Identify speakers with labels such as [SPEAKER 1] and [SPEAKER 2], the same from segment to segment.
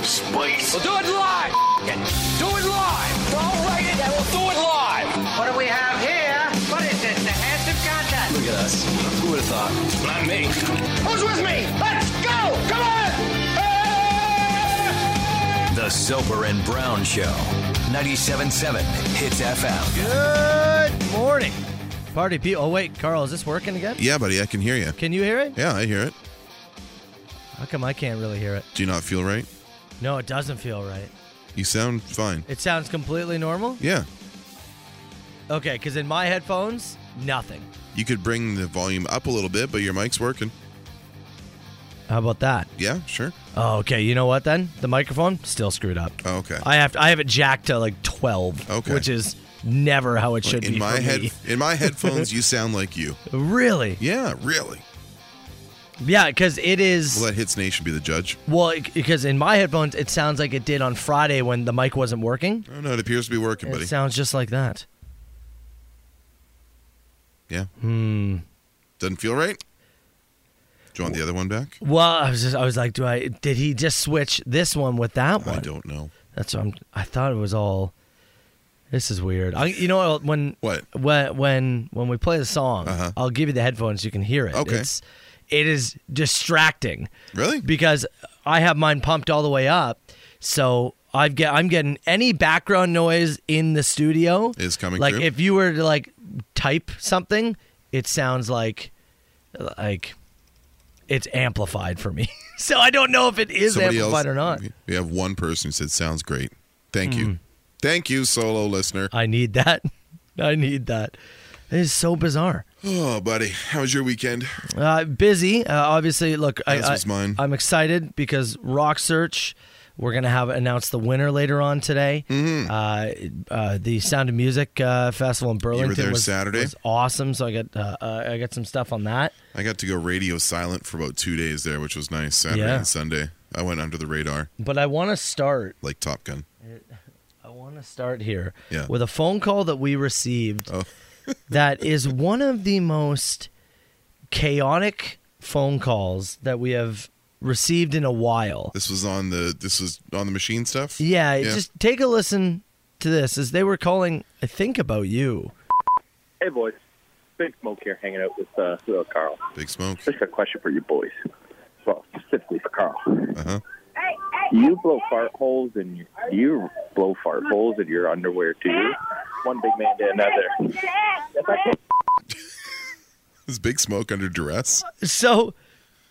[SPEAKER 1] space.
[SPEAKER 2] We'll do it live. F- it. Do it live. I'll write it and we'll do it live.
[SPEAKER 3] What do we have here? What is this? The handsome contest.
[SPEAKER 4] Look at us. Who would have thought?
[SPEAKER 1] Not me.
[SPEAKER 2] Who's with me? Let's go. Come on. Hey!
[SPEAKER 5] The Sober and Brown Show. 97.7 Hits
[SPEAKER 6] FM. Good morning. Party people. Oh, wait, Carl, is this working again?
[SPEAKER 7] Yeah, buddy, I can hear you.
[SPEAKER 6] Can you hear it?
[SPEAKER 7] Yeah, I hear it.
[SPEAKER 6] How come I can't really hear it?
[SPEAKER 7] Do you not feel right?
[SPEAKER 6] No, it doesn't feel right.
[SPEAKER 7] You sound fine.
[SPEAKER 6] It sounds completely normal?
[SPEAKER 7] Yeah.
[SPEAKER 6] Okay, because in my headphones, nothing.
[SPEAKER 7] You could bring the volume up a little bit, but your mic's working.
[SPEAKER 6] How about that?
[SPEAKER 7] Yeah, sure.
[SPEAKER 6] Oh, okay. You know what then? The microphone still screwed up.
[SPEAKER 7] Oh, okay.
[SPEAKER 6] I have to, I have it jacked to like twelve.
[SPEAKER 7] Okay.
[SPEAKER 6] Which is never how it should
[SPEAKER 7] in
[SPEAKER 6] be.
[SPEAKER 7] My head,
[SPEAKER 6] me.
[SPEAKER 7] in my headphones, you sound like you.
[SPEAKER 6] Really?
[SPEAKER 7] Yeah, really.
[SPEAKER 6] Yeah, because it is.
[SPEAKER 7] We'll let Hits Nation be the judge.
[SPEAKER 6] Well, because in my headphones, it sounds like it did on Friday when the mic wasn't working.
[SPEAKER 7] Oh no, it appears to be working,
[SPEAKER 6] it
[SPEAKER 7] buddy.
[SPEAKER 6] sounds just like that.
[SPEAKER 7] Yeah.
[SPEAKER 6] Hmm.
[SPEAKER 7] Doesn't feel right. Do you want the other one back?
[SPEAKER 6] Well, I was just, I was like, do I? Did he just switch this one with that one?
[SPEAKER 7] I don't know.
[SPEAKER 6] That's what I'm. I thought it was all. This is weird. I, you know when
[SPEAKER 7] What?
[SPEAKER 6] when when when we play the song,
[SPEAKER 7] Uh-huh.
[SPEAKER 6] I'll give you the headphones. You can hear it.
[SPEAKER 7] Okay.
[SPEAKER 6] It's, it is distracting.
[SPEAKER 7] Really?
[SPEAKER 6] Because I have mine pumped all the way up, so I've get I'm getting any background noise in the studio
[SPEAKER 7] Is coming
[SPEAKER 6] Like
[SPEAKER 7] through?
[SPEAKER 6] if you were to like type something, it sounds like like it's amplified for me. so I don't know if it is amplified or not. Hmm.
[SPEAKER 7] We have one person who said sounds great. Thank you. Thank you, solo listener.
[SPEAKER 6] I need that. I need that. It is so bizarre.
[SPEAKER 7] Oh, buddy, how was your weekend?
[SPEAKER 6] Uh, busy, uh, obviously. Look, I,
[SPEAKER 7] As
[SPEAKER 6] I,
[SPEAKER 7] was mine.
[SPEAKER 6] I'm excited because Rock Search. We're gonna have announce the winner later on today.
[SPEAKER 7] Mm-hmm.
[SPEAKER 6] Uh, uh, the Sound of Music uh, festival in Burlington
[SPEAKER 7] there
[SPEAKER 6] was,
[SPEAKER 7] Saturday?
[SPEAKER 6] was awesome. So I got uh, uh, I got some stuff on that.
[SPEAKER 7] I got to go radio silent for about two days there, which was nice. Saturday
[SPEAKER 6] Yeah.
[SPEAKER 7] and Sunday, I went under the radar
[SPEAKER 6] But I want to start.
[SPEAKER 7] like Top Gun.
[SPEAKER 6] I want to start here
[SPEAKER 7] Yeah.
[SPEAKER 6] with a phone call that we received.
[SPEAKER 7] Oh.
[SPEAKER 6] that is one of the most chaotic phone calls that we have received in a while.
[SPEAKER 7] This was on the this was on the machine stuff.
[SPEAKER 6] Yeah,
[SPEAKER 7] Yeah.
[SPEAKER 6] just take a listen to this as they were calling, I think about you.
[SPEAKER 8] Hey, boys. Big Smoke here, hanging out with uh, with Carl.
[SPEAKER 7] Big smoke.
[SPEAKER 8] Just a question for you boys. Well, specifically for Carl.
[SPEAKER 7] Uh huh.
[SPEAKER 8] Do you blow fart holes in do you blow fart holes in your underwear too? One big man to another.
[SPEAKER 7] Is Big Smoke under duress?
[SPEAKER 6] So,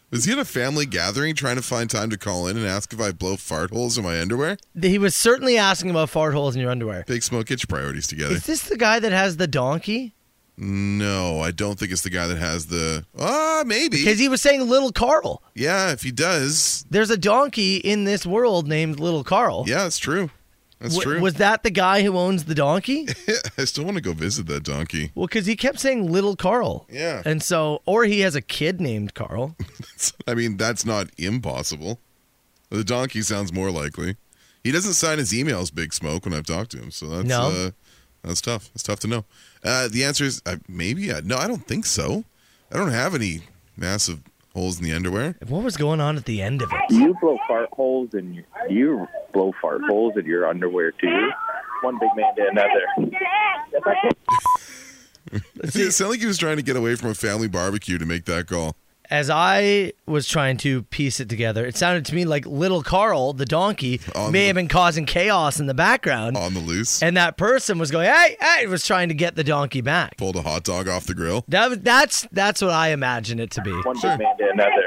[SPEAKER 7] Was he at a family gathering trying to find time to call in and ask if I blow fart holes in my underwear?
[SPEAKER 6] th- he was certainly asking about fart holes in your underwear.
[SPEAKER 7] Big Smoke, get your priorities together.
[SPEAKER 6] Is this the guy that has the donkey?
[SPEAKER 7] No, I don't think it's the guy that has the. Ah, maybe.
[SPEAKER 6] Because he was saying Little Carl.
[SPEAKER 7] yeah, if he does,
[SPEAKER 6] There's a donkey in this world named Little Carl.
[SPEAKER 7] yeah, it's true. That's
[SPEAKER 6] W-
[SPEAKER 7] true.
[SPEAKER 6] Was that the guy who owns the donkey?
[SPEAKER 7] I still want to go visit that donkey.
[SPEAKER 6] Well, because he kept saying Little Carl.
[SPEAKER 7] Yeah.
[SPEAKER 6] And so, or he has a kid named Carl.
[SPEAKER 7] I mean, that's not impossible. The donkey sounds more likely. He doesn't sign his emails, Big Smoke, when I've talked to him. So that's
[SPEAKER 6] No.
[SPEAKER 7] uh, that's tough. It's tough to know. Uh, the answer is uh, maybe. Uh, no, I don't think so. I don't have any massive holes in the underwear.
[SPEAKER 6] What was going on at the end of it?
[SPEAKER 8] Do you blow fart holes in do you blow fart holes in your underwear too? One big man to another.
[SPEAKER 7] it sounded like he was trying to get away from a family barbecue to make that call.
[SPEAKER 6] As I was trying to piece it together, it sounded to me like little Carl, the donkey,
[SPEAKER 7] On
[SPEAKER 6] may
[SPEAKER 7] the-
[SPEAKER 6] have been causing chaos in the background.
[SPEAKER 7] On the loose,
[SPEAKER 6] and that person was going, hey, hey, was trying to get the donkey back.
[SPEAKER 7] pulled a hot dog off the grill.
[SPEAKER 6] That was, that's that's what I imagine it to be.
[SPEAKER 8] One big man to another.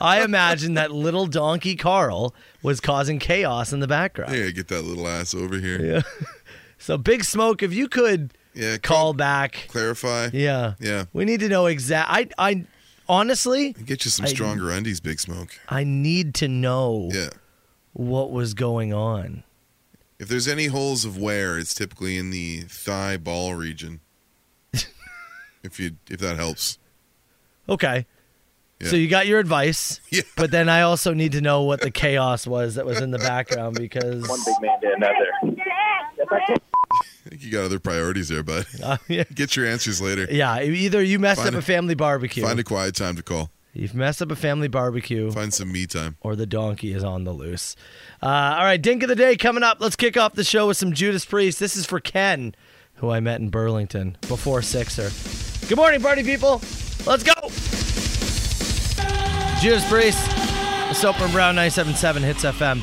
[SPEAKER 6] I imagine that little donkey Carl was causing chaos in the background.
[SPEAKER 7] Hey, get that little ass over here.
[SPEAKER 6] Yeah. so Big Smoke, if you could
[SPEAKER 7] Yeah,
[SPEAKER 6] call back,
[SPEAKER 7] clarify.
[SPEAKER 6] yeah,
[SPEAKER 7] Yeah.
[SPEAKER 6] we need to know exact. I, I honestly,
[SPEAKER 7] Get you some
[SPEAKER 6] I-
[SPEAKER 7] stronger undies, Big Smoke.
[SPEAKER 6] I need to know
[SPEAKER 7] Yeah.
[SPEAKER 6] what was going on.
[SPEAKER 7] If there's any holes of wear, it's typically in the thigh ball region. if you if that helps.
[SPEAKER 6] Okay.
[SPEAKER 7] Yeah.
[SPEAKER 6] So you got your advice,
[SPEAKER 7] Yeah.
[SPEAKER 6] but then I also need to know what the chaos was that was in the background because
[SPEAKER 8] One big man to another.
[SPEAKER 7] I think you got other priorities there, bud.
[SPEAKER 6] Uh, yeah,
[SPEAKER 7] Get your answers later.
[SPEAKER 6] yeah, either you messed
[SPEAKER 7] Find
[SPEAKER 6] up
[SPEAKER 7] a-
[SPEAKER 6] a family barbecue
[SPEAKER 7] Find a quiet time to call.
[SPEAKER 6] You've messed up a family barbecue,
[SPEAKER 7] Find some me time.
[SPEAKER 6] or the donkey is on the loose. Uh, all right, Dink of the Day coming up. Let's kick off the show with some Judas Priest. This is for Ken, who I met in Burlington before Sixer. Good morning, party people. Let's go. Judas Priest, Soap and Brown 977 Hits FM.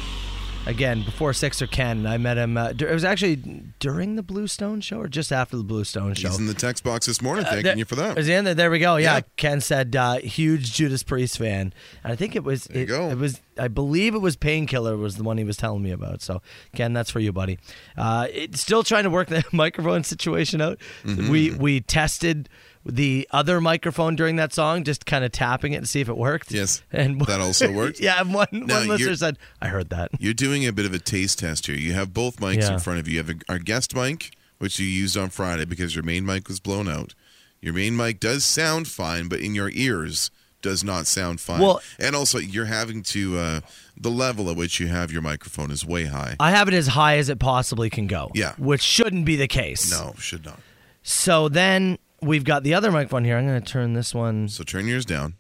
[SPEAKER 6] Again, before Sixer Ken, I met him. Uh, dur- it was actually during the Blue Stone show or just after the Blue Stone show.
[SPEAKER 7] He's in the text box this morning. Thanking
[SPEAKER 6] There-
[SPEAKER 7] you for that.
[SPEAKER 6] Is he in there? There we go. Yeah,
[SPEAKER 7] Yeah.
[SPEAKER 6] Ken said uh, huge Judas Priest fan, and I think it was
[SPEAKER 7] you
[SPEAKER 6] it,
[SPEAKER 7] go.
[SPEAKER 6] it was I believe it was Painkiller was the one he was telling me about. So Ken, that's for you, buddy. Uh, it, still trying to work the microphone situation out.
[SPEAKER 7] Mm-hmm,
[SPEAKER 6] We we tested the other microphone during that song, just kind of tapping it and see if it worked.
[SPEAKER 7] Yes,
[SPEAKER 6] and
[SPEAKER 7] that also worked.
[SPEAKER 6] yeah, and one one
[SPEAKER 7] you're-
[SPEAKER 6] listener said I heard that.
[SPEAKER 7] You're doing a bit of a taste test here. You have both mics
[SPEAKER 6] Yeah.
[SPEAKER 7] in front of you. You have our guest mic, which you used on Friday because your main mic was blown out. Your main mic does sound fine, but in your ears does not sound fine.
[SPEAKER 6] Well-
[SPEAKER 7] and also you're having to uh, the level at which you have your microphone is way high.
[SPEAKER 6] I have it as high as it possibly can go.
[SPEAKER 7] Yeah.
[SPEAKER 6] which shouldn't be the case.
[SPEAKER 7] no, should not.
[SPEAKER 6] So then we've got the other microphone here. I'm going to turn this one.
[SPEAKER 7] So turn yours down.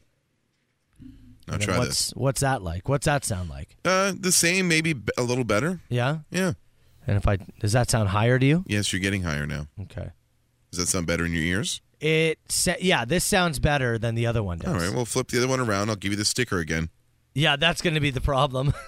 [SPEAKER 7] Now
[SPEAKER 6] And
[SPEAKER 7] try
[SPEAKER 6] what's,
[SPEAKER 7] this.
[SPEAKER 6] What's that like? What's that sound like?
[SPEAKER 7] Uh, the same, maybe b- a little better.
[SPEAKER 6] Yeah.
[SPEAKER 7] Yeah.
[SPEAKER 6] And if I does that sound higher to you?
[SPEAKER 7] Yes, you're getting higher now.
[SPEAKER 6] Okay.
[SPEAKER 7] Does that sound better in your ears?
[SPEAKER 6] It sa- yeah, this sounds better than the other one does.
[SPEAKER 7] All right. Well, flip the other one around. I'll give you the sticker again.
[SPEAKER 6] yeah, that's going to be the problem.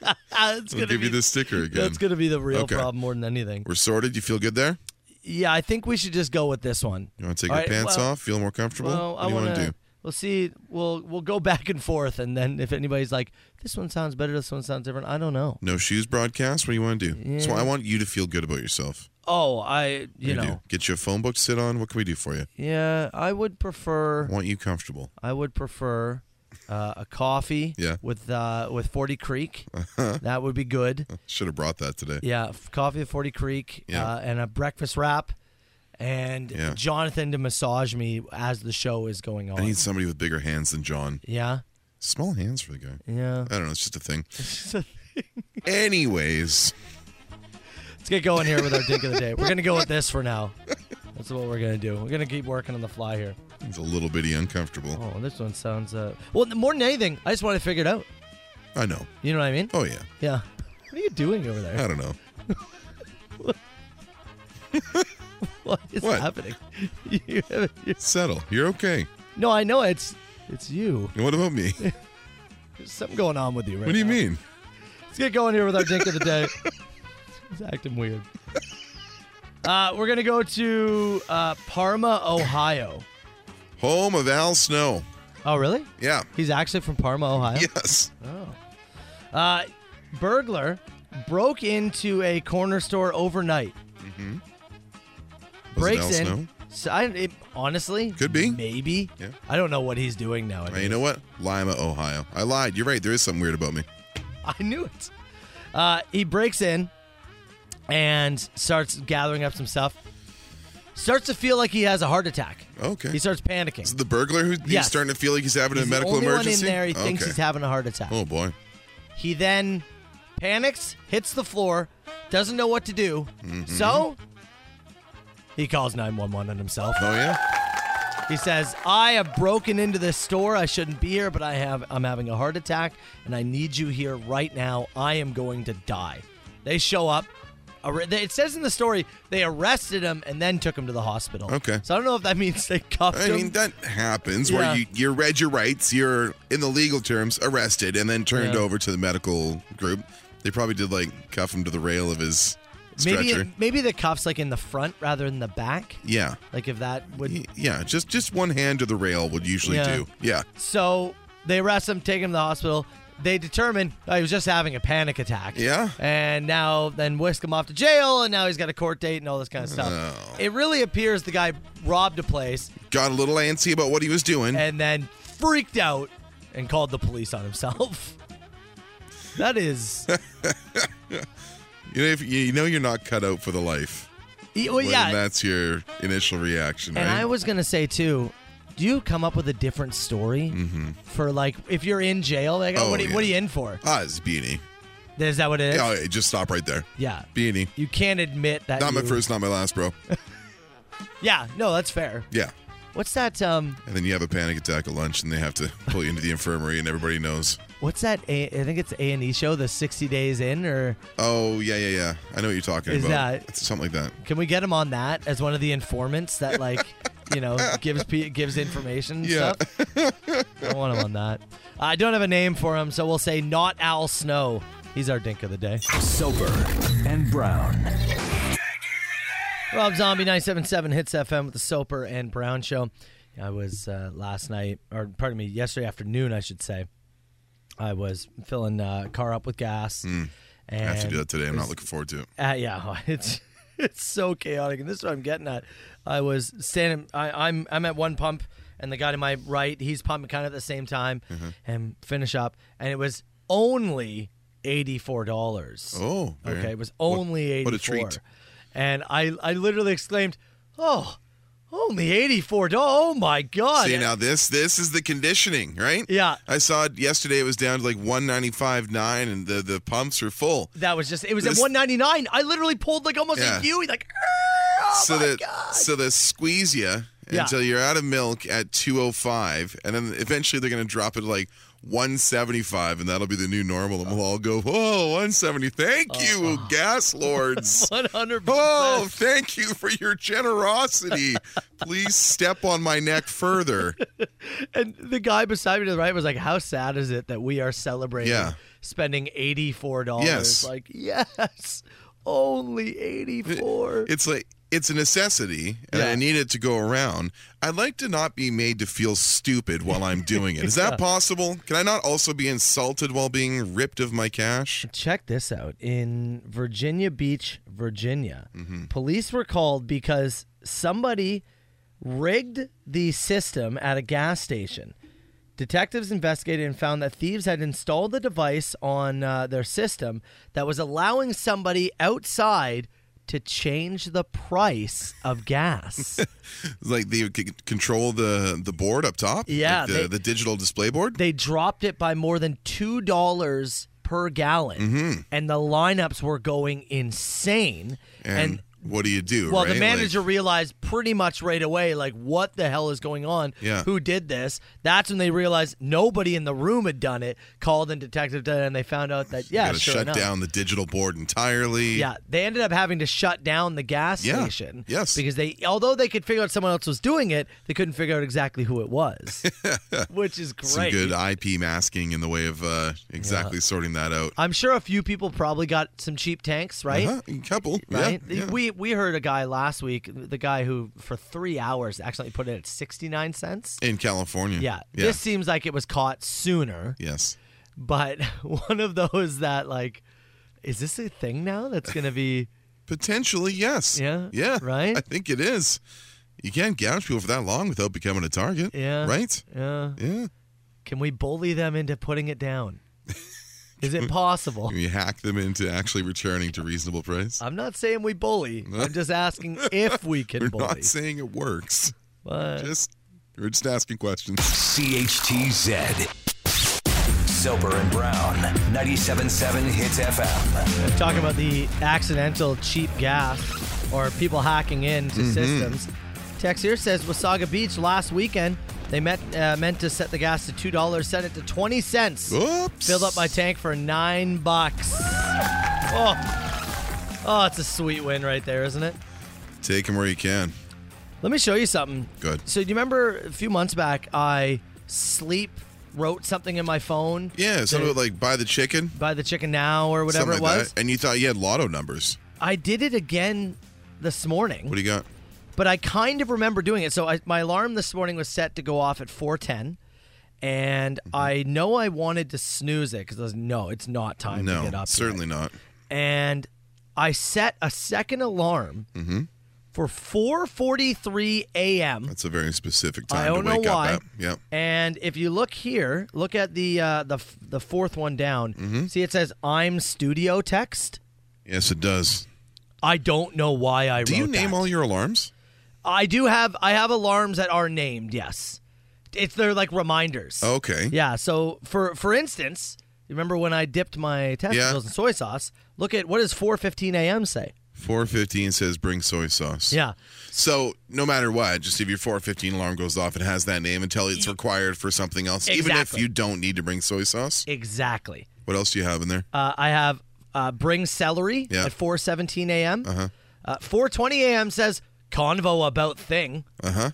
[SPEAKER 6] that's
[SPEAKER 7] I'll
[SPEAKER 6] going to
[SPEAKER 7] give
[SPEAKER 6] be
[SPEAKER 7] you the sticker again.
[SPEAKER 6] that's going to be the real
[SPEAKER 7] Okay.
[SPEAKER 6] problem more than anything.
[SPEAKER 7] We're sorted. You feel good there?
[SPEAKER 6] Yeah, I think we should just go with this one.
[SPEAKER 7] You want to take
[SPEAKER 6] All
[SPEAKER 7] your
[SPEAKER 6] right,
[SPEAKER 7] pants
[SPEAKER 6] well-
[SPEAKER 7] off? Feel more comfortable?
[SPEAKER 6] Well,
[SPEAKER 7] what
[SPEAKER 6] I
[SPEAKER 7] do you
[SPEAKER 6] want
[SPEAKER 7] to
[SPEAKER 6] to.
[SPEAKER 7] do?
[SPEAKER 6] We'll see. We'll we'll go back and forth, and then if anybody's like, this one sounds better, this one sounds different, I don't know.
[SPEAKER 7] No shoes broadcast? What do you want to do? So I want you to feel good about yourself.
[SPEAKER 6] Oh, I you
[SPEAKER 7] What do
[SPEAKER 6] know,
[SPEAKER 7] do? Get you a phone book to sit on. What can we do for you?
[SPEAKER 6] yeah, I would prefer.
[SPEAKER 7] I want you comfortable.
[SPEAKER 6] I would prefer uh, a coffee
[SPEAKER 7] Yeah.
[SPEAKER 6] with uh, with Forty Creek. That would be good.
[SPEAKER 7] Should have brought that today.
[SPEAKER 6] Yeah, f- coffee with Forty Creek
[SPEAKER 7] Yeah.
[SPEAKER 6] uh, and a breakfast wrap, and
[SPEAKER 7] Yeah.
[SPEAKER 6] Jonathan to massage me as the show is going on.
[SPEAKER 7] I need somebody with bigger hands than John.
[SPEAKER 6] yeah,
[SPEAKER 7] Small hands for the guy.
[SPEAKER 6] yeah.
[SPEAKER 7] I don't know. It's just a thing. Anyways,
[SPEAKER 6] Let's get going here with our dink of the day. We're gonna go with this for now. That's what we're gonna do. We're gonna keep working on the fly here.
[SPEAKER 7] it's a little bitty uncomfortable.
[SPEAKER 6] Oh, this one sounds uh, well. More than anything, I just want to figure it out.
[SPEAKER 7] I know.
[SPEAKER 6] You know what I mean?
[SPEAKER 7] Oh, yeah.
[SPEAKER 6] Yeah. What are you doing over there?
[SPEAKER 7] I don't know.
[SPEAKER 6] What is
[SPEAKER 7] What?
[SPEAKER 6] happening? You have- you-
[SPEAKER 7] Settle. You're okay.
[SPEAKER 6] No, I know it's it's you.
[SPEAKER 7] And what about me?
[SPEAKER 6] There's something going on with you right
[SPEAKER 7] What do you
[SPEAKER 6] now.
[SPEAKER 7] mean?
[SPEAKER 6] Let's get going here with our dink of the day. He's acting weird. Uh, we're gonna go to uh, Parma, Ohio.
[SPEAKER 7] Home of Al Snow.
[SPEAKER 6] Oh, really?
[SPEAKER 7] Yeah.
[SPEAKER 6] He's actually from Parma, Ohio.
[SPEAKER 7] Yes.
[SPEAKER 6] Uh, burglar broke into a corner store overnight.
[SPEAKER 7] Was it
[SPEAKER 6] Breaks
[SPEAKER 7] Al
[SPEAKER 6] in.
[SPEAKER 7] Snow?
[SPEAKER 6] So I, it, honestly,
[SPEAKER 7] Could be.
[SPEAKER 6] Maybe.
[SPEAKER 7] Yeah.
[SPEAKER 6] I don't know what he's doing now.
[SPEAKER 7] Hey, you know what? Lima, Ohio. I lied. You're right. There is something weird about me.
[SPEAKER 6] I knew it. Uh, he breaks in and starts gathering up some stuff. Starts to feel like he has a heart attack.
[SPEAKER 7] Okay.
[SPEAKER 6] He starts panicking.
[SPEAKER 7] Is it the burglar who he's
[SPEAKER 6] Yes.
[SPEAKER 7] starting to feel like he's having
[SPEAKER 6] He's
[SPEAKER 7] a medical
[SPEAKER 6] the only
[SPEAKER 7] emergency?
[SPEAKER 6] one in there. He thinks
[SPEAKER 7] okay.
[SPEAKER 6] he's having a heart attack.
[SPEAKER 7] Oh boy.
[SPEAKER 6] He then panics, hits the floor, doesn't know what to do.
[SPEAKER 7] Mm-hmm.
[SPEAKER 6] So he calls 911 on himself.
[SPEAKER 7] Oh yeah.
[SPEAKER 6] He says, "I have broken into this store. I shouldn't be here, but I have I'm having a heart attack and I need you here right now. I am going to die." They show up. Ar- they- It says in the story they arrested him and then took him to the hospital.
[SPEAKER 7] Okay.
[SPEAKER 6] So I don't know if that means they cuffed
[SPEAKER 7] I
[SPEAKER 6] him.
[SPEAKER 7] mean that happens
[SPEAKER 6] Yeah.
[SPEAKER 7] where you you read your rights, you're in the legal terms arrested and then turned
[SPEAKER 6] Yeah.
[SPEAKER 7] over to the medical group. They probably did like cuff him to the rail of his
[SPEAKER 6] maybe
[SPEAKER 7] stretcher.
[SPEAKER 6] maybe the cuffs like in the front rather than the back.
[SPEAKER 7] yeah.
[SPEAKER 6] Like if that would
[SPEAKER 7] Y- Yeah, just just one hand to the rail would usually
[SPEAKER 6] Yeah.
[SPEAKER 7] do. Yeah.
[SPEAKER 6] So they arrest him, take him to the hospital. They determine uh, he was just having a panic attack.
[SPEAKER 7] Yeah.
[SPEAKER 6] And now then whisk him off to jail, and now he's got a court date and all this kind of stuff. It really appears the guy robbed a place
[SPEAKER 7] Got a little antsy about what he was doing.
[SPEAKER 6] and then freaked out and called the police on himself. that is,
[SPEAKER 7] you know if you know you're not cut out for the life.
[SPEAKER 6] y- e, well,
[SPEAKER 7] when
[SPEAKER 6] yeah.
[SPEAKER 7] that's your initial reaction,
[SPEAKER 6] And
[SPEAKER 7] right?
[SPEAKER 6] I was gonna say too. Do you come up with a different story for like if you're in jail? Like,
[SPEAKER 7] Mm-hmm. Oh,
[SPEAKER 6] what, are, you
[SPEAKER 7] yeah.
[SPEAKER 6] what are you in for?
[SPEAKER 7] ah, it's beanie.
[SPEAKER 6] Is that what it is?
[SPEAKER 7] Yeah, hey, just stop right there.
[SPEAKER 6] Yeah.
[SPEAKER 7] Beanie.
[SPEAKER 6] You can't admit that.
[SPEAKER 7] Not my
[SPEAKER 6] you-
[SPEAKER 7] first, not my last, bro.
[SPEAKER 6] Yeah, no, that's fair.
[SPEAKER 7] Yeah.
[SPEAKER 6] What's that? Um,
[SPEAKER 7] And then you have a panic attack at lunch and they have to pull you into the infirmary and everybody knows.
[SPEAKER 6] what's that? A- I think it's A and E show, the 60 Days In, or
[SPEAKER 7] Oh, yeah, yeah, yeah. I know what you're talking
[SPEAKER 6] Is
[SPEAKER 7] about.
[SPEAKER 6] that-
[SPEAKER 7] It's something like that.
[SPEAKER 6] can we get him on that as one of the informants that like, you know, gives pe- gives information? and
[SPEAKER 7] Yeah.
[SPEAKER 6] Stuff? I want him on that. I don't have a name for him, so we'll say not Al Snow. He's our dink of the day.
[SPEAKER 5] Soper and Brown.
[SPEAKER 6] Rob Zombie 977 hits FM with the Soper and Brown show. I was uh, last night, or pardon me, yesterday afternoon, I should say. I was filling uh, car up with gas. And
[SPEAKER 7] Hmm. I have to do that today. I'm
[SPEAKER 6] it
[SPEAKER 7] not
[SPEAKER 6] was-
[SPEAKER 7] looking forward to it.
[SPEAKER 6] Uh, yeah, it's it's so chaotic, and this is what I'm getting at. I was standing. I, I'm I'm at one pump, and the guy to my right, he's pumping kind of at the same time,
[SPEAKER 7] Mm-hmm.
[SPEAKER 6] and finish up, and it was only eighty four dollars.
[SPEAKER 7] Oh, very-
[SPEAKER 6] okay, it was
[SPEAKER 7] what-
[SPEAKER 6] only eighty four.
[SPEAKER 7] what a treat.
[SPEAKER 6] And I I literally exclaimed, "Oh, only eighty four dollars! Oh my god!"
[SPEAKER 7] See now this this is the conditioning, right?
[SPEAKER 6] Yeah.
[SPEAKER 7] I saw it yesterday it was down to like 195.9 and the the pumps are full.
[SPEAKER 6] that was just it was
[SPEAKER 7] This-
[SPEAKER 6] at one ninety nine. I literally pulled like almost
[SPEAKER 7] Yeah.
[SPEAKER 6] a U. Like, oh
[SPEAKER 7] so
[SPEAKER 6] my
[SPEAKER 7] that
[SPEAKER 6] god!
[SPEAKER 7] so they squeeze you
[SPEAKER 6] Yeah.
[SPEAKER 7] until you're out of milk at 205 and then eventually they're going to drop it to like 175 and that'll be the new normal and we'll all go whoa 170 thank
[SPEAKER 6] Oh.
[SPEAKER 7] you gas lords
[SPEAKER 6] One hundred
[SPEAKER 7] oh thank you for your generosity please step on my neck further
[SPEAKER 6] And the guy beside me to the right was like, "How sad is it that we are celebrating
[SPEAKER 7] Yeah.
[SPEAKER 6] spending eighty four dollars?"
[SPEAKER 7] Yes.
[SPEAKER 6] Like, yes, only eighty four.
[SPEAKER 7] it's like it's a necessity and
[SPEAKER 6] Yeah.
[SPEAKER 7] i need it to go around i'd like to not be made to feel stupid while i'm doing it is that possible can i not also be insulted while being ripped of my cash
[SPEAKER 6] Check this out: in Virginia Beach, Virginia, police were called because somebody rigged the system at a gas station. Detectives investigated and found that thieves had installed the device on uh, their system that was allowing somebody outside to change the price of gas.
[SPEAKER 7] like they could control the the board up top
[SPEAKER 6] Yeah,
[SPEAKER 7] Like the,
[SPEAKER 6] they-
[SPEAKER 7] the digital display board
[SPEAKER 6] they dropped it by more than two dollars per gallon, and the lineups were going insane.
[SPEAKER 7] and,
[SPEAKER 6] And,
[SPEAKER 7] what do you do
[SPEAKER 6] well,
[SPEAKER 7] right?
[SPEAKER 6] the
[SPEAKER 7] Like,
[SPEAKER 6] manager realized pretty much right away, like, what the hell is going on?
[SPEAKER 7] Yeah.
[SPEAKER 6] Who did this? That's when they realized nobody in the room had done it. Called in detective, done it, and they found out that
[SPEAKER 7] you
[SPEAKER 6] yeah,
[SPEAKER 7] gotta
[SPEAKER 6] sure
[SPEAKER 7] shut
[SPEAKER 6] enough.
[SPEAKER 7] down the digital board entirely
[SPEAKER 6] Yeah, they ended up having to shut down the gas
[SPEAKER 7] Yeah,
[SPEAKER 6] station.
[SPEAKER 7] yes.
[SPEAKER 6] because they, although they could figure out someone else was doing it, they couldn't figure out exactly who it was, which is great.
[SPEAKER 7] some good ip masking in the way of uh, exactly sorting that out
[SPEAKER 6] I'm sure a few people probably got some cheap tanks, right?
[SPEAKER 7] uh-huh. a couple yeah,
[SPEAKER 6] Right.
[SPEAKER 7] yeah.
[SPEAKER 6] We we heard a guy last week, the guy who for three hours accidentally put it at 69 cents.
[SPEAKER 7] in california
[SPEAKER 6] Yeah.
[SPEAKER 7] yeah
[SPEAKER 6] This seems like it was caught sooner,
[SPEAKER 7] yes
[SPEAKER 6] but one of those that like, is this a thing now that's gonna be?
[SPEAKER 7] Potentially, yes.
[SPEAKER 6] Yeah,
[SPEAKER 7] Yeah.
[SPEAKER 6] right?
[SPEAKER 7] I think it is. You can't gouge people for that long without becoming a target.
[SPEAKER 6] Yeah.
[SPEAKER 7] Right?
[SPEAKER 6] Yeah.
[SPEAKER 7] Yeah.
[SPEAKER 6] uh, Can we bully them into putting it down? Is it possible?
[SPEAKER 7] You hack them into actually returning to reasonable price.
[SPEAKER 6] I'm not saying we bully. I'm just asking if we can
[SPEAKER 7] We're
[SPEAKER 6] bully.
[SPEAKER 7] not saying it works.
[SPEAKER 6] But-
[SPEAKER 7] Just we're just asking questions.
[SPEAKER 5] CHTZ. Soper and Brown. 97.7 Hits FM.
[SPEAKER 6] Talking about the accidental cheap gas or people hacking into
[SPEAKER 7] Mm-hmm.
[SPEAKER 6] systems. Tex here says Wasaga Beach last weekend they met, uh, meant to set the gas to two dollars, set it to twenty cents.
[SPEAKER 7] Oops.
[SPEAKER 6] Filled up my tank for nine bucks. Oh, oh, it's a sweet win right there, isn't it?
[SPEAKER 7] Take them where you can.
[SPEAKER 6] Let me show you something.
[SPEAKER 7] Good.
[SPEAKER 6] So do you remember a few months back I sleep wrote something in my phone?
[SPEAKER 7] Yeah, something about like buy the chicken.
[SPEAKER 6] Buy the chicken now or whatever
[SPEAKER 7] something
[SPEAKER 6] it
[SPEAKER 7] like
[SPEAKER 6] was.
[SPEAKER 7] That. And you thought you had lotto numbers.
[SPEAKER 6] I did it again this morning.
[SPEAKER 7] What do you got?
[SPEAKER 6] but I kind of remember doing it. So I, my alarm this morning was set to go off at 4:10, and
[SPEAKER 7] Mm-hmm.
[SPEAKER 6] I know I wanted to snooze it because I was no, it's not time to
[SPEAKER 7] No,
[SPEAKER 6] get up. yet.
[SPEAKER 7] certainly not.
[SPEAKER 6] And I set a second alarm
[SPEAKER 7] Mm-hmm.
[SPEAKER 6] for 4:43 a.m.
[SPEAKER 7] That's a very specific time
[SPEAKER 6] I don't
[SPEAKER 7] to
[SPEAKER 6] know
[SPEAKER 7] wake
[SPEAKER 6] why.
[SPEAKER 7] up at. Yeah.
[SPEAKER 6] And if you look here, look at the uh, the f- the fourth one down.
[SPEAKER 7] Mm-hmm.
[SPEAKER 6] See, it says "I'm Studio" text.
[SPEAKER 7] Yes, it does.
[SPEAKER 6] I don't know why I
[SPEAKER 7] Do
[SPEAKER 6] wrote
[SPEAKER 7] you name
[SPEAKER 6] that.
[SPEAKER 7] all your alarms?
[SPEAKER 6] I do have I have alarms that are named. Yes, it's they're like reminders.
[SPEAKER 7] Okay.
[SPEAKER 6] Yeah. So for for instance, remember when I dipped my testicles in soy sauce? Look at what does 4:15 a.m. say?
[SPEAKER 7] 415 says bring soy sauce.
[SPEAKER 6] Yeah.
[SPEAKER 7] So no matter what, just if your 415 alarm goes off, it has that name until it's required for something else. Even if
[SPEAKER 6] Exactly.
[SPEAKER 7] you don't need to bring soy sauce.
[SPEAKER 6] Exactly.
[SPEAKER 7] What else do you have in there?
[SPEAKER 6] Uh, I have uh, bring celery
[SPEAKER 7] Yeah.
[SPEAKER 6] at 4:17 a.m. Uh-huh. Uh, 4:20 a.m. says convo about thing.
[SPEAKER 7] Uh-huh.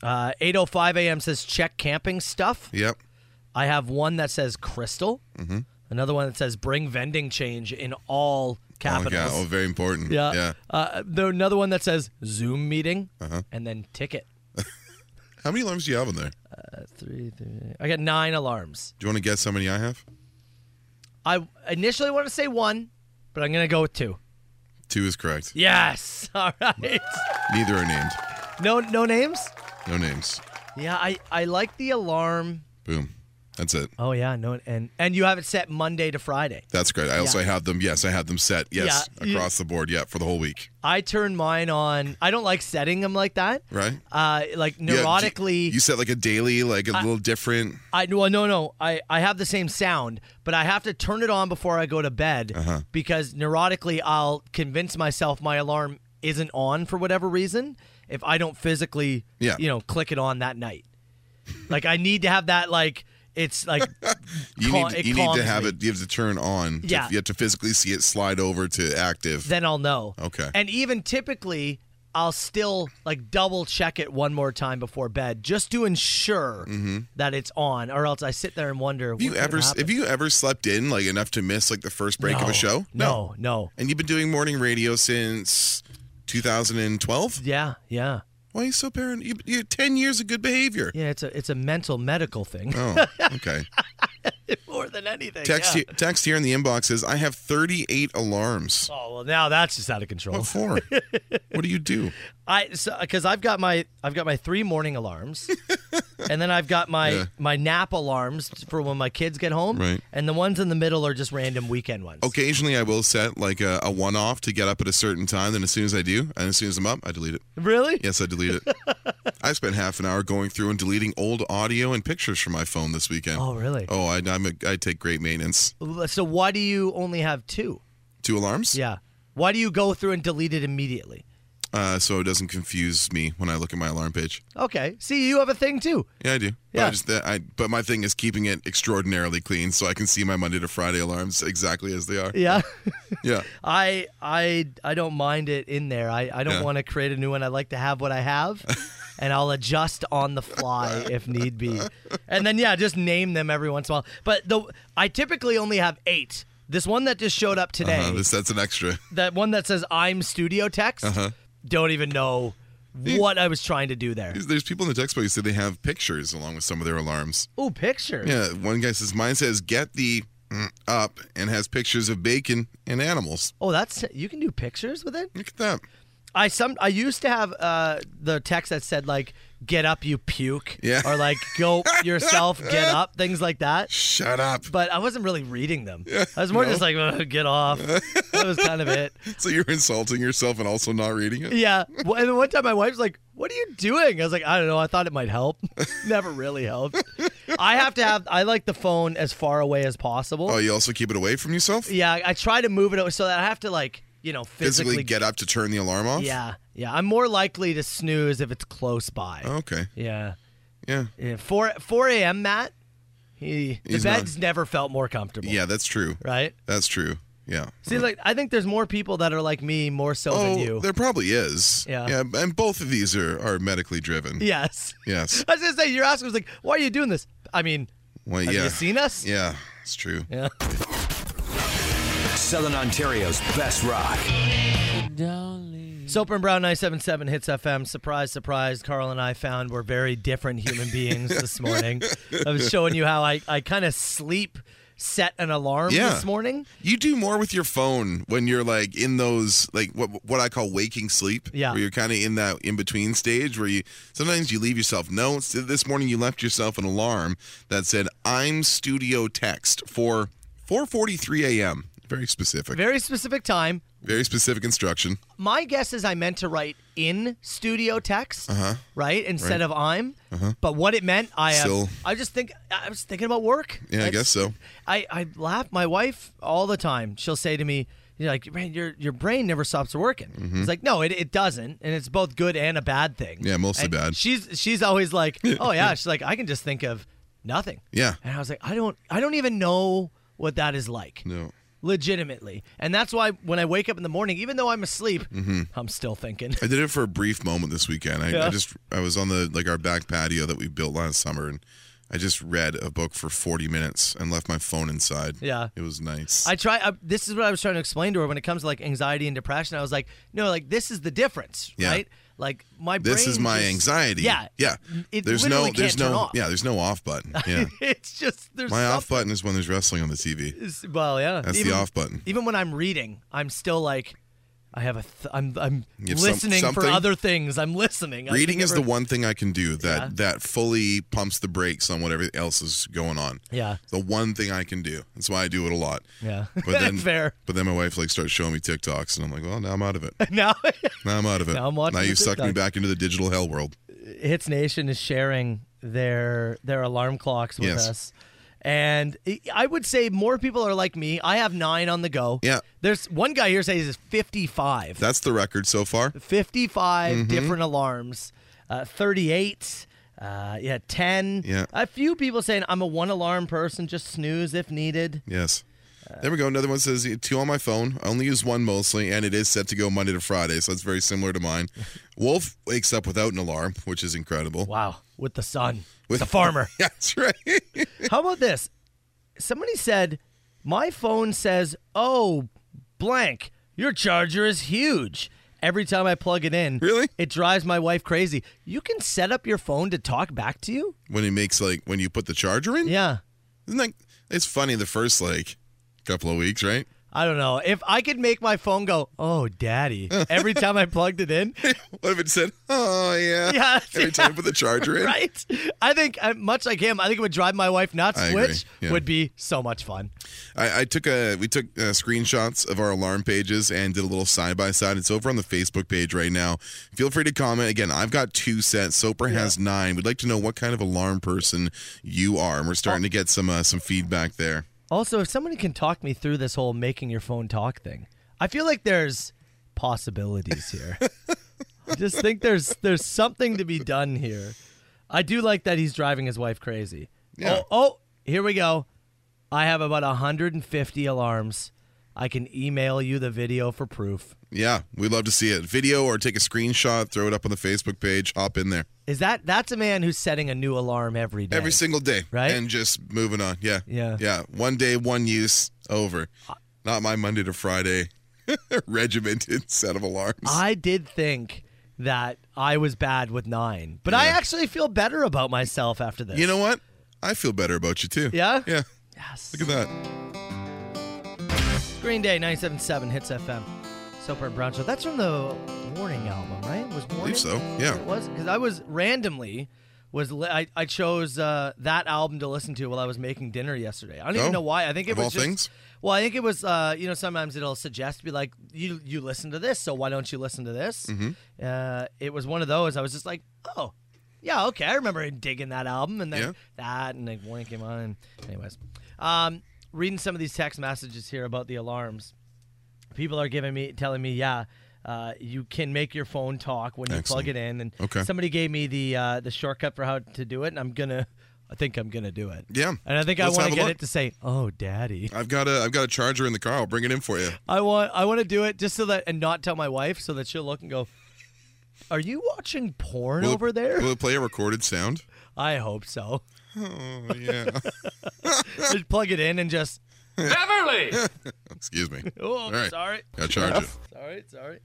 [SPEAKER 6] Uh, 8:05 a.m. says check camping stuff.
[SPEAKER 7] Yep.
[SPEAKER 6] I have one that says crystal. Mm-hmm. Another one that says bring vending change in all
[SPEAKER 7] Oh,
[SPEAKER 6] capitals.
[SPEAKER 7] yeah. Oh, very important.
[SPEAKER 6] Yeah.
[SPEAKER 7] yeah. Uh-huh.
[SPEAKER 6] Uh, there another one that says Zoom meeting, and then ticket.
[SPEAKER 7] How many alarms do you have in there?
[SPEAKER 6] Three, three. I got nine alarms.
[SPEAKER 7] Do you want to guess how many I have?
[SPEAKER 6] I initially want to say one, but I'm gonna go with two.
[SPEAKER 7] Two is correct.
[SPEAKER 6] Yes. All right.
[SPEAKER 7] Neither are named.
[SPEAKER 6] No, no names.
[SPEAKER 7] No names.
[SPEAKER 6] Yeah, I I like the alarm.
[SPEAKER 7] Boom. That's it.
[SPEAKER 6] Oh yeah, no, and and you have it set Monday to Friday.
[SPEAKER 7] That's great. I also have them. Yes, I have them set. Yes,
[SPEAKER 6] Yeah, you-
[SPEAKER 7] across the board. Yeah, for the whole week.
[SPEAKER 6] I turn mine on. I don't like setting them like that.
[SPEAKER 7] Right.
[SPEAKER 6] Uh, like
[SPEAKER 7] Yeah,
[SPEAKER 6] neurotically.
[SPEAKER 7] you, you set like a daily, like a little different.
[SPEAKER 6] I well, no, no. I I have the same sound, but I have to turn it on before I go to bed
[SPEAKER 7] Uh-huh.
[SPEAKER 6] because neurotically I'll convince myself my alarm isn't on for whatever reason if I don't physically,
[SPEAKER 7] Yeah.
[SPEAKER 6] you know, click it on that night. like I need to have that like it's like
[SPEAKER 7] You
[SPEAKER 6] cal-
[SPEAKER 7] need
[SPEAKER 6] it
[SPEAKER 7] you need
[SPEAKER 6] calms
[SPEAKER 7] to have
[SPEAKER 6] me.
[SPEAKER 7] it. You have to turn on. to-
[SPEAKER 6] Yeah.
[SPEAKER 7] you have to physically see it slide over to active.
[SPEAKER 6] then I'll know.
[SPEAKER 7] Okay.
[SPEAKER 6] And even typically, I'll still like double check it one more time before bed just to ensure that it's on, or else I sit there and wonder.
[SPEAKER 7] Mm-hmm. have you ever have you ever slept in like enough to miss like the first break of a show?
[SPEAKER 6] No, no.
[SPEAKER 7] And you've been doing morning radio since 2012.
[SPEAKER 6] Yeah, yeah,
[SPEAKER 7] Why are you so paranoid? You, you ten years of good behavior.
[SPEAKER 6] yeah. It's a it's a mental medical thing
[SPEAKER 7] Oh, okay.
[SPEAKER 6] more than anything.
[SPEAKER 7] Text
[SPEAKER 6] yeah.
[SPEAKER 7] he- text here in the inbox says I have 38 alarms.
[SPEAKER 6] Oh well, now that's just out of control.
[SPEAKER 7] What for? what do you do?
[SPEAKER 6] I because I've got my I've got my three morning alarms, and then I've got my my nap alarms for when my kids get home,
[SPEAKER 7] Right.
[SPEAKER 6] and the ones in the middle are just random weekend ones.
[SPEAKER 7] Occasionally, I will set like a, a one off to get up at a certain time. Then, as soon as I do, and as soon as I'm up, I delete it.
[SPEAKER 6] Really?
[SPEAKER 7] Yes, I delete it. I spent half an hour going through and deleting old audio and pictures from my phone this weekend.
[SPEAKER 6] Oh, really?
[SPEAKER 7] Oh, I, I'm a, I take great maintenance.
[SPEAKER 6] So why do you only have two?
[SPEAKER 7] Two alarms?
[SPEAKER 6] Yeah. Why do you go through and delete it immediately?
[SPEAKER 7] Uh, so it doesn't confuse me when I look at my alarm page.
[SPEAKER 6] Okay. See, you have a thing too.
[SPEAKER 7] Yeah, I do. But
[SPEAKER 6] Yeah.
[SPEAKER 7] I just, I, but my thing is keeping it extraordinarily clean so I can see my Monday to Friday alarms exactly as they are.
[SPEAKER 6] Yeah.
[SPEAKER 7] Yeah.
[SPEAKER 6] I I I don't mind it in there. I, I don't
[SPEAKER 7] Yeah.
[SPEAKER 6] want to create a new one. I like to have what I have. And I'll adjust on the fly if need be, and then yeah, just name them every once in a while. But the I typically only have eight. This one that just showed up today,
[SPEAKER 7] Uh, this, that's an extra.
[SPEAKER 6] that one that says "I'm Studio Text,"
[SPEAKER 7] Uh-huh.
[SPEAKER 6] don't even know what I was trying to do there.
[SPEAKER 7] There's people in the text box who say they have pictures along with some of their alarms.
[SPEAKER 6] Ooh, picture.
[SPEAKER 7] Yeah, one guy says mine says get the mm, up and has pictures of bacon and animals.
[SPEAKER 6] Oh, that's you can do pictures with it.
[SPEAKER 7] Look at that.
[SPEAKER 6] I some I used to have uh, the text that said like "Get up, you puke,"
[SPEAKER 7] Yeah.
[SPEAKER 6] or like "Go yourself, get up," things like that.
[SPEAKER 7] Shut up.
[SPEAKER 6] But I wasn't really reading them. I was more just like "Ugh, "Get off." that was kind of it.
[SPEAKER 7] So you're insulting yourself and also not reading it.
[SPEAKER 6] Yeah. Well, And then one time my wife's like, "What are you doing?" I was like, "I don't know. I thought it might help. Never really helped." I have to have. I like the phone as far away as possible.
[SPEAKER 7] Oh, you also keep it away from yourself.
[SPEAKER 6] yeah. I try to move it over so that I have to like you know
[SPEAKER 7] Physically,
[SPEAKER 6] physically
[SPEAKER 7] get up to turn the alarm off.
[SPEAKER 6] Yeah, yeah. I'm more likely to snooze if it's close by.
[SPEAKER 7] Okay.
[SPEAKER 6] Yeah.
[SPEAKER 7] Yeah.
[SPEAKER 6] yeah. Four four a.m. Matt. He the
[SPEAKER 7] He's not-
[SPEAKER 6] bed's never felt more comfortable.
[SPEAKER 7] Yeah, that's true.
[SPEAKER 6] Right.
[SPEAKER 7] That's true. Yeah. Oh,
[SPEAKER 6] See, like I think there's more people that are like me more so than you.
[SPEAKER 7] there probably is.
[SPEAKER 6] Yeah.
[SPEAKER 7] Yeah, and both of these are are medically driven.
[SPEAKER 6] Yes.
[SPEAKER 7] Yes.
[SPEAKER 6] I was gonna say your ass was like, why are you doing this? I mean,
[SPEAKER 7] Well,
[SPEAKER 6] have
[SPEAKER 7] yeah.
[SPEAKER 6] you seen us?
[SPEAKER 7] Yeah, it's true.
[SPEAKER 6] Yeah.
[SPEAKER 5] Southern Ontario's best rock.
[SPEAKER 6] Soper and Brown 977 Hits FM. Surprise, surprise. Carl and I found we're very different human beings this morning. I was showing you how I, I kind of sleep set an alarm
[SPEAKER 7] Yeah.
[SPEAKER 6] this morning.
[SPEAKER 7] You do more with your phone when you're like in those like what what I call waking sleep.
[SPEAKER 6] Yeah.
[SPEAKER 7] Where you're kind of in that in between stage where you sometimes you leave yourself notes. This morning you left yourself an alarm that said "I'm studio text" for 4:43 a.m. Very specific.
[SPEAKER 6] Very specific time.
[SPEAKER 7] Very specific instruction.
[SPEAKER 6] my guess is I meant to write in studio text,
[SPEAKER 7] Uh-huh.
[SPEAKER 6] right, instead of I'm. But what it meant, I have,
[SPEAKER 7] Still-
[SPEAKER 6] I just think I was thinking about work.
[SPEAKER 7] Yeah, I guess so.
[SPEAKER 6] I I laugh. My wife all the time. She'll say to me, You're like, man, your your brain never stops working. It's like, no, it, it doesn't, and it's both good and a bad thing.
[SPEAKER 7] Mm-hmm. Yeah, mostly
[SPEAKER 6] And
[SPEAKER 7] bad.
[SPEAKER 6] She's she's always like, oh yeah, she's like, I can just think of nothing.
[SPEAKER 7] Yeah.
[SPEAKER 6] and I was like, I don't I don't even know what that is like.
[SPEAKER 7] No.
[SPEAKER 6] Legitimately, and that's why when I wake up in the morning, even though I'm asleep,
[SPEAKER 7] Mm-hmm.
[SPEAKER 6] I'm still thinking.
[SPEAKER 7] I did it for a brief moment this weekend. I,
[SPEAKER 6] Yeah.
[SPEAKER 7] I just I was on the like our back patio that we built last summer, and I just read a book for 40 minutes and left my phone inside.
[SPEAKER 6] Yeah.
[SPEAKER 7] it was nice.
[SPEAKER 6] I try. I, this is what I was trying to explain to her when it comes to like anxiety and depression. I was like, no, like this is the difference,
[SPEAKER 7] Yeah.
[SPEAKER 6] right? Like my brain.
[SPEAKER 7] this is my
[SPEAKER 6] just-
[SPEAKER 7] anxiety.
[SPEAKER 6] Yeah,
[SPEAKER 7] yeah.
[SPEAKER 6] It
[SPEAKER 7] there's no,
[SPEAKER 6] literally
[SPEAKER 7] there's
[SPEAKER 6] can't turn
[SPEAKER 7] no,
[SPEAKER 6] off.
[SPEAKER 7] yeah, there's no off button. Yeah,
[SPEAKER 6] it's just there's
[SPEAKER 7] my off
[SPEAKER 6] something-
[SPEAKER 7] button is when there's wrestling on the TV.
[SPEAKER 6] is- Well, yeah,
[SPEAKER 7] That's the off button.
[SPEAKER 6] Even when I'm reading, I'm still like, I have a. Th- I'm I'm
[SPEAKER 7] You have some-
[SPEAKER 6] listening for
[SPEAKER 7] something?
[SPEAKER 6] other things. I'm listening. I
[SPEAKER 7] Reading
[SPEAKER 6] think
[SPEAKER 7] is the
[SPEAKER 6] every-
[SPEAKER 7] one thing I can do that that fully pumps the brakes on whatever else is going on.
[SPEAKER 6] Yeah.
[SPEAKER 7] the one thing I can do. That's why I do it a lot.
[SPEAKER 6] Yeah,
[SPEAKER 7] But then,
[SPEAKER 6] fair.
[SPEAKER 7] But then my wife like starts showing me TikToks, and I'm like, well, now I'm out of it.
[SPEAKER 6] Now,
[SPEAKER 7] Now I'm out of it.
[SPEAKER 6] Now I'm watching the
[SPEAKER 7] you've sucked me
[SPEAKER 6] TikToks.
[SPEAKER 7] back into the digital hell world.
[SPEAKER 6] Hits Nation is sharing their their alarm clocks with
[SPEAKER 7] Yes.
[SPEAKER 6] us. And I- I would say more people are like me. I have nine on the go.
[SPEAKER 7] Yeah.
[SPEAKER 6] There's one guy here says he's 55.
[SPEAKER 7] That's the record so far.
[SPEAKER 6] 55
[SPEAKER 7] Mm-hmm.
[SPEAKER 6] different alarms, uh, 38, uh, yeah, 10.
[SPEAKER 7] Yeah.
[SPEAKER 6] A few people saying I'm a one alarm person, just snooze if needed.
[SPEAKER 7] Yes.
[SPEAKER 6] Uh,
[SPEAKER 7] There we go. Another one says two on my phone. I only use one mostly, and it is set to go Monday to Friday, so it's very similar to mine. Wolf wakes up without an alarm, which is incredible.
[SPEAKER 6] Wow, with the sun, with
[SPEAKER 7] With-
[SPEAKER 6] the farmer.
[SPEAKER 7] Yeah, that's right.
[SPEAKER 6] How about this? Somebody said, My phone says, Oh, blank, your charger is huge. Every time I plug it in,
[SPEAKER 7] Really?
[SPEAKER 6] It drives my wife crazy. You can set up your phone to talk back to you?
[SPEAKER 7] when he makes like when you put the charger in,
[SPEAKER 6] Yeah.
[SPEAKER 7] isn't that? It's funny the first like couple of weeks, right?
[SPEAKER 6] I don't know. If I could make my phone go, Oh, daddy, every time I plugged it in,
[SPEAKER 7] What if it said, "Oh yeah"?
[SPEAKER 6] Yeah,
[SPEAKER 7] Every time you put the charger in,
[SPEAKER 6] right? I think, uh, much like him, I think it would drive my wife nuts,
[SPEAKER 7] I agree.
[SPEAKER 6] which
[SPEAKER 7] Yeah.
[SPEAKER 6] would be so much fun.
[SPEAKER 7] I, I took a we took uh, screenshots of our alarm pages and did a little side by side. It's over on the Facebook page right now. Feel free to comment. Again, I've got two sets. Soper has nine. We'd like to know what kind of alarm person you are, and we're starting to get some uh, some feedback there.
[SPEAKER 6] Also, if somebody can talk me through this whole making your phone talk thing, I feel like there's possibilities here. I just think there's there's something to be done here. I do like that he's driving his wife crazy.
[SPEAKER 7] Yeah.
[SPEAKER 6] Oh, oh, here we go. I have about 150 alarms. I can email you the video for proof.
[SPEAKER 7] Yeah, we'd love to see it. Video or take a screenshot, throw it up on the Facebook page. Hop in there
[SPEAKER 6] Is that that's a man who's setting a new alarm every day?
[SPEAKER 7] every single day,
[SPEAKER 6] Right?
[SPEAKER 7] And just moving on. Yeah,
[SPEAKER 6] Yeah.
[SPEAKER 7] yeah. One day, one use. Over. Not my Monday to Friday regimented set of alarms.
[SPEAKER 6] I did think that I was bad with nine, but I actually feel better about myself after this.
[SPEAKER 7] You know what? I feel better about you too.
[SPEAKER 6] Yeah?
[SPEAKER 7] Yeah.
[SPEAKER 6] Yes.
[SPEAKER 7] Look at that.
[SPEAKER 6] Green Day 977 Hits FM. Soper and Brown Show. That's from the Warning album, right? Was Warning?
[SPEAKER 7] believe so, yeah.
[SPEAKER 6] It was because I was randomly was li- I, I chose uh, that album to listen to while I was making dinner yesterday. I don't
[SPEAKER 7] Oh,
[SPEAKER 6] even know why. I think it
[SPEAKER 7] of
[SPEAKER 6] was
[SPEAKER 7] all
[SPEAKER 6] just,
[SPEAKER 7] things?
[SPEAKER 6] Well, I think it was uh, you know sometimes it'll suggest be like you you listen to this, so why don't you listen to this?
[SPEAKER 7] Mm-hmm.
[SPEAKER 6] Uh, it was one of those. I was just like, oh. Yeah, okay. I remember digging that album and then
[SPEAKER 7] Yeah.
[SPEAKER 6] that and then Warning came on. And anyways, um, reading some of these text messages here about the alarms people are giving me telling me yeah uh, you can make your phone talk when you plug
[SPEAKER 7] Excellent.
[SPEAKER 6] it in and
[SPEAKER 7] Okay.
[SPEAKER 6] somebody gave me the uh, the shortcut for how to do it and i'm gonna i think i'm gonna do it
[SPEAKER 7] Yeah.
[SPEAKER 6] and i think
[SPEAKER 7] Let's
[SPEAKER 6] i want
[SPEAKER 7] have
[SPEAKER 6] to
[SPEAKER 7] a
[SPEAKER 6] get
[SPEAKER 7] look.
[SPEAKER 6] it to say oh daddy
[SPEAKER 7] I've got a I've got a charger in the car. I'll bring it in for you.
[SPEAKER 6] i want i want to do it just so that and not tell my wife so that she'll look and go are you watching porn
[SPEAKER 7] Will it-
[SPEAKER 6] over there
[SPEAKER 7] Will it play a recorded sound?
[SPEAKER 6] i hope so
[SPEAKER 7] Oh yeah.
[SPEAKER 6] just plug it in and just
[SPEAKER 2] Beverly!
[SPEAKER 7] Excuse me.
[SPEAKER 6] oh
[SPEAKER 7] All right.
[SPEAKER 6] sorry
[SPEAKER 7] Got charger.
[SPEAKER 6] Sorry, sorry.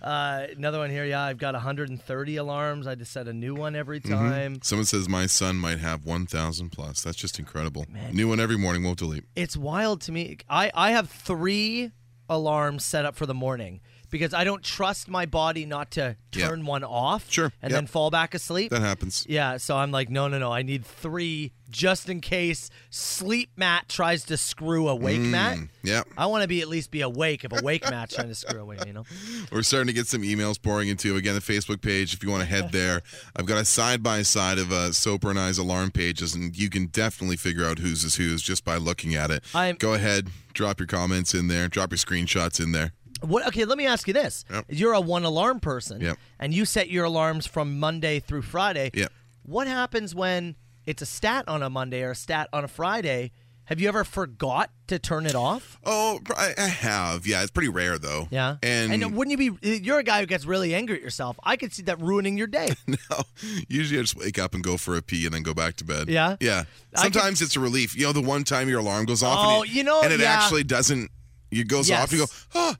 [SPEAKER 6] Uh, another one here. Yeah, I've got 130 alarms. I just set a new one every
[SPEAKER 7] Mm-hmm.
[SPEAKER 6] time.
[SPEAKER 7] Someone says my son might have 1,000 plus. That's just incredible. New one every morning. Won't delete.
[SPEAKER 6] it's wild to me. I, I have three alarms set up for the morning. because I don't trust my body not to
[SPEAKER 7] Yeah.
[SPEAKER 6] turn one off
[SPEAKER 7] Sure,
[SPEAKER 6] and
[SPEAKER 7] yep.
[SPEAKER 6] then fall back asleep.
[SPEAKER 7] That happens.
[SPEAKER 6] Yeah, so I'm like, no, no, no. I need three just in case sleep mat tries to screw awake
[SPEAKER 7] Mm,
[SPEAKER 6] mat.
[SPEAKER 7] Yep.
[SPEAKER 6] I want to be at least be awake if awake mat's trying to screw awake, you know.
[SPEAKER 7] We're starting to get some emails pouring into again the Facebook page. If you want to head there, I've got a side by side of uh, Soper and I's alarm pages, and you can definitely figure out whose is whose just by looking at it.
[SPEAKER 6] I'm-
[SPEAKER 7] Go ahead, drop your comments in there, drop your screenshots in there.
[SPEAKER 6] What? Okay, let me ask you this:
[SPEAKER 7] Yep.
[SPEAKER 6] You're a one alarm person,
[SPEAKER 7] Yep.
[SPEAKER 6] and you set your alarms from Monday through Friday.
[SPEAKER 7] Yep.
[SPEAKER 6] What happens when it's a stat on a Monday or a stat on a Friday? Have you ever forgot to turn it off?
[SPEAKER 7] Oh, I I have. Yeah, it's pretty rare though.
[SPEAKER 6] Yeah.
[SPEAKER 7] and,
[SPEAKER 6] wouldn't you be? You're a guy who gets really angry at yourself. I could see that ruining your day.
[SPEAKER 7] No, usually I just wake up and go for a pee and then go back to bed.
[SPEAKER 6] Yeah?
[SPEAKER 7] Yeah.
[SPEAKER 6] I could-
[SPEAKER 7] Sometimes it's a relief. You know, the one time your alarm goes off
[SPEAKER 6] Oh,
[SPEAKER 7] and, it,
[SPEAKER 6] you know,
[SPEAKER 7] and it
[SPEAKER 6] yeah.
[SPEAKER 7] actually doesn't, it goes off and you go,
[SPEAKER 6] Yes.
[SPEAKER 7] huh.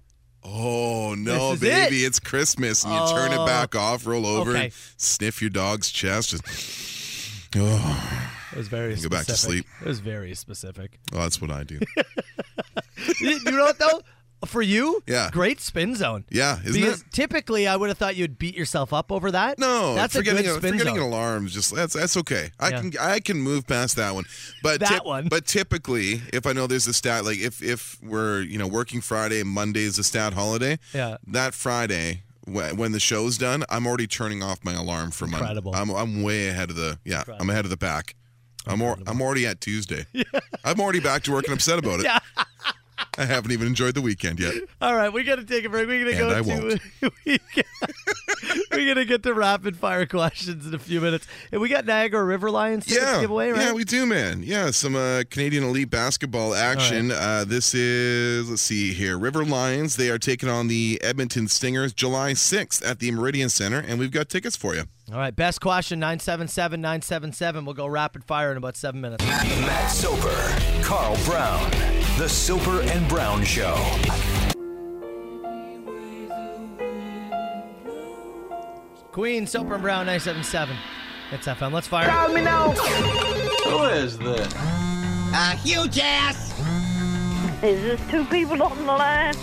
[SPEAKER 7] Oh no,
[SPEAKER 6] This is Oh,
[SPEAKER 7] baby! It's Christmas, and you turn it back off, roll over,
[SPEAKER 6] okay.
[SPEAKER 7] and sniff your dog's chest. Oh, Just,
[SPEAKER 6] It was very
[SPEAKER 7] Go back to specific. sleep.
[SPEAKER 6] It was very specific.
[SPEAKER 7] oh, that's what I do.
[SPEAKER 6] you you know what though? For you,
[SPEAKER 7] Yeah.
[SPEAKER 6] great spin zone.
[SPEAKER 7] Yeah, isn't
[SPEAKER 6] because
[SPEAKER 7] it?
[SPEAKER 6] typically I would have thought you'd beat yourself up over that.
[SPEAKER 7] No,
[SPEAKER 6] that's a
[SPEAKER 7] forgetting
[SPEAKER 6] good spin
[SPEAKER 7] forgetting
[SPEAKER 6] zone.
[SPEAKER 7] an alarm is just that's that's okay. I
[SPEAKER 6] Yeah.
[SPEAKER 7] can I can move past that one. But
[SPEAKER 6] That
[SPEAKER 7] typ-
[SPEAKER 6] one.
[SPEAKER 7] But typically, if I know there's a stat like if if we're you know working Friday and Monday is a stat holiday,
[SPEAKER 6] Yeah.
[SPEAKER 7] that Friday when, when the show's done, I'm already turning off my alarm for Monday.
[SPEAKER 6] Incredible.
[SPEAKER 7] I'm I'm way ahead of the yeah. I'm ahead of the pack. I'm or, I'm already at Tuesday. I'm already back to work and upset about it.
[SPEAKER 6] Yeah.
[SPEAKER 7] I haven't even enjoyed the weekend yet.
[SPEAKER 6] All right, we got to take a break. We're gonna
[SPEAKER 7] And
[SPEAKER 6] go
[SPEAKER 7] I
[SPEAKER 6] to we are gonna get to rapid fire questions in a few minutes, and we got Niagara River Lions tickets to give away, right?
[SPEAKER 7] Yeah, we do, man. Yeah, some uh, Canadian elite basketball action. Uh, this is, let's see here, River Lions. They are taking on the Edmonton Stingers July 6th at the Meridian Center, and we've got tickets for you.
[SPEAKER 6] All right, best question 977 977. We'll go rapid fire in about seven minutes.
[SPEAKER 5] Matt Soper, Carl Brown, The Soper and Brown Show.
[SPEAKER 6] Queen Soper and Brown 977. It's FM. Let's fire. it.
[SPEAKER 1] Is this two people on the line?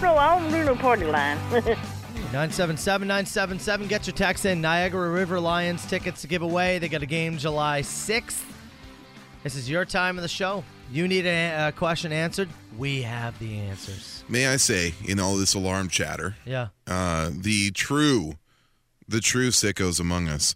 [SPEAKER 1] No, I don't do no party line.
[SPEAKER 6] 977 977. Get your text in. Niagara River Lions tickets to give away. They got a game July 6th. This is your time of the show. You need a, a question answered. We have the answers.
[SPEAKER 7] May I say, in all this alarm chatter,
[SPEAKER 6] Yeah.
[SPEAKER 7] uh, the true, the true sickos among us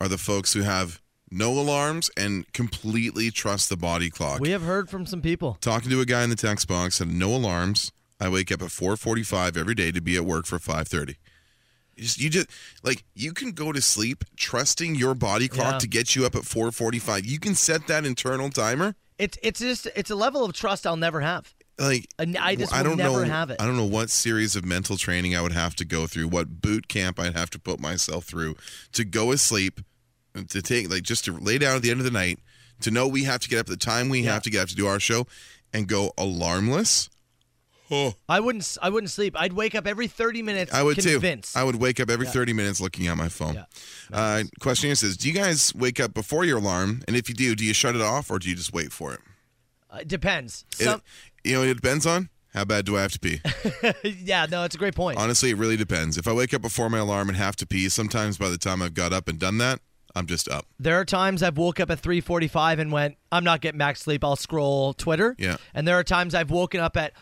[SPEAKER 7] are the folks who have no alarms and completely trust the body clock.
[SPEAKER 6] We have heard from some people.
[SPEAKER 7] talking to a guy in the text box and no alarms. I wake up at 4:45 every day to be at work for 5:30. You just, you just like you can go to sleep trusting your body clock
[SPEAKER 6] Yeah.
[SPEAKER 7] to get you up at 4:45. You can set that internal timer.
[SPEAKER 6] It's it's just it's a level of trust I'll never have.
[SPEAKER 7] Like
[SPEAKER 6] And I just
[SPEAKER 7] I
[SPEAKER 6] will
[SPEAKER 7] don't
[SPEAKER 6] never
[SPEAKER 7] know,
[SPEAKER 6] have it.
[SPEAKER 7] I don't know what series of mental training I would have to go through, what boot camp I'd have to put myself through to go asleep, and to take like just to lay down at the end of the night, to know we have to get up at the time we have to get up to do our show, and go alarmless. Oh.
[SPEAKER 6] I wouldn't s- I wouldn't sleep. I'd wake up every 30 minutes
[SPEAKER 7] I would
[SPEAKER 6] convinced.
[SPEAKER 7] too. I would wake up every 30 minutes looking at my phone.
[SPEAKER 6] Yeah.
[SPEAKER 7] Uh, question here says, do you guys wake up before your alarm? And if you do, do you shut it off or do you just wait for it?
[SPEAKER 6] Uh, it depends.
[SPEAKER 7] It-
[SPEAKER 6] Some,
[SPEAKER 7] you know, it depends on how bad do I have to pee.
[SPEAKER 6] yeah, no, it's a great point.
[SPEAKER 7] Honestly, it really depends. If I wake up before my alarm and have to pee, sometimes by the time I've got up and done that, I'm just up.
[SPEAKER 6] There are times I've woke up at 3:45 and went, I'm not getting back to sleep. I'll scroll Twitter.
[SPEAKER 7] Yeah.
[SPEAKER 6] And there are times I've woken up at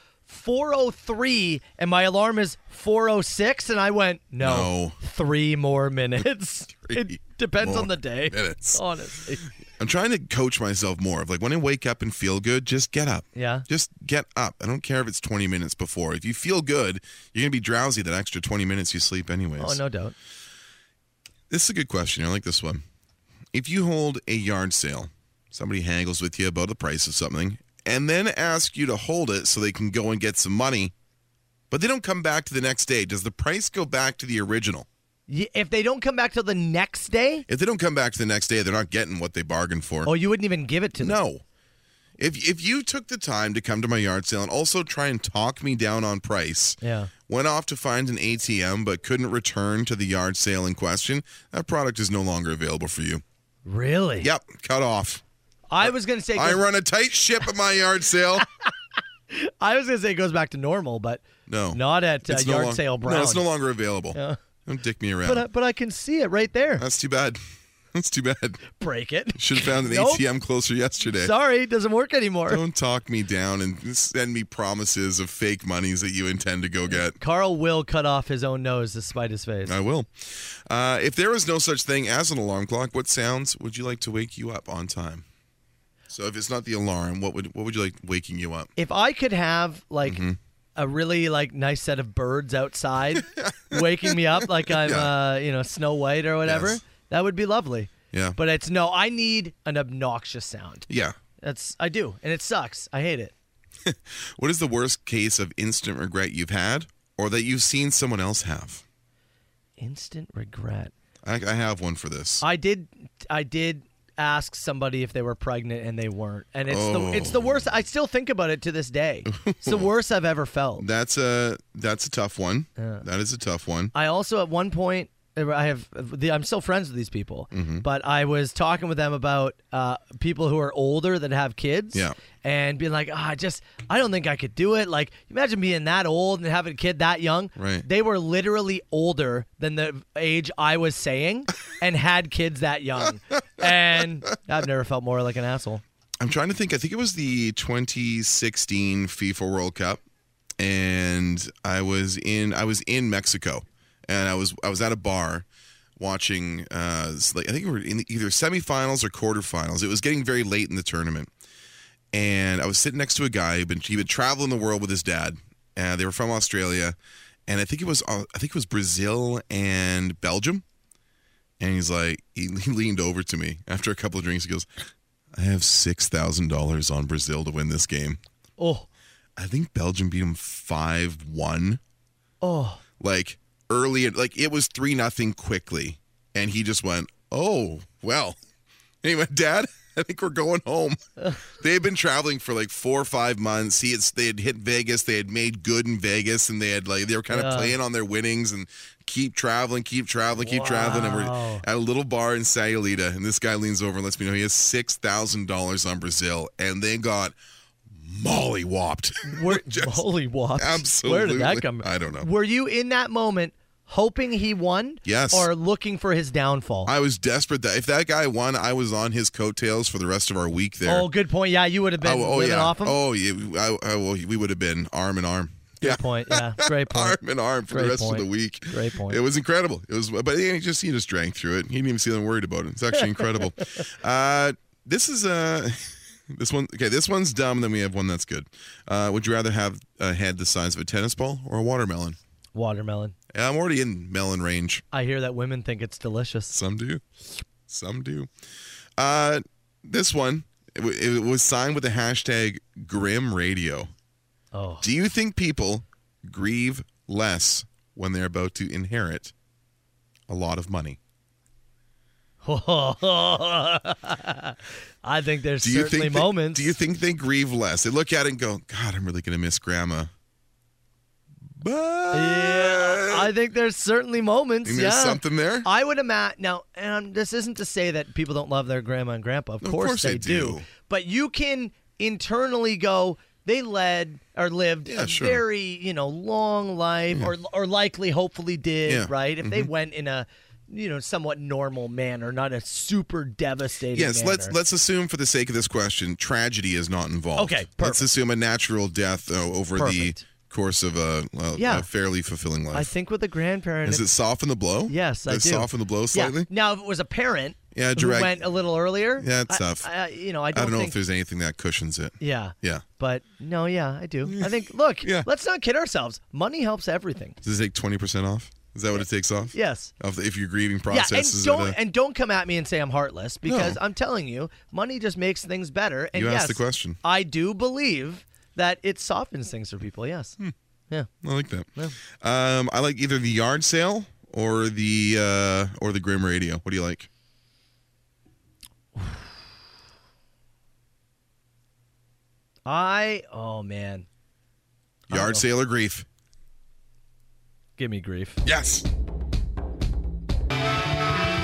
[SPEAKER 6] 4:03 and my alarm is 4:06 and I went, no,
[SPEAKER 7] No.
[SPEAKER 6] 3 more minutes. it depends
[SPEAKER 7] more
[SPEAKER 6] on the day.
[SPEAKER 7] minutes.
[SPEAKER 6] Honestly.
[SPEAKER 7] I'm trying to coach myself more of like when I wake up and feel good, just get up.
[SPEAKER 6] Yeah.
[SPEAKER 7] Just get up. I don't care if it's 20 minutes before. If you feel good, you're going to be drowsy that extra 20 minutes you sleep anyways.
[SPEAKER 6] Oh, no doubt.
[SPEAKER 7] This is a good question. I like this one. If you hold a yard sale, somebody hangles with you about the price of something and then ask you to hold it so they can go and get some money, but they don't come back to the next day, does the price go back to the original?
[SPEAKER 6] Y- If they don't come back till the next day,
[SPEAKER 7] If they don't come back to the next day, they're not getting what they bargained for.
[SPEAKER 6] oh, you wouldn't even give it to them.
[SPEAKER 7] No. If if you took the time to come to my yard sale and also try and talk me down on price,
[SPEAKER 6] Yeah.
[SPEAKER 7] went off to find an ATM but couldn't return to the yard sale in question, that product is no longer available for you.
[SPEAKER 6] Really?
[SPEAKER 7] Yep, cut off.
[SPEAKER 6] I was going to say
[SPEAKER 7] I run a tight ship at my yard sale.
[SPEAKER 6] I was gonna say it goes back to normal, but
[SPEAKER 7] No.
[SPEAKER 6] not at uh,
[SPEAKER 7] Oh. It's no
[SPEAKER 6] yard
[SPEAKER 7] long-
[SPEAKER 6] sale brown.
[SPEAKER 7] No, it's no longer available.
[SPEAKER 6] Yeah.
[SPEAKER 7] Don't dick me around.
[SPEAKER 6] but uh, I, but I can see it right there.
[SPEAKER 7] That's too bad. That's too bad.
[SPEAKER 6] Break it.
[SPEAKER 7] Should have found an
[SPEAKER 6] Nope.
[SPEAKER 7] ATM closer yesterday.
[SPEAKER 6] Sorry, it doesn't work anymore.
[SPEAKER 7] Don't talk me down and send me promises of fake monies that you intend to go get.
[SPEAKER 6] Carl will cut off his own nose to spite his face.
[SPEAKER 7] I will. Uh, if there was no such thing as an alarm clock, what sounds would you like to wake you up on time? So if it's not the alarm, what would what would you like waking you up?
[SPEAKER 6] If I could have like
[SPEAKER 7] Mm-hmm.
[SPEAKER 6] a really like nice set of birds outside waking me up like I'm
[SPEAKER 7] Yeah.
[SPEAKER 6] uh, you know Snow White or whatever,
[SPEAKER 7] Yes.
[SPEAKER 6] that would be lovely.
[SPEAKER 7] Yeah.
[SPEAKER 6] But it's no, I need an obnoxious sound.
[SPEAKER 7] Yeah.
[SPEAKER 6] That's I do, and it sucks. I hate it.
[SPEAKER 7] What is the worst case of instant regret you've had or that you've seen someone else have?
[SPEAKER 6] Instant regret.
[SPEAKER 7] I, I have one for this.
[SPEAKER 6] I did I did ask somebody if they were pregnant and they weren't. And it's
[SPEAKER 7] Oh.
[SPEAKER 6] the it's the worst. I still think about it to this day. It's the worst I've ever felt.
[SPEAKER 7] That's a that's a tough one. That is a tough one.
[SPEAKER 6] I also at one point I have the, I'm still friends with these people,
[SPEAKER 7] Mm-hmm.
[SPEAKER 6] but I was talking with them about uh, people who are older that have kids,
[SPEAKER 7] Yeah.
[SPEAKER 6] and being like, ah, I just I don't think I could do it. Like, imagine being that old and having a kid that young.
[SPEAKER 7] Right.
[SPEAKER 6] They were literally older than the age I was saying, and had kids that young, and I've never felt more like an asshole.
[SPEAKER 7] I'm trying to think. I think it was the 2016 FIFA World Cup, and I was in I was in Mexico, and I was I was at a bar watching. Uh, s- like, I think we were in either semifinals or quarterfinals. It was getting very late in the tournament, and I was sitting next to a guy who'd been he'd been traveling the world with his dad. Uh, they were from Australia, and I think it was uh, I think it was Brazil and Belgium. And he's like, he, he leaned over to me after a couple of drinks. He goes, I have six thousand dollars on Brazil to win this game.
[SPEAKER 6] Oh,
[SPEAKER 7] I think Belgium beat them five one.
[SPEAKER 6] oh,
[SPEAKER 7] Like early, like it was three nothing quickly, and he just went, "Oh well." Anyway, Dad, I think we're going home. they had been traveling for like four or five months. He had, they had hit Vegas. They had made good in Vegas, and they had like they were kind of
[SPEAKER 6] Yeah.
[SPEAKER 7] playing on their winnings and keep traveling, keep traveling, keep traveling. And we're
[SPEAKER 6] Wow.
[SPEAKER 7] at a little bar in Sayulita, and this guy leans over and lets me know he has six thousand dollars on Brazil, and they got molly whopped.
[SPEAKER 6] Where, holy wops. Where did
[SPEAKER 7] Absolutely.
[SPEAKER 6] that come
[SPEAKER 7] I don't know.
[SPEAKER 6] Were you in that moment hoping he won?
[SPEAKER 7] Yes.
[SPEAKER 6] Or looking for his downfall?
[SPEAKER 7] I was desperate that if that guy won, I was on his coattails for the rest of our week there.
[SPEAKER 6] oh, good point. Yeah, you would have been
[SPEAKER 7] oh, oh,
[SPEAKER 6] living
[SPEAKER 7] yeah.
[SPEAKER 6] off him.
[SPEAKER 7] Oh, yeah. I, I, well, we would have been arm in arm.
[SPEAKER 6] good
[SPEAKER 7] yeah.
[SPEAKER 6] point. Yeah, great point.
[SPEAKER 7] Arm in arm for the
[SPEAKER 6] Great
[SPEAKER 7] rest
[SPEAKER 6] point.
[SPEAKER 7] of the week.
[SPEAKER 6] Great point.
[SPEAKER 7] It was incredible. It was, but he just he just drank through it. He didn't even seem worried about it. It's actually incredible. uh, this is uh, this one. Okay, this one's dumb. Then we have one that's good. Uh, would you rather have a head the size of a tennis ball or a watermelon?
[SPEAKER 6] Watermelon.
[SPEAKER 7] Yeah, I'm already in melon range.
[SPEAKER 6] I hear that women think it's delicious.
[SPEAKER 7] Some do. Some do. Uh, this one, it, w- it was signed with the hashtag Grim Radio.
[SPEAKER 6] Oh,
[SPEAKER 7] Do you think people grieve less when they're about to inherit a lot of money?
[SPEAKER 6] I think there's
[SPEAKER 7] Do you
[SPEAKER 6] certainly
[SPEAKER 7] think they,
[SPEAKER 6] moments.
[SPEAKER 7] Do you think they grieve less? They look at it and go, "God, I'm really gonna miss Grandma." But
[SPEAKER 6] yeah, I think there's certainly moments.
[SPEAKER 7] think
[SPEAKER 6] yeah.
[SPEAKER 7] there's something there.
[SPEAKER 6] I would imagine now, and this isn't to say that people don't love their grandma and grandpa. Of
[SPEAKER 7] Of
[SPEAKER 6] course,
[SPEAKER 7] course
[SPEAKER 6] they,
[SPEAKER 7] they
[SPEAKER 6] do.
[SPEAKER 7] do.
[SPEAKER 6] But you can internally go. They led or lived
[SPEAKER 7] Yeah,
[SPEAKER 6] a
[SPEAKER 7] sure.
[SPEAKER 6] very you know long life, or or likely, hopefully did
[SPEAKER 7] Yeah. Mm-hmm.
[SPEAKER 6] right if they went in a you know somewhat normal manner, not a super devastating.
[SPEAKER 7] Yes, let's
[SPEAKER 6] manner.
[SPEAKER 7] let's assume for the sake of this question, tragedy is not involved.
[SPEAKER 6] Okay,
[SPEAKER 7] Let's
[SPEAKER 6] perfect.
[SPEAKER 7] assume a natural death uh, over
[SPEAKER 6] Perfect.
[SPEAKER 7] the course of a, a,
[SPEAKER 6] Yeah.
[SPEAKER 7] a fairly fulfilling life.
[SPEAKER 6] I think with a grandparent,
[SPEAKER 7] Does it soften the blow?
[SPEAKER 6] Yes, I
[SPEAKER 7] Does
[SPEAKER 6] do.
[SPEAKER 7] it soften the blow
[SPEAKER 6] yeah.
[SPEAKER 7] slightly?
[SPEAKER 6] Now if it was a parent
[SPEAKER 7] Yeah,
[SPEAKER 6] who
[SPEAKER 7] direct-
[SPEAKER 6] went a little earlier,
[SPEAKER 7] Yeah, it's
[SPEAKER 6] I-
[SPEAKER 7] tough.
[SPEAKER 6] I, you know, I
[SPEAKER 7] I
[SPEAKER 6] don't,
[SPEAKER 7] don't know
[SPEAKER 6] think,
[SPEAKER 7] if there's anything that cushions it.
[SPEAKER 6] yeah,
[SPEAKER 7] Yeah.
[SPEAKER 6] But no, yeah, I do. I think, look,
[SPEAKER 7] Yeah.
[SPEAKER 6] let's not kid ourselves. Money helps everything.
[SPEAKER 7] Does it take twenty percent off? Is that what it takes off?
[SPEAKER 6] Yes.
[SPEAKER 7] Of the, if your grieving
[SPEAKER 6] Yeah,
[SPEAKER 7] process
[SPEAKER 6] and
[SPEAKER 7] is uh,
[SPEAKER 6] don't
[SPEAKER 7] at a-
[SPEAKER 6] and don't come at me and say I'm heartless because
[SPEAKER 7] No.
[SPEAKER 6] I'm telling you, money just makes things better. And
[SPEAKER 7] You
[SPEAKER 6] yes,
[SPEAKER 7] asked the question.
[SPEAKER 6] I do believe that it softens things for people. Yes.
[SPEAKER 7] Hmm.
[SPEAKER 6] Yeah.
[SPEAKER 7] I like that. Um, I like either the yard sale or the uh, or the grim radio. What do you like?
[SPEAKER 6] I oh man, I don't
[SPEAKER 7] Yard
[SPEAKER 6] know.
[SPEAKER 7] sale or grief?
[SPEAKER 6] give me grief.
[SPEAKER 7] Yes.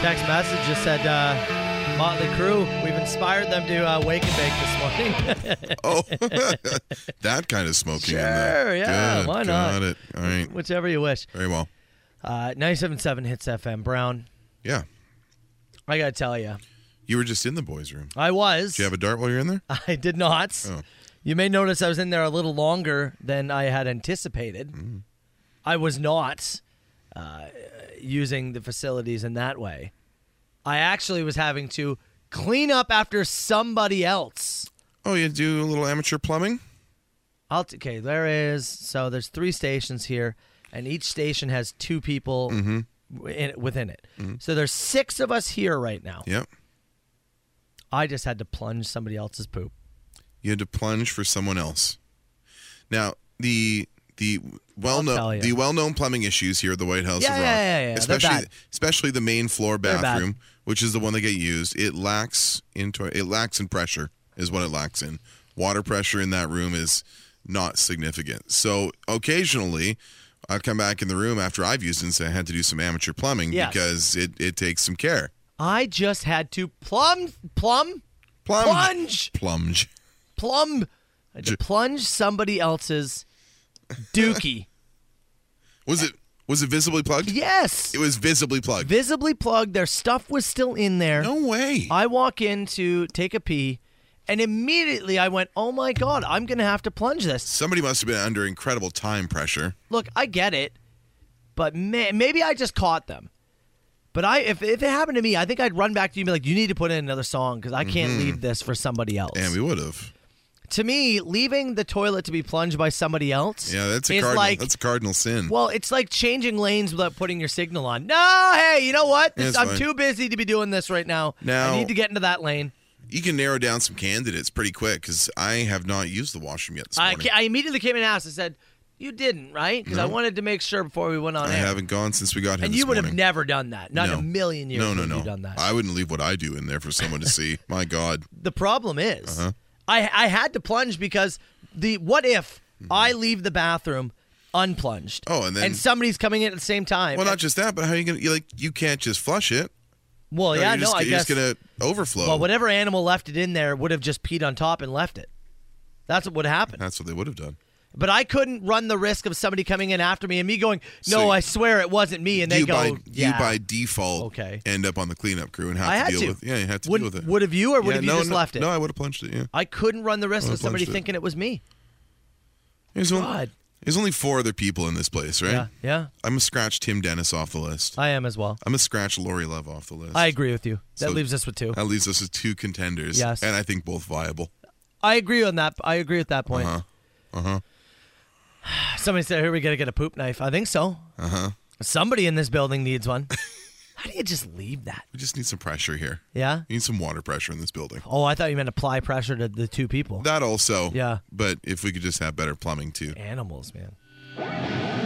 [SPEAKER 6] Text message just said uh, Motley Crue. We've inspired them to uh, wake and bake this morning.
[SPEAKER 7] Oh, that kind of smoking. in there.
[SPEAKER 6] Sure, yeah,
[SPEAKER 7] Good,
[SPEAKER 6] why
[SPEAKER 7] got
[SPEAKER 6] not?
[SPEAKER 7] it. All right.
[SPEAKER 6] Whichever you wish.
[SPEAKER 7] Very well.
[SPEAKER 6] Uh, 97.7 Hits FM. Brown,
[SPEAKER 7] Yeah.
[SPEAKER 6] I got to tell you,
[SPEAKER 7] You were just in the boys' room.
[SPEAKER 6] I was.
[SPEAKER 7] Do you have a dart while you're in there?
[SPEAKER 6] I did not.
[SPEAKER 7] Oh.
[SPEAKER 6] You may notice I was in there a little longer than I had anticipated. I was not uh, using the facilities in that way. I actually was having to clean up after somebody else.
[SPEAKER 7] Oh, you do a little amateur plumbing?
[SPEAKER 6] I'll t- okay, there is. So there's three stations here, and each station has two people w- in, within it. So there's six of us here right now.
[SPEAKER 7] Yep.
[SPEAKER 6] I just had to plunge somebody else's poop.
[SPEAKER 7] You had to plunge for someone else. Now, the the well
[SPEAKER 6] tell
[SPEAKER 7] known
[SPEAKER 6] ya.
[SPEAKER 7] the well known plumbing issues here at the White House
[SPEAKER 6] Yeah,
[SPEAKER 7] of Rock,
[SPEAKER 6] yeah, yeah, yeah, they're
[SPEAKER 7] especially
[SPEAKER 6] bad.
[SPEAKER 7] especially the main floor
[SPEAKER 6] bad.
[SPEAKER 7] bathroom, which is the one that get used. It lacks in to- it lacks in pressure is what it lacks in. Water pressure in that room is not significant. So occasionally. I come back in the room after I've used it and say I had to do some amateur plumbing
[SPEAKER 6] Yes.
[SPEAKER 7] because it, it takes some care.
[SPEAKER 6] I just had to plum plum plunge
[SPEAKER 7] Plunge. Plunge.
[SPEAKER 6] plum I had to
[SPEAKER 7] Ju-
[SPEAKER 6] plunge somebody else's dookie.
[SPEAKER 7] Was it was it visibly plugged?
[SPEAKER 6] yes,
[SPEAKER 7] It was visibly plugged.
[SPEAKER 6] visibly plugged. Their stuff was still in there.
[SPEAKER 7] No way.
[SPEAKER 6] I walk in to take a pee, and immediately I went, "Oh my god, I'm gonna have to plunge this."
[SPEAKER 7] Somebody must have been under incredible time pressure.
[SPEAKER 6] Look, I get it, but may- maybe I just caught them. But I, if, if it happened to me, I think I'd run back to you and be like, "You need to put in another song because I can't leave this for somebody else."
[SPEAKER 7] Mm-hmm. And we would have.
[SPEAKER 6] to me, leaving the toilet to be plunged by somebody else,
[SPEAKER 7] Yeah, that's a
[SPEAKER 6] is
[SPEAKER 7] cardinal.
[SPEAKER 6] like
[SPEAKER 7] that's a cardinal sin.
[SPEAKER 6] Well, it's like changing lanes without putting your signal on. No, hey, you know what? This,
[SPEAKER 7] That's
[SPEAKER 6] I'm
[SPEAKER 7] fine.
[SPEAKER 6] too busy to be doing this right now.
[SPEAKER 7] Now-
[SPEAKER 6] I need to get into that lane.
[SPEAKER 7] you can narrow down some candidates pretty quick because I have not used the washroom yet this
[SPEAKER 6] I,
[SPEAKER 7] morning.
[SPEAKER 6] ca- I immediately came and asked. I said, "You didn't, right?" Because I wanted to make sure before we went on
[SPEAKER 7] I
[SPEAKER 6] air.
[SPEAKER 7] haven't gone since we got here.
[SPEAKER 6] and
[SPEAKER 7] this
[SPEAKER 6] you would have
[SPEAKER 7] morning.
[SPEAKER 6] never done that. Not in
[SPEAKER 7] No.
[SPEAKER 6] a million years
[SPEAKER 7] No, no,
[SPEAKER 6] would
[SPEAKER 7] no.
[SPEAKER 6] you done that.
[SPEAKER 7] I wouldn't leave what I do in there for someone to see. My God.
[SPEAKER 6] the problem is,
[SPEAKER 7] Uh-huh.
[SPEAKER 6] I I had to plunge because the what if I leave the bathroom unplunged?
[SPEAKER 7] Mm-hmm. Oh, and then-
[SPEAKER 6] somebody's coming in at the same time.
[SPEAKER 7] Well, not just that, but how are you gonna? You like you can't just flush it.
[SPEAKER 6] well,
[SPEAKER 7] Or
[SPEAKER 6] yeah,
[SPEAKER 7] you're
[SPEAKER 6] no,
[SPEAKER 7] just,
[SPEAKER 6] I
[SPEAKER 7] you're
[SPEAKER 6] guess.
[SPEAKER 7] just gonna overflow.
[SPEAKER 6] Well, whatever animal left it in there would have just peed on top and left it. That's what would happen.
[SPEAKER 7] That's what they would have done.
[SPEAKER 6] But I couldn't run the risk of somebody coming in after me and me going, "No,
[SPEAKER 7] So you-
[SPEAKER 6] I swear it wasn't me," and they
[SPEAKER 7] you
[SPEAKER 6] go,
[SPEAKER 7] by
[SPEAKER 6] "Yeah."
[SPEAKER 7] you by default
[SPEAKER 6] Okay.
[SPEAKER 7] end up on the cleanup crew and have
[SPEAKER 6] I
[SPEAKER 7] to
[SPEAKER 6] had
[SPEAKER 7] deal
[SPEAKER 6] to.
[SPEAKER 7] with. Yeah, you have to
[SPEAKER 6] would,
[SPEAKER 7] deal with it.
[SPEAKER 6] Would have you, or would
[SPEAKER 7] yeah,
[SPEAKER 6] have you
[SPEAKER 7] no,
[SPEAKER 6] just
[SPEAKER 7] no,
[SPEAKER 6] left it?
[SPEAKER 7] No, I would have plunged it. Yeah.
[SPEAKER 6] I couldn't run the risk of
[SPEAKER 7] Would've
[SPEAKER 6] somebody
[SPEAKER 7] punched it.
[SPEAKER 6] thinking it was me.
[SPEAKER 7] There's only,
[SPEAKER 6] God.
[SPEAKER 7] there's only four other people in this place, right?
[SPEAKER 6] Yeah, yeah,
[SPEAKER 7] I'm gonna scratch Tim Dennis off the list.
[SPEAKER 6] I am as well.
[SPEAKER 7] I'm gonna scratch Lori Love off the list.
[SPEAKER 6] I agree with you. That
[SPEAKER 7] So-
[SPEAKER 6] leaves us with two.
[SPEAKER 7] That leaves us with two contenders.
[SPEAKER 6] Yes.
[SPEAKER 7] And I think both viable.
[SPEAKER 6] I agree on that. I agree with that point.
[SPEAKER 7] Uh-huh.
[SPEAKER 6] Somebody said, "Here we gotta get a poop knife." I think so. Uh huh.
[SPEAKER 7] Uh-huh.
[SPEAKER 6] Somebody in this building needs one. How do you just leave that?
[SPEAKER 7] We just need some pressure here.
[SPEAKER 6] Yeah.
[SPEAKER 7] We need some water pressure in this building.
[SPEAKER 6] Oh, I thought you meant apply pressure to the two people.
[SPEAKER 7] That also.
[SPEAKER 6] Yeah.
[SPEAKER 7] But if we could just have better plumbing too.
[SPEAKER 6] Animals, man.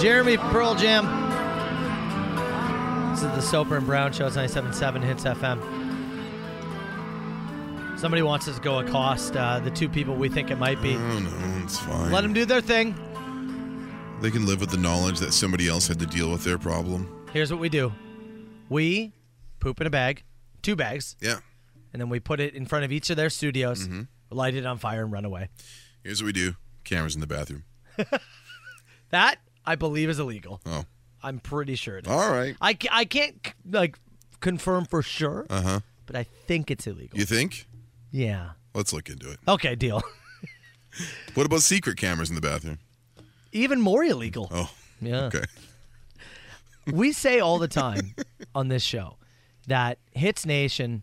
[SPEAKER 6] Jeremy Pearl Jam. This is the Soper and Brown Show. It's 97.7 Hits FM. Somebody wants us to go accost uh, the two people we think it might be.
[SPEAKER 7] Oh no, it's fine.
[SPEAKER 6] Let them do their thing.
[SPEAKER 7] They can live with the knowledge that somebody else had to deal with their problem.
[SPEAKER 6] Here's what we do we poop in a bag, two bags,
[SPEAKER 7] Yeah.
[SPEAKER 6] and then we put it in front of each of their studios,
[SPEAKER 7] Mm-hmm.
[SPEAKER 6] light it on fire, and run away.
[SPEAKER 7] Here's what we do. Cameras in the bathroom.
[SPEAKER 6] That, I believe, is illegal.
[SPEAKER 7] Oh.
[SPEAKER 6] I'm pretty sure it is.
[SPEAKER 7] All right.
[SPEAKER 6] I, ca- I can't c- like confirm for sure. Uh huh. But I think it's illegal.
[SPEAKER 7] Uh-huh. You think?
[SPEAKER 6] yeah.
[SPEAKER 7] Let's look into it.
[SPEAKER 6] Okay, deal.
[SPEAKER 7] What about secret cameras in the bathroom?
[SPEAKER 6] Even more illegal.
[SPEAKER 7] Oh.
[SPEAKER 6] yeah.
[SPEAKER 7] Okay.
[SPEAKER 6] We say all the time on this show that Hits Nation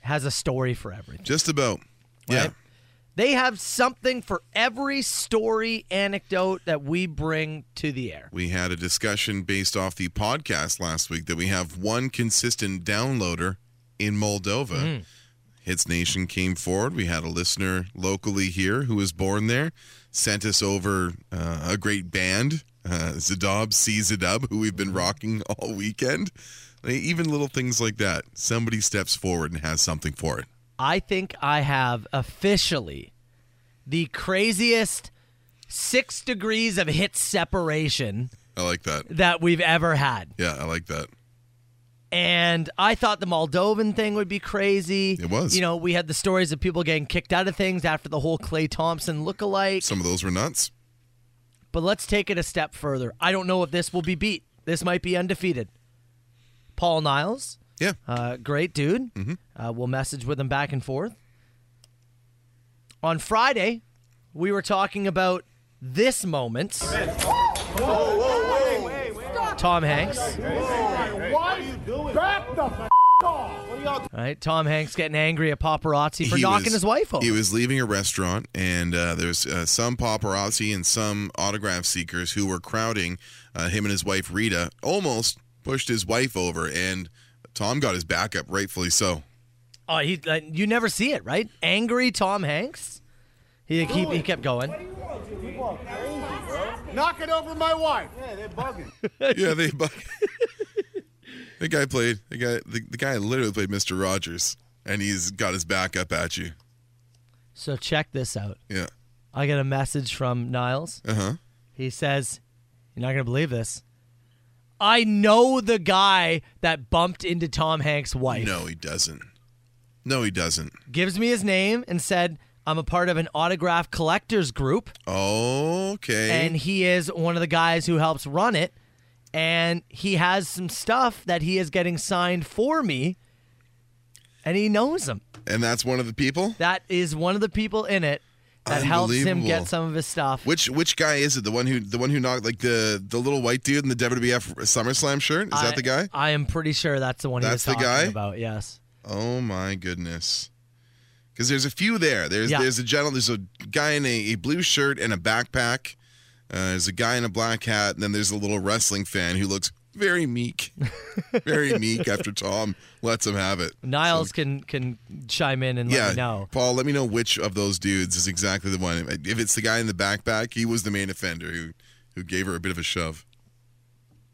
[SPEAKER 6] has a story for everything.
[SPEAKER 7] Just about. Yeah.
[SPEAKER 6] Right. They have something for every story anecdote that we bring to the air.
[SPEAKER 7] We had a discussion based off the podcast last week that we have one consistent downloader in Moldova. Hits Nation came forward. We had a listener locally here who was born there, sent us over uh, a great band, uh, Zadob C. Zadob, who we've been rocking all weekend. I mean, Even little things like that. Somebody steps forward and has something for it.
[SPEAKER 6] I think I have officially the craziest six degrees of hit separation
[SPEAKER 7] I like that.
[SPEAKER 6] that we've ever had.
[SPEAKER 7] Yeah, I like that.
[SPEAKER 6] And I thought the Moldovan thing would be crazy.
[SPEAKER 7] It was.
[SPEAKER 6] You know, we had the stories of people getting kicked out of things after the whole Clay Thompson lookalike.
[SPEAKER 7] Some of those were nuts.
[SPEAKER 6] But let's take it a step further. I don't know if this will be beat. This might be undefeated. Paul Niles,
[SPEAKER 7] Yeah.
[SPEAKER 6] uh, great dude.
[SPEAKER 7] Mm-hmm.
[SPEAKER 6] Uh, we'll message with him back and forth. On Friday, we were talking about this moment. Tom Hanks. Right, Tom Hanks getting angry at paparazzi for
[SPEAKER 7] He
[SPEAKER 6] knocking
[SPEAKER 7] was-
[SPEAKER 6] his wife over.
[SPEAKER 7] He was leaving a restaurant, and uh, there's uh, some paparazzi and some autograph seekers who were crowding uh, him and his wife Rita. Almost pushed his wife over, and Tom got his back up, rightfully so.
[SPEAKER 6] Oh, he like, you never see it, right? Angry Tom Hanks. He he, he kept going.
[SPEAKER 4] Knock it over my wife.
[SPEAKER 7] yeah, they. bu- the guy played the guy. The, the guy literally played Mister Rogers, and he's got his back up at you.
[SPEAKER 6] So check this out.
[SPEAKER 7] Yeah.
[SPEAKER 6] I get a message from Niles.
[SPEAKER 7] Uh huh.
[SPEAKER 6] He says, "You're not gonna believe this. I know the guy that bumped into Tom Hanks' wife.
[SPEAKER 7] No, he doesn't. No, he doesn't.
[SPEAKER 6] Gives me his name and said." I'm a part of an autograph collectors group,
[SPEAKER 7] Okay.
[SPEAKER 6] and he is one of the guys who helps run it. And he has some stuff that he is getting signed for me, and he knows him.
[SPEAKER 7] and that's one of the people.
[SPEAKER 6] That is one of the people in it that helps him
[SPEAKER 7] Unbelievable.
[SPEAKER 6] get some of his stuff.
[SPEAKER 7] Which which guy is it? The one who the one who knocked like the the little white dude in the WWF SummerSlam shirt? Is that the guy?
[SPEAKER 6] I am pretty sure that's the one he was
[SPEAKER 7] That's the
[SPEAKER 6] talking
[SPEAKER 7] guy?
[SPEAKER 6] about. Yes.
[SPEAKER 7] Oh my goodness. Because there's a few there. There's
[SPEAKER 6] Yeah.
[SPEAKER 7] there's a gentleman. There's a guy in a, a blue shirt and a backpack. Uh, there's a guy in a black hat, and then there's a little wrestling fan who looks very meek, very meek. After Tom lets him have it,
[SPEAKER 6] Niles can can chime in and
[SPEAKER 7] yeah,
[SPEAKER 6] let me know.
[SPEAKER 7] Paul, let me know which of those dudes is exactly the one. If it's the guy in the backpack, he was the main offender who who gave her a bit of a shove.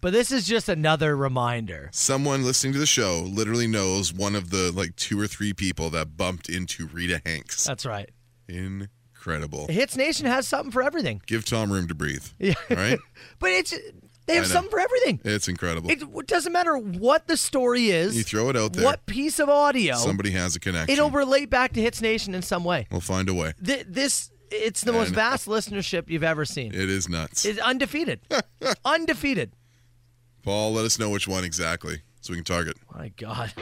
[SPEAKER 6] But this is just another reminder.
[SPEAKER 7] Someone listening to the show literally knows one of the like two or three people that bumped into Rita Hanks.
[SPEAKER 6] That's right.
[SPEAKER 7] Incredible.
[SPEAKER 6] Hits Nation has something for everything.
[SPEAKER 7] Give Tom room to breathe. Yeah. Right?
[SPEAKER 6] But it's they have
[SPEAKER 7] I know.
[SPEAKER 6] something for everything.
[SPEAKER 7] It's incredible.
[SPEAKER 6] It doesn't matter what the story is.
[SPEAKER 7] You throw it out there.
[SPEAKER 6] What piece of audio?
[SPEAKER 7] Somebody has a connection.
[SPEAKER 6] it'll relate back to Hits Nation in some way.
[SPEAKER 7] we'll find a way.
[SPEAKER 6] Th- this it's the most
[SPEAKER 7] know.
[SPEAKER 6] vast listenership you've ever seen.
[SPEAKER 7] It is nuts.
[SPEAKER 6] It's undefeated. undefeated.
[SPEAKER 7] Paul, let us know which one exactly so we can target.
[SPEAKER 6] My God.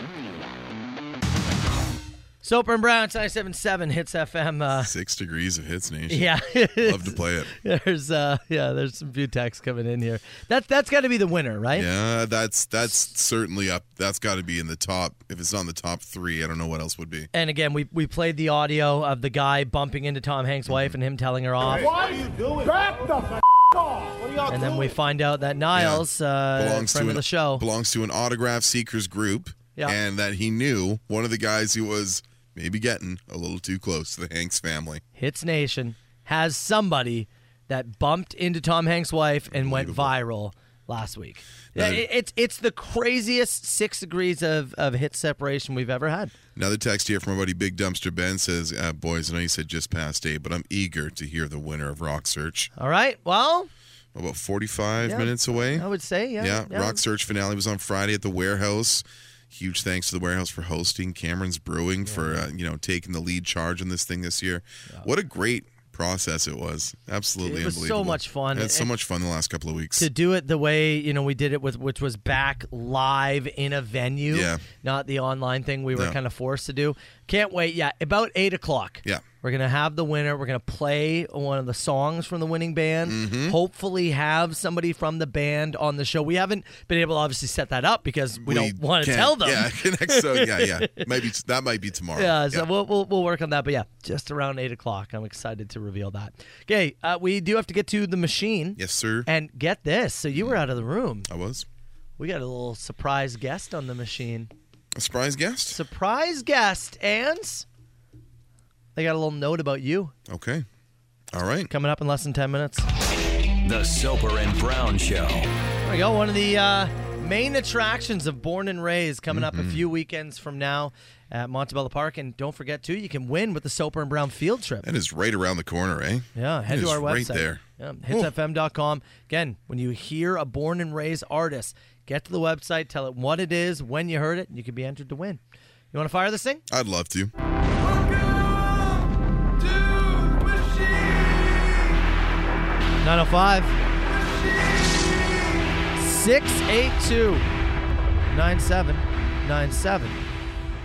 [SPEAKER 6] Soper and Brown, it's 977 Hits FM. Uh,
[SPEAKER 7] Six degrees of hits nation.
[SPEAKER 6] yeah,
[SPEAKER 7] Love to play it.
[SPEAKER 6] there's uh, yeah, there's some few texts coming in here. That that's got to be the winner, right?
[SPEAKER 7] Yeah, that's that's certainly up. That's got to be in the top. If it's not in the top three, I don't know what else would be.
[SPEAKER 6] And again, we we played the audio of the guy bumping into Tom
[SPEAKER 7] Mm-hmm.
[SPEAKER 6] Hanks' wife and him telling her off,
[SPEAKER 4] What are you doing? Back the f- off. What are y'all
[SPEAKER 6] and then we find out that Niles, uh, friend
[SPEAKER 7] to
[SPEAKER 6] of
[SPEAKER 7] an,
[SPEAKER 6] the show,
[SPEAKER 7] belongs to an autograph seekers group,
[SPEAKER 6] Yeah.
[SPEAKER 7] and that he knew one of the guys who was maybe getting a little too close to the Hanks family.
[SPEAKER 6] Hits Nation, has somebody that bumped into Tom Hanks' wife and went viral last week. Yeah,
[SPEAKER 7] That-
[SPEAKER 6] it- it's it's the craziest six degrees of, of hit separation we've ever had.
[SPEAKER 7] Another text here from our buddy Big Dumpster Ben says, uh, "Boys, I know you said just past eight, but I'm eager to hear the winner of Rock Search.
[SPEAKER 6] All right. Well,
[SPEAKER 7] About 45
[SPEAKER 6] Yeah.
[SPEAKER 7] minutes away.
[SPEAKER 6] I would say yeah.
[SPEAKER 7] yeah, Rock Search finale was on Friday at the warehouse. Huge thanks to the warehouse for hosting Cameron's Brewing for uh, you know taking the lead charge on this thing this year. What a great process it was! Absolutely
[SPEAKER 6] It was so
[SPEAKER 7] unbelievable.
[SPEAKER 6] much fun.
[SPEAKER 7] It's so
[SPEAKER 6] And-
[SPEAKER 7] much fun the last couple of weeks.
[SPEAKER 6] to do it the way you know we did it with which was back live in a venue
[SPEAKER 7] Yeah.
[SPEAKER 6] not the online thing we were
[SPEAKER 7] No.
[SPEAKER 6] kind of forced to do can't wait yeah about eight o'clock
[SPEAKER 7] Yeah.
[SPEAKER 6] we're gonna have the winner we're gonna play one of the songs from the winning band
[SPEAKER 7] Mm-hmm.
[SPEAKER 6] hopefully have somebody from the band on the show we haven't been able to obviously set that up because we, don't want to
[SPEAKER 7] can't-
[SPEAKER 6] tell them
[SPEAKER 7] Yeah, so yeah, yeah. Maybe that might be tomorrow.
[SPEAKER 6] yeah, so We'll, we'll, we'll work on that. But yeah, just around 8 o'clock. I'm excited to reveal that. Okay, uh, we do have to get to the machine.
[SPEAKER 7] Yes, sir.
[SPEAKER 6] And get this. So you were out of the room.
[SPEAKER 7] I was
[SPEAKER 6] We got a little surprise guest on the machine.
[SPEAKER 7] a surprise guest.
[SPEAKER 6] Surprise guest, and they got a little note about you
[SPEAKER 7] Okay. All right.
[SPEAKER 6] coming up in less than 10 minutes.
[SPEAKER 5] The Soper and Brown Show.
[SPEAKER 6] There we go. One of the uh, main attractions of Born and Raised coming up
[SPEAKER 7] Mm-hmm.
[SPEAKER 6] a few weekends from now at Montebello Park. And don't forget, too, you can win with the Soper and Brown field trip.
[SPEAKER 7] That is right around the corner, eh?
[SPEAKER 6] Yeah, head
[SPEAKER 7] It
[SPEAKER 6] to
[SPEAKER 7] is
[SPEAKER 6] our
[SPEAKER 7] right
[SPEAKER 6] website.
[SPEAKER 7] there.
[SPEAKER 6] Yeah, hitsfm.com. Again, when you hear a born and raised artist, Get to the website, tell it what it is, when you heard it, and you could be entered to win. You want to fire this thing?
[SPEAKER 7] I'd love to.
[SPEAKER 2] Welcome to Machine.
[SPEAKER 6] 905 682 9797.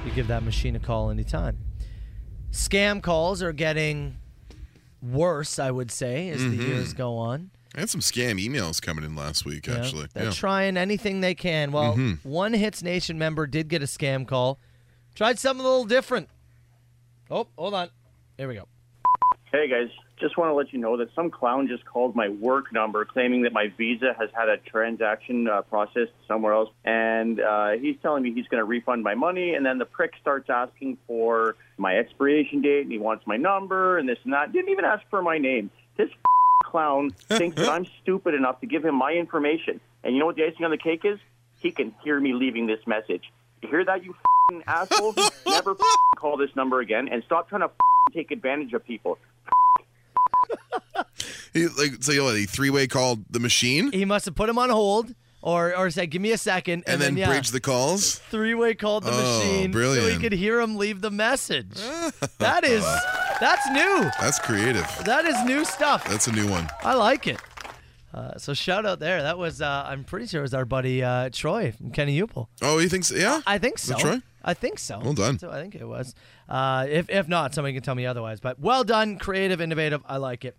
[SPEAKER 6] You give that machine a call anytime. Scam calls are getting worse, I would say, as
[SPEAKER 7] Mm-hmm.
[SPEAKER 6] the years go on.
[SPEAKER 7] I had some scam emails coming in last week,
[SPEAKER 6] Yeah,
[SPEAKER 7] actually.
[SPEAKER 6] They're
[SPEAKER 7] yeah. Mm-hmm.
[SPEAKER 6] trying anything they can. Well, one Hits Nation member did get a scam call. Tried something a little different. Oh, hold on. Here we go.
[SPEAKER 9] Hey guys, just want to let you know that some clown just called my work number claiming that my visa has had a transaction uh, processed somewhere else, and uh, he's telling me he's going to refund my money. And then the prick starts asking for my expiration date, and he wants my number and this and that. Didn't even ask for my name. This clown thinks that I'm stupid enough to give him my information. And you know what the icing on the cake is? He can hear me leaving this message. You hear that, you asshole? Never call this number again, and stop trying to take advantage of people.
[SPEAKER 7] He, like, so you know, a three-way called the machine, and,
[SPEAKER 6] He must have put him on hold or, or said, give me a second. And,
[SPEAKER 7] then,
[SPEAKER 6] yeah.
[SPEAKER 7] bridge the calls.
[SPEAKER 6] three-way called the
[SPEAKER 7] Oh,
[SPEAKER 6] machine so he
[SPEAKER 7] brilliant.
[SPEAKER 6] could hear him leave the message. that is that's new.
[SPEAKER 7] That's creative.
[SPEAKER 6] That is new stuff.
[SPEAKER 7] That's a new one.
[SPEAKER 6] I like it. Uh, so shout out there. That was uh, I'm pretty sure it was our buddy uh, Troy from Kenny Upel.
[SPEAKER 7] Oh, he thinks, yeah.
[SPEAKER 6] I think so.
[SPEAKER 7] Troy?
[SPEAKER 6] I think so.
[SPEAKER 7] Well done.
[SPEAKER 6] So I think it was. Uh, if if not, somebody can tell me otherwise. But well done, creative, innovative. I like it.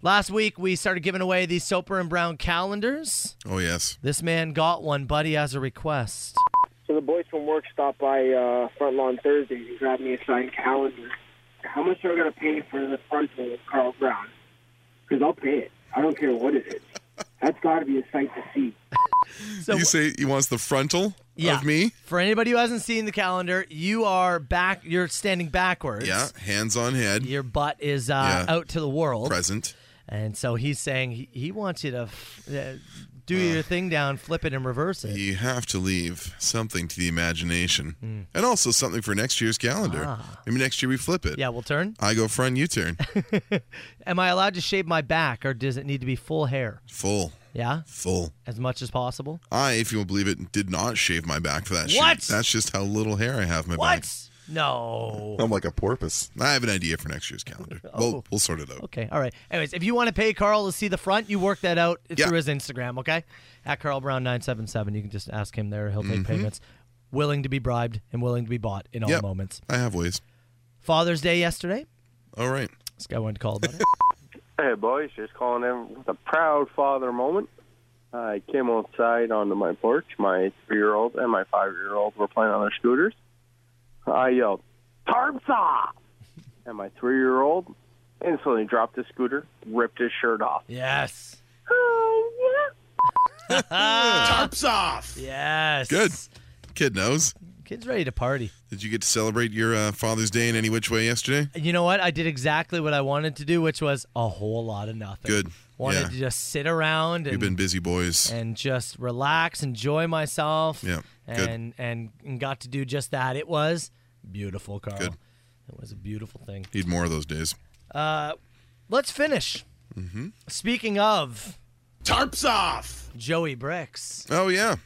[SPEAKER 6] Last week we started giving away the Soper and Brown calendars.
[SPEAKER 7] Oh yes.
[SPEAKER 6] This man got one, but he has a request.
[SPEAKER 10] So the boys from work stopped by uh, Front Lawn Thursdays and grabbed me a signed calendar. How much are I going to pay for the frontal of Carl Brown? Because I'll pay it. I don't care what it is. That's got to be a sight to see.
[SPEAKER 6] So
[SPEAKER 7] you say he wants the frontal
[SPEAKER 6] yeah.
[SPEAKER 7] of me.
[SPEAKER 6] For anybody who hasn't seen the calendar, you are back. You're standing backwards.
[SPEAKER 7] Yeah, hands on head,
[SPEAKER 6] Your butt is uh,
[SPEAKER 7] Yeah.
[SPEAKER 6] out to the world,
[SPEAKER 7] present.
[SPEAKER 6] and so he's saying he, he wants you to f- uh, do your thing down, flip it, and reverse it.
[SPEAKER 7] You have to leave something to the imagination,
[SPEAKER 6] Mm.
[SPEAKER 7] and also something for next year's calendar. Maybe next year we flip it.
[SPEAKER 6] Ah. Yeah, we'll turn.
[SPEAKER 7] I go front, you turn.
[SPEAKER 6] Am I allowed to shave my back, or does it need to be full hair?
[SPEAKER 7] Full,
[SPEAKER 6] Yeah,
[SPEAKER 7] full.
[SPEAKER 6] as much as possible.
[SPEAKER 7] I, if you will believe it, did not shave my back for that. shoot.
[SPEAKER 6] What?
[SPEAKER 7] That's just how little hair I have in my back.
[SPEAKER 6] What? No.
[SPEAKER 7] I'm like a porpoise. I have an idea for next year's calendar.
[SPEAKER 6] Oh.
[SPEAKER 7] We'll, we'll sort it out.
[SPEAKER 6] Okay. All right. Anyways, if you want to pay Carl to see the front, you work that out
[SPEAKER 7] Yeah.
[SPEAKER 6] through his Instagram, okay? At Carl Brown nine seven seven. You can just ask him there. He'll take payments. Willing to be bribed and willing to be bought in all
[SPEAKER 7] Mm-hmm. Yep.
[SPEAKER 6] moments.
[SPEAKER 7] I have ways.
[SPEAKER 6] Father's Day yesterday.
[SPEAKER 7] All right.
[SPEAKER 6] This guy wanted to call about it.
[SPEAKER 9] Hey, boys, just calling in with a proud father moment. I came outside onto my porch. My three year old and my five year old were playing on their scooters. I yelled, Tarp saw! And my three year old instantly dropped his scooter, ripped his shirt off.
[SPEAKER 6] yes.
[SPEAKER 7] Oh,
[SPEAKER 11] Tarps off.
[SPEAKER 6] Yes.
[SPEAKER 7] Good. Kid knows.
[SPEAKER 6] Kid's ready to party.
[SPEAKER 7] Did you get to celebrate your uh, Father's Day in any which way yesterday?
[SPEAKER 6] And you know what? I did exactly what I wanted to do, which was a whole lot of nothing.
[SPEAKER 7] Good.
[SPEAKER 6] Wanted
[SPEAKER 7] Yeah.
[SPEAKER 6] to just sit around
[SPEAKER 7] We've
[SPEAKER 6] and
[SPEAKER 7] been busy, boys.
[SPEAKER 6] and just relax, enjoy myself.
[SPEAKER 7] Yeah, good.
[SPEAKER 6] And, and and got to do just that. It was beautiful, Carl.
[SPEAKER 7] Good.
[SPEAKER 6] It was a beautiful thing.
[SPEAKER 7] Need more of those days.
[SPEAKER 6] Let's finish. Mm-hmm. Speaking of
[SPEAKER 11] Tarps off.
[SPEAKER 6] Joey Bricks,
[SPEAKER 7] Oh, yeah.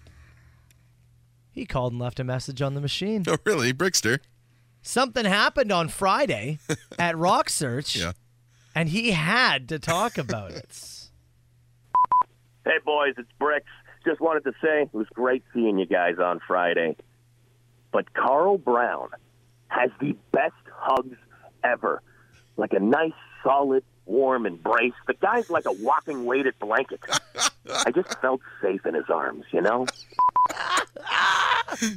[SPEAKER 6] he called and left a message on the machine.
[SPEAKER 7] Oh, really? Brickster.
[SPEAKER 6] Something happened on Friday at Rock Search,
[SPEAKER 7] Yeah.
[SPEAKER 6] and he had to talk about it.
[SPEAKER 9] Hey, boys, it's Bricks. Just wanted to say it was great seeing you guys on Friday. But Carl Brown has the best hugs ever. Like a nice, solid, warm embrace. The guy's like a walking weighted blanket. I just felt safe in his arms, you know?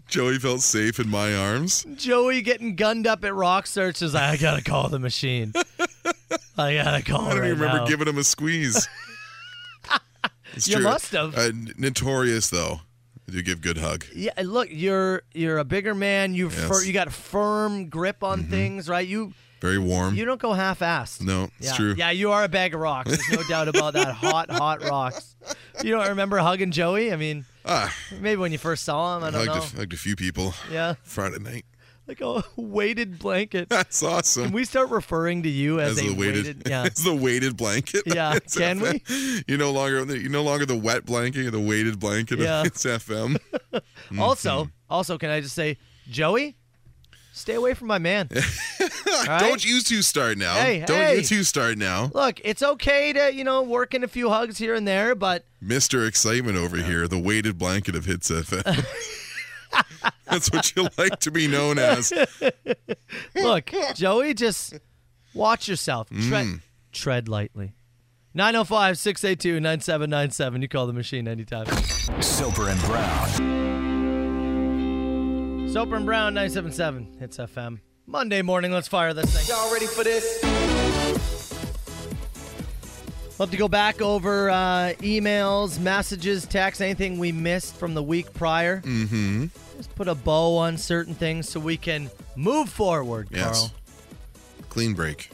[SPEAKER 7] Joey felt safe in my arms.
[SPEAKER 6] Joey getting gunned up at Rock Search is like, I gotta call the machine. I gotta call.
[SPEAKER 7] I don't
[SPEAKER 6] right
[SPEAKER 7] even remember
[SPEAKER 6] now.
[SPEAKER 7] giving him a squeeze. It's
[SPEAKER 6] You must have.
[SPEAKER 7] Uh, n- notorious, though. I do give good hug.
[SPEAKER 6] Yeah, and look, you're you're a bigger man. You fir-
[SPEAKER 7] Yes.
[SPEAKER 6] you got a firm grip on things, right? You
[SPEAKER 7] Very warm.
[SPEAKER 6] you don't go half-assed.
[SPEAKER 7] No, it's
[SPEAKER 6] yeah.
[SPEAKER 7] true.
[SPEAKER 6] Yeah, you are a bag of rocks. There's no doubt about that. Hot, hot rocks. You don't remember hugging Joey? I mean,
[SPEAKER 7] Ah,
[SPEAKER 6] maybe when you first saw him. I don't
[SPEAKER 7] hugged
[SPEAKER 6] know.
[SPEAKER 7] a, hugged a few people
[SPEAKER 6] yeah,
[SPEAKER 7] Friday night.
[SPEAKER 6] like a weighted blanket.
[SPEAKER 7] That's awesome.
[SPEAKER 6] Can we start referring to you as, a, weighted, yeah.
[SPEAKER 7] as the weighted blanket.
[SPEAKER 6] Yeah,
[SPEAKER 7] It's
[SPEAKER 6] can we?
[SPEAKER 7] FM. You're no longer you're no longer the wet blanket, you're the weighted blanket.
[SPEAKER 6] Yeah.
[SPEAKER 7] It's FM.
[SPEAKER 6] Also,
[SPEAKER 7] Mm-hmm.
[SPEAKER 6] also, can I just say, Joey, stay away from my man. All right?
[SPEAKER 7] Don't you two start now.
[SPEAKER 6] Hey,
[SPEAKER 7] Don't
[SPEAKER 6] hey.
[SPEAKER 7] you two start now.
[SPEAKER 6] Look, it's okay to you know work in a few hugs here and there, but
[SPEAKER 7] Mr. Excitement over here, the weighted blanket of Hits FM. That's what you like to be known as.
[SPEAKER 6] look, Joey, just watch yourself. Tread, tread lightly. 905 682 9797. You call the machine anytime.
[SPEAKER 5] Soper and Brown.
[SPEAKER 6] Soap and Brown 977. It's FM. Monday morning. Let's fire this thing.
[SPEAKER 2] Y'all ready for this?
[SPEAKER 6] Love to go back over uh, emails, messages, texts, anything we missed from the week prior. Mm-hmm. Just put a bow on certain things so we can move forward,
[SPEAKER 7] Yes.
[SPEAKER 6] Carl.
[SPEAKER 7] Clean break.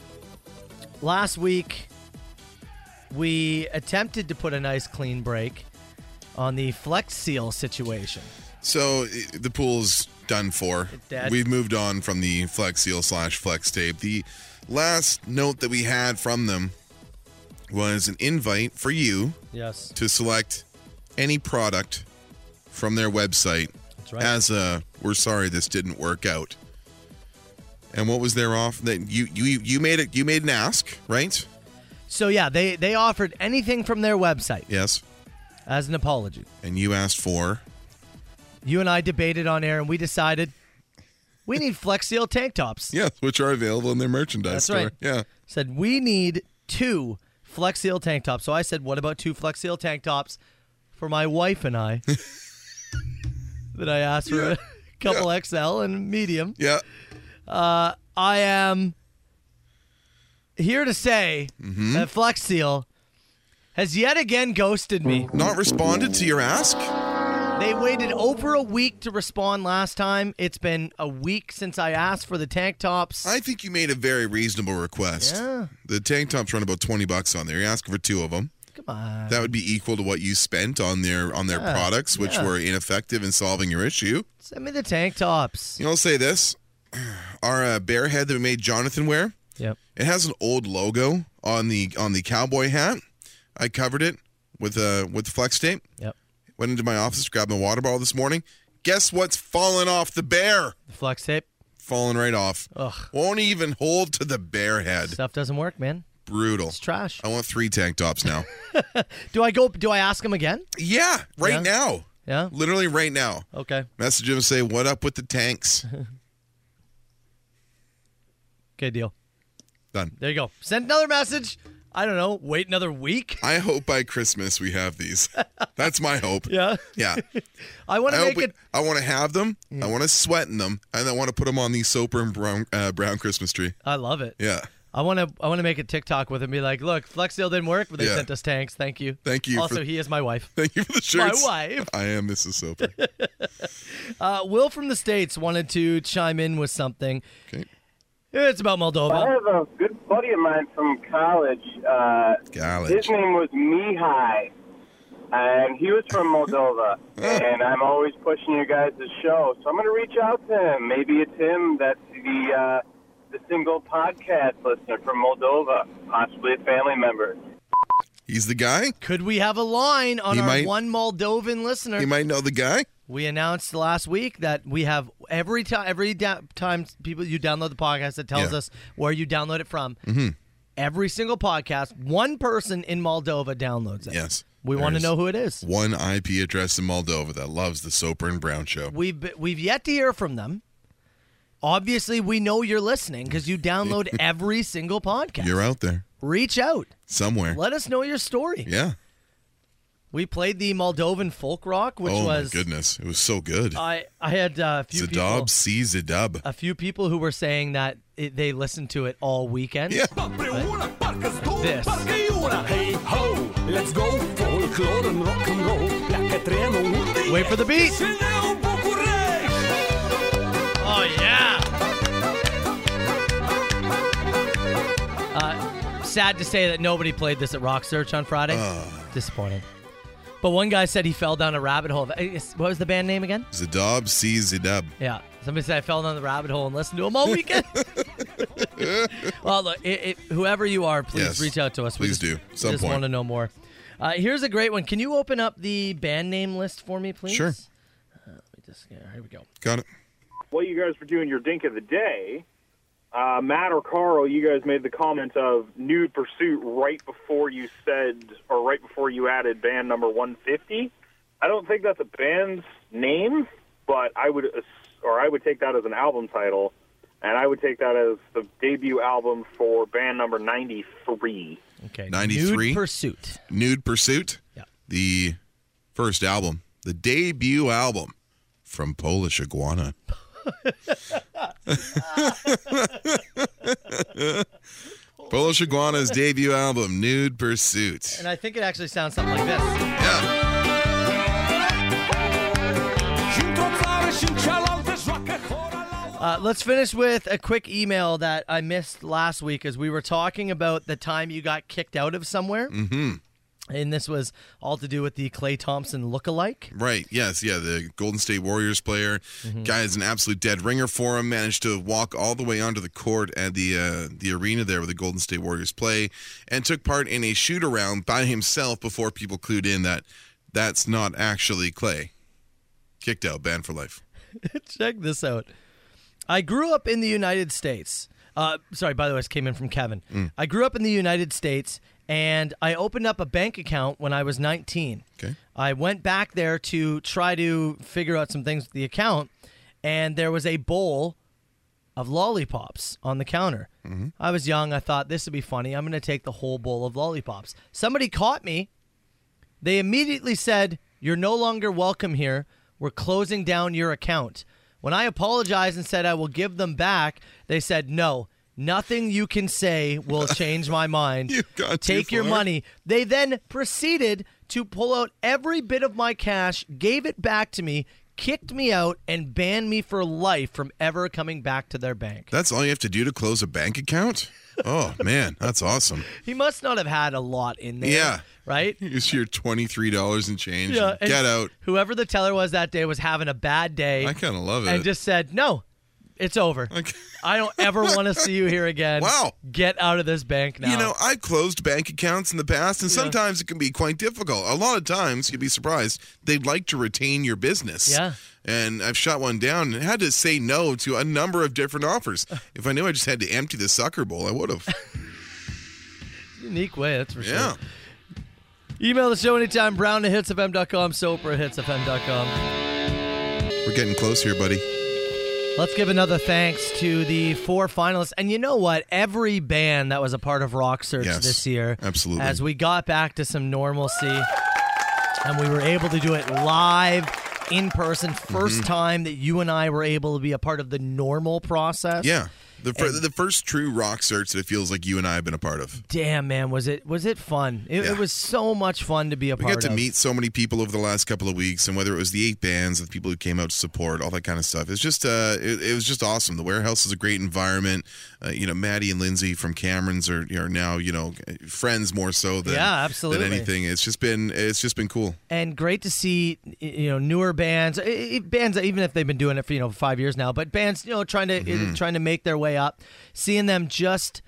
[SPEAKER 6] Last week, we attempted to put a nice clean break on the Flex Seal situation.
[SPEAKER 7] So i- the pool's done for.
[SPEAKER 6] dead.
[SPEAKER 7] We've moved on from the Flex Seal slash Flex Tape. The last note that we had from them was an invite for you
[SPEAKER 6] Yes,
[SPEAKER 7] to select any product from their website
[SPEAKER 6] that's right.
[SPEAKER 7] as a "We're sorry this didn't work out." And what was their off that you you you made it you made an ask right?
[SPEAKER 6] so yeah, they they offered anything from their website
[SPEAKER 7] Yes,
[SPEAKER 6] as an apology.
[SPEAKER 7] and you asked for
[SPEAKER 6] You and I debated on air, and we decided we need Flex Seal tank tops.
[SPEAKER 7] yes, which are available in their merchandise
[SPEAKER 6] That's
[SPEAKER 7] store.
[SPEAKER 6] right.
[SPEAKER 7] Yeah,
[SPEAKER 6] said we need two flex seal tank tops so i said what about two flex seal tank tops for my wife and i then i asked for a couple xl and medium
[SPEAKER 7] yeah.
[SPEAKER 6] i am here to say
[SPEAKER 7] Mm-hmm.
[SPEAKER 6] that flex seal has yet again ghosted me
[SPEAKER 7] Not responded to your ask.
[SPEAKER 6] they waited over a week to respond last time it's been a week since i asked for the tank tops
[SPEAKER 7] I think you made a very reasonable request.
[SPEAKER 6] Yeah.
[SPEAKER 7] The tank tops run about twenty bucks on there. You're asking for two of them.
[SPEAKER 6] come on
[SPEAKER 7] That would be equal to what you spent on their on their products, which
[SPEAKER 6] yeah.
[SPEAKER 7] were ineffective in solving your issue.
[SPEAKER 6] send me the tank tops
[SPEAKER 7] You know, I'll say this: our uh, bear head that we made Jonathan wear,
[SPEAKER 6] yep
[SPEAKER 7] it has an old logo on the on the cowboy hat. I covered it with uh with flex tape.
[SPEAKER 6] yep
[SPEAKER 7] Went into my office, grabbed my water bottle this morning. Guess what's fallen off the bear?
[SPEAKER 6] the flex tape
[SPEAKER 7] Falling right off.
[SPEAKER 6] Ugh.
[SPEAKER 7] Won't even hold to the bear head.
[SPEAKER 6] stuff doesn't work man
[SPEAKER 7] Brutal.
[SPEAKER 6] it's trash
[SPEAKER 7] I want three tank tops now.
[SPEAKER 6] Do I go? Do I ask him again?
[SPEAKER 7] yeah, right
[SPEAKER 6] Yeah.
[SPEAKER 7] now.
[SPEAKER 6] Yeah.
[SPEAKER 7] Literally right now.
[SPEAKER 6] Okay.
[SPEAKER 7] Message him and say, "What up with the tanks?"
[SPEAKER 6] Okay. Deal.
[SPEAKER 7] Done.
[SPEAKER 6] There you go. Send another message. I don't know. Wait another week.
[SPEAKER 7] I hope by Christmas we have these. That's my hope.
[SPEAKER 6] Yeah.
[SPEAKER 7] Yeah.
[SPEAKER 6] I want
[SPEAKER 7] I,
[SPEAKER 6] to
[SPEAKER 7] hope
[SPEAKER 6] make
[SPEAKER 7] we,
[SPEAKER 6] it.
[SPEAKER 7] I want to have them. I want to sweat in them, and I want to put them on the Soper and Brown, uh, brown Christmas tree.
[SPEAKER 6] I love it.
[SPEAKER 7] Yeah.
[SPEAKER 6] I want to. I want to make a TikTok with him. Be like, look, Flex Seal didn't work, but they
[SPEAKER 7] Yeah.
[SPEAKER 6] sent us tanks. Thank you.
[SPEAKER 7] Thank you
[SPEAKER 6] Also,
[SPEAKER 7] for-
[SPEAKER 6] he is my wife.
[SPEAKER 7] Thank you for the shirts.
[SPEAKER 6] wife.
[SPEAKER 7] I am Mrs. Soper.
[SPEAKER 6] Uh, Will from the states wanted to chime in with something.
[SPEAKER 7] Okay.
[SPEAKER 6] It's about
[SPEAKER 12] I
[SPEAKER 6] Moldova.
[SPEAKER 12] have a good buddy of mine from college. Uh,
[SPEAKER 7] College.
[SPEAKER 12] his name was Mihai, and he was from Moldova. and I'm always pushing you guys the show, so I'm going to reach out to him. Maybe it's him that's the uh, the single podcast listener from Moldova, possibly a family member.
[SPEAKER 7] He's the guy.
[SPEAKER 6] Could we have a line on
[SPEAKER 7] He
[SPEAKER 6] our
[SPEAKER 7] might-
[SPEAKER 6] one Moldovan listener?
[SPEAKER 7] You might know the guy.
[SPEAKER 6] We announced last week that we have every time every da- time people you download the podcast, it tells
[SPEAKER 7] Yeah. Mm-hmm.
[SPEAKER 6] us where you download it from. Every single podcast, one person in Moldova downloads it.
[SPEAKER 7] Yes.
[SPEAKER 6] we want to
[SPEAKER 7] There's
[SPEAKER 6] know who it is.
[SPEAKER 7] One IP address in Moldova that loves the Soper and Brown show.
[SPEAKER 6] We've be- we've yet to hear from them. Obviously, we know you're listening because you download every single podcast.
[SPEAKER 7] You're out there
[SPEAKER 6] Reach out,
[SPEAKER 7] somewhere.
[SPEAKER 6] let us know your story.
[SPEAKER 7] Yeah.
[SPEAKER 6] We played the Moldovan folk rock, which
[SPEAKER 7] oh
[SPEAKER 6] was
[SPEAKER 7] my goodness, it was so good.
[SPEAKER 6] I I had uh, a few people.
[SPEAKER 7] Zadob sees a dub.
[SPEAKER 6] a few people who were saying that it, they listened to it all weekend.
[SPEAKER 7] Yeah.
[SPEAKER 6] This.
[SPEAKER 2] e Hey ho, let's go folklore and rock and roll. Pleacă trenul unde
[SPEAKER 6] Wait for the beat.
[SPEAKER 2] e. Și ne-o bucurești.
[SPEAKER 6] Oh yeah. Uh, sad to say that nobody played this at Rock Search on Friday.
[SPEAKER 7] Uh.
[SPEAKER 6] Disappointing. But one guy said he fell down a rabbit hole. of- I guess- What was the band name again?
[SPEAKER 7] Zadob sees a dub.
[SPEAKER 6] Yeah. Somebody said I fell down the rabbit hole and listened to him all weekend. well, look, it, it, whoever you are, please
[SPEAKER 7] Yes.
[SPEAKER 6] reach out to us.
[SPEAKER 7] Please
[SPEAKER 6] just,
[SPEAKER 7] do. Some
[SPEAKER 6] just
[SPEAKER 7] point.
[SPEAKER 6] want to know more. Uh, here's a great one. Can you open up the band name list for me, please?
[SPEAKER 7] Sure.
[SPEAKER 6] Uh, let me just, yeah, here we go.
[SPEAKER 7] Got it.
[SPEAKER 13] While you guys were doing your dink of the day, uh, Matt or Carl, you guys made the comment of nude pursuit right before you said, or right before you added band number 150. I don't think that's a band's name, but I would, ass- or I would take that as an album title, and I would take that as the debut album for band number 93.
[SPEAKER 6] Okay.
[SPEAKER 7] 93?
[SPEAKER 6] Nude Pursuit.
[SPEAKER 7] Nude Pursuit.
[SPEAKER 6] Yeah.
[SPEAKER 7] The first album, the debut album from Polish Iguana. Polish Iguana's debut album, Nude Pursuit.
[SPEAKER 6] And I think it actually sounds something like this.
[SPEAKER 7] Yeah.
[SPEAKER 6] Uh, let's finish with a quick email that I missed last week as we were talking about the time you got kicked out of somewhere. Mm-hmm. And this was all to do with the Clay Thompson lookalike.
[SPEAKER 7] Right. Yes. Yeah. The Golden State Warriors player.
[SPEAKER 6] Mm-hmm.
[SPEAKER 7] Guy is an absolute dead ringer for him. Managed to walk all the way onto the court at the uh, the arena there where the Golden State Warriors play, and took part in a shoot around by himself before people clued in that that's not actually Clay. Kicked out, banned for life.
[SPEAKER 6] Check this out. I grew up in the United States. Uh, sorry, by the way, this came in from Kevin. I grew up in the United States and I opened up a bank account when I was 19.
[SPEAKER 7] Okay.
[SPEAKER 6] I went back there to try to figure out some things with the account, and there was a bowl of lollipops on the counter.
[SPEAKER 7] Mm-hmm.
[SPEAKER 6] I was young. I thought this would be funny. I'm going to take the whole bowl of lollipops. Somebody caught me. They immediately said, You're no longer welcome here. We're closing down your account. When I apologized and said I will give them back, they said, No, nothing you can say will change my mind.
[SPEAKER 7] You got too
[SPEAKER 6] Take your
[SPEAKER 7] far.
[SPEAKER 6] money. They then proceeded to pull out every bit of my cash, gave it back to me, kicked me out, and banned me for life from ever coming back to their bank.
[SPEAKER 7] That's all you have to do to close a bank account? Oh, man, that's awesome.
[SPEAKER 6] He must not have had a lot in there.
[SPEAKER 7] Yeah.
[SPEAKER 6] Right?
[SPEAKER 7] Here's your $23 and change.
[SPEAKER 6] Yeah, and
[SPEAKER 7] Get out.
[SPEAKER 6] Whoever the teller was that day was having a bad day
[SPEAKER 7] I kind of love it.
[SPEAKER 6] and just said, No, it's over.
[SPEAKER 7] Okay.
[SPEAKER 6] I don't ever want to see you here again.
[SPEAKER 7] Wow.
[SPEAKER 6] Get out of this bank now.
[SPEAKER 7] You know, I've closed bank accounts in the past, and sometimes it can be quite difficult. A lot of times, you'd be surprised, they'd like to retain your business.
[SPEAKER 6] Yeah.
[SPEAKER 7] And I've shot one down and had to say no to a number of different offers. If I knew I just had to empty the sucker bowl, I would have.
[SPEAKER 6] unique way, that's for sure.
[SPEAKER 7] Yeah.
[SPEAKER 6] Email the show anytime, brown at hitsfm.com, soper at hitsfm.com.
[SPEAKER 7] We're getting close here, buddy.
[SPEAKER 6] Let's give another thanks to the four finalists. And you know what? Every band that was a part of Rock Search
[SPEAKER 7] Yes,
[SPEAKER 6] this year,
[SPEAKER 7] absolutely.
[SPEAKER 6] as we got back to some normalcy and we were able to do it live in person 1st
[SPEAKER 7] Mm-hmm.
[SPEAKER 6] time that you and I were able to be a part of the normal process.
[SPEAKER 7] Yeah. The, fir- the first true rock search that it feels like you and I have been a part of.
[SPEAKER 6] Damn man, was it was it fun? It,
[SPEAKER 7] Yeah.
[SPEAKER 6] it was so much fun to be a
[SPEAKER 7] We
[SPEAKER 6] part
[SPEAKER 7] got to
[SPEAKER 6] of.
[SPEAKER 7] meet so many people over the last couple of weeks, and whether it was the eight bands, the people who came out to support, all that kind of stuff. It's just, uh, it, it was just awesome. The warehouse is a great environment. Uh, you know, Maddie and Lindsay from Cameron's are, are now, you know, friends more so than
[SPEAKER 6] Yeah, absolutely.
[SPEAKER 7] than anything. It's just been, it's just been cool.
[SPEAKER 6] and great to see y- you know newer bands i- i- bands that even if they've been doing it for you know five years now but bands you know trying to
[SPEAKER 7] Mm-hmm.
[SPEAKER 6] trying to make their way up seeing them just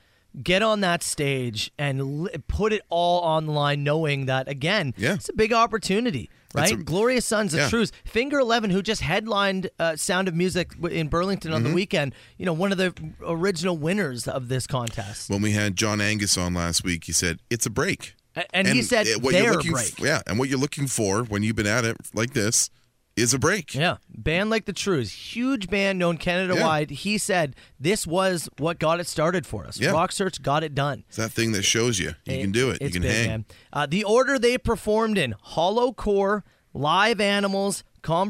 [SPEAKER 6] get on that stage and li- put it all on the line knowing that again
[SPEAKER 7] Yeah.
[SPEAKER 6] it's a big opportunity
[SPEAKER 7] It's
[SPEAKER 6] right
[SPEAKER 7] a-
[SPEAKER 6] glorious sons of
[SPEAKER 7] Yeah.
[SPEAKER 6] truth finger 11 who just headlined uh, sound of music w- in burlington on
[SPEAKER 7] Mm-hmm.
[SPEAKER 6] the weekend you know one of the original winners of this contest
[SPEAKER 7] When we had John Angus on last week, he said it's a break,
[SPEAKER 6] A- and, he said
[SPEAKER 7] uh,
[SPEAKER 6] their
[SPEAKER 7] looking
[SPEAKER 6] break
[SPEAKER 7] f- yeah, and what you're looking for when you've been at it like this is a break.
[SPEAKER 6] Yeah, band like the Trues, huge band known Canada wide. He said this was what got it started for us.
[SPEAKER 7] Yeah.
[SPEAKER 6] Rock Search got it done.
[SPEAKER 7] It's that thing that shows you you can do it. You
[SPEAKER 6] It's
[SPEAKER 7] can
[SPEAKER 6] big,
[SPEAKER 7] hang.
[SPEAKER 6] man. Uh, the order they performed in: Hollow Core, Live Animals,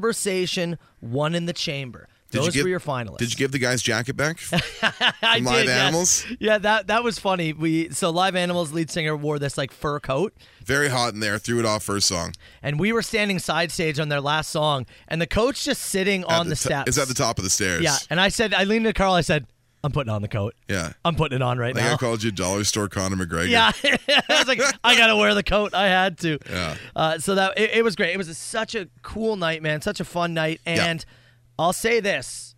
[SPEAKER 6] Conversation, One in the Chamber.
[SPEAKER 7] Did you
[SPEAKER 6] Those
[SPEAKER 7] give-
[SPEAKER 6] were your finalists.
[SPEAKER 7] Did you give the guy's jacket back?
[SPEAKER 6] I
[SPEAKER 7] Live
[SPEAKER 6] did, yes.
[SPEAKER 7] Animals?
[SPEAKER 6] Yeah, that that was funny. We so Live Animals lead singer wore this like fur coat.
[SPEAKER 7] Very hot in there. Threw it off first song.
[SPEAKER 6] And we were standing side stage on their last song, and the coach just sitting
[SPEAKER 7] At
[SPEAKER 6] on the,
[SPEAKER 7] to-
[SPEAKER 6] steps.
[SPEAKER 7] It's at the top of the stairs.
[SPEAKER 6] Yeah, and I said, I leaned to Carl. I said, "I'm putting on the coat.
[SPEAKER 7] Yeah.
[SPEAKER 6] I'm putting it on right
[SPEAKER 7] Like
[SPEAKER 6] now."
[SPEAKER 7] I called you dollar store Conor McGregor.
[SPEAKER 6] yeah, I was like, I gotta wear the coat. I had to.
[SPEAKER 7] Yeah.
[SPEAKER 6] Uh, so that it, it was great. It was a, such a cool night, man. Such a fun night. And I'll say this: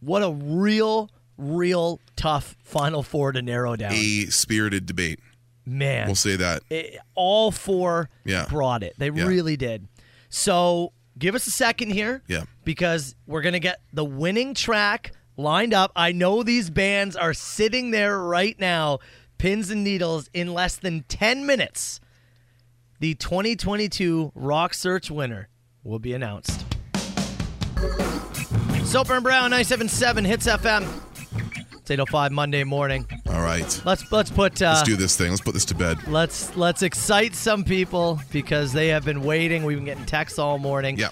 [SPEAKER 6] What a real, real tough Final Four to narrow down.
[SPEAKER 7] A spirited debate.
[SPEAKER 6] Man,
[SPEAKER 7] We'll say that.
[SPEAKER 6] it, all four
[SPEAKER 7] Yeah.
[SPEAKER 6] brought it. They
[SPEAKER 7] Yeah.
[SPEAKER 6] really did. So give us a second here.
[SPEAKER 7] Yeah.
[SPEAKER 6] Because we're going to get the winning track lined up. I know these bands are sitting there right now, pins and needles, in less than 10 minutes. The 2022 Rock Search winner will be announced. Soap and Brown 977 Hits FM. It's 805 Monday morning.
[SPEAKER 7] All right.
[SPEAKER 6] Let's let's put uh,
[SPEAKER 7] Let's do this thing. Let's put this to bed.
[SPEAKER 6] Let's let's excite some people because they have been waiting. We've been getting texts all morning.
[SPEAKER 7] Yeah.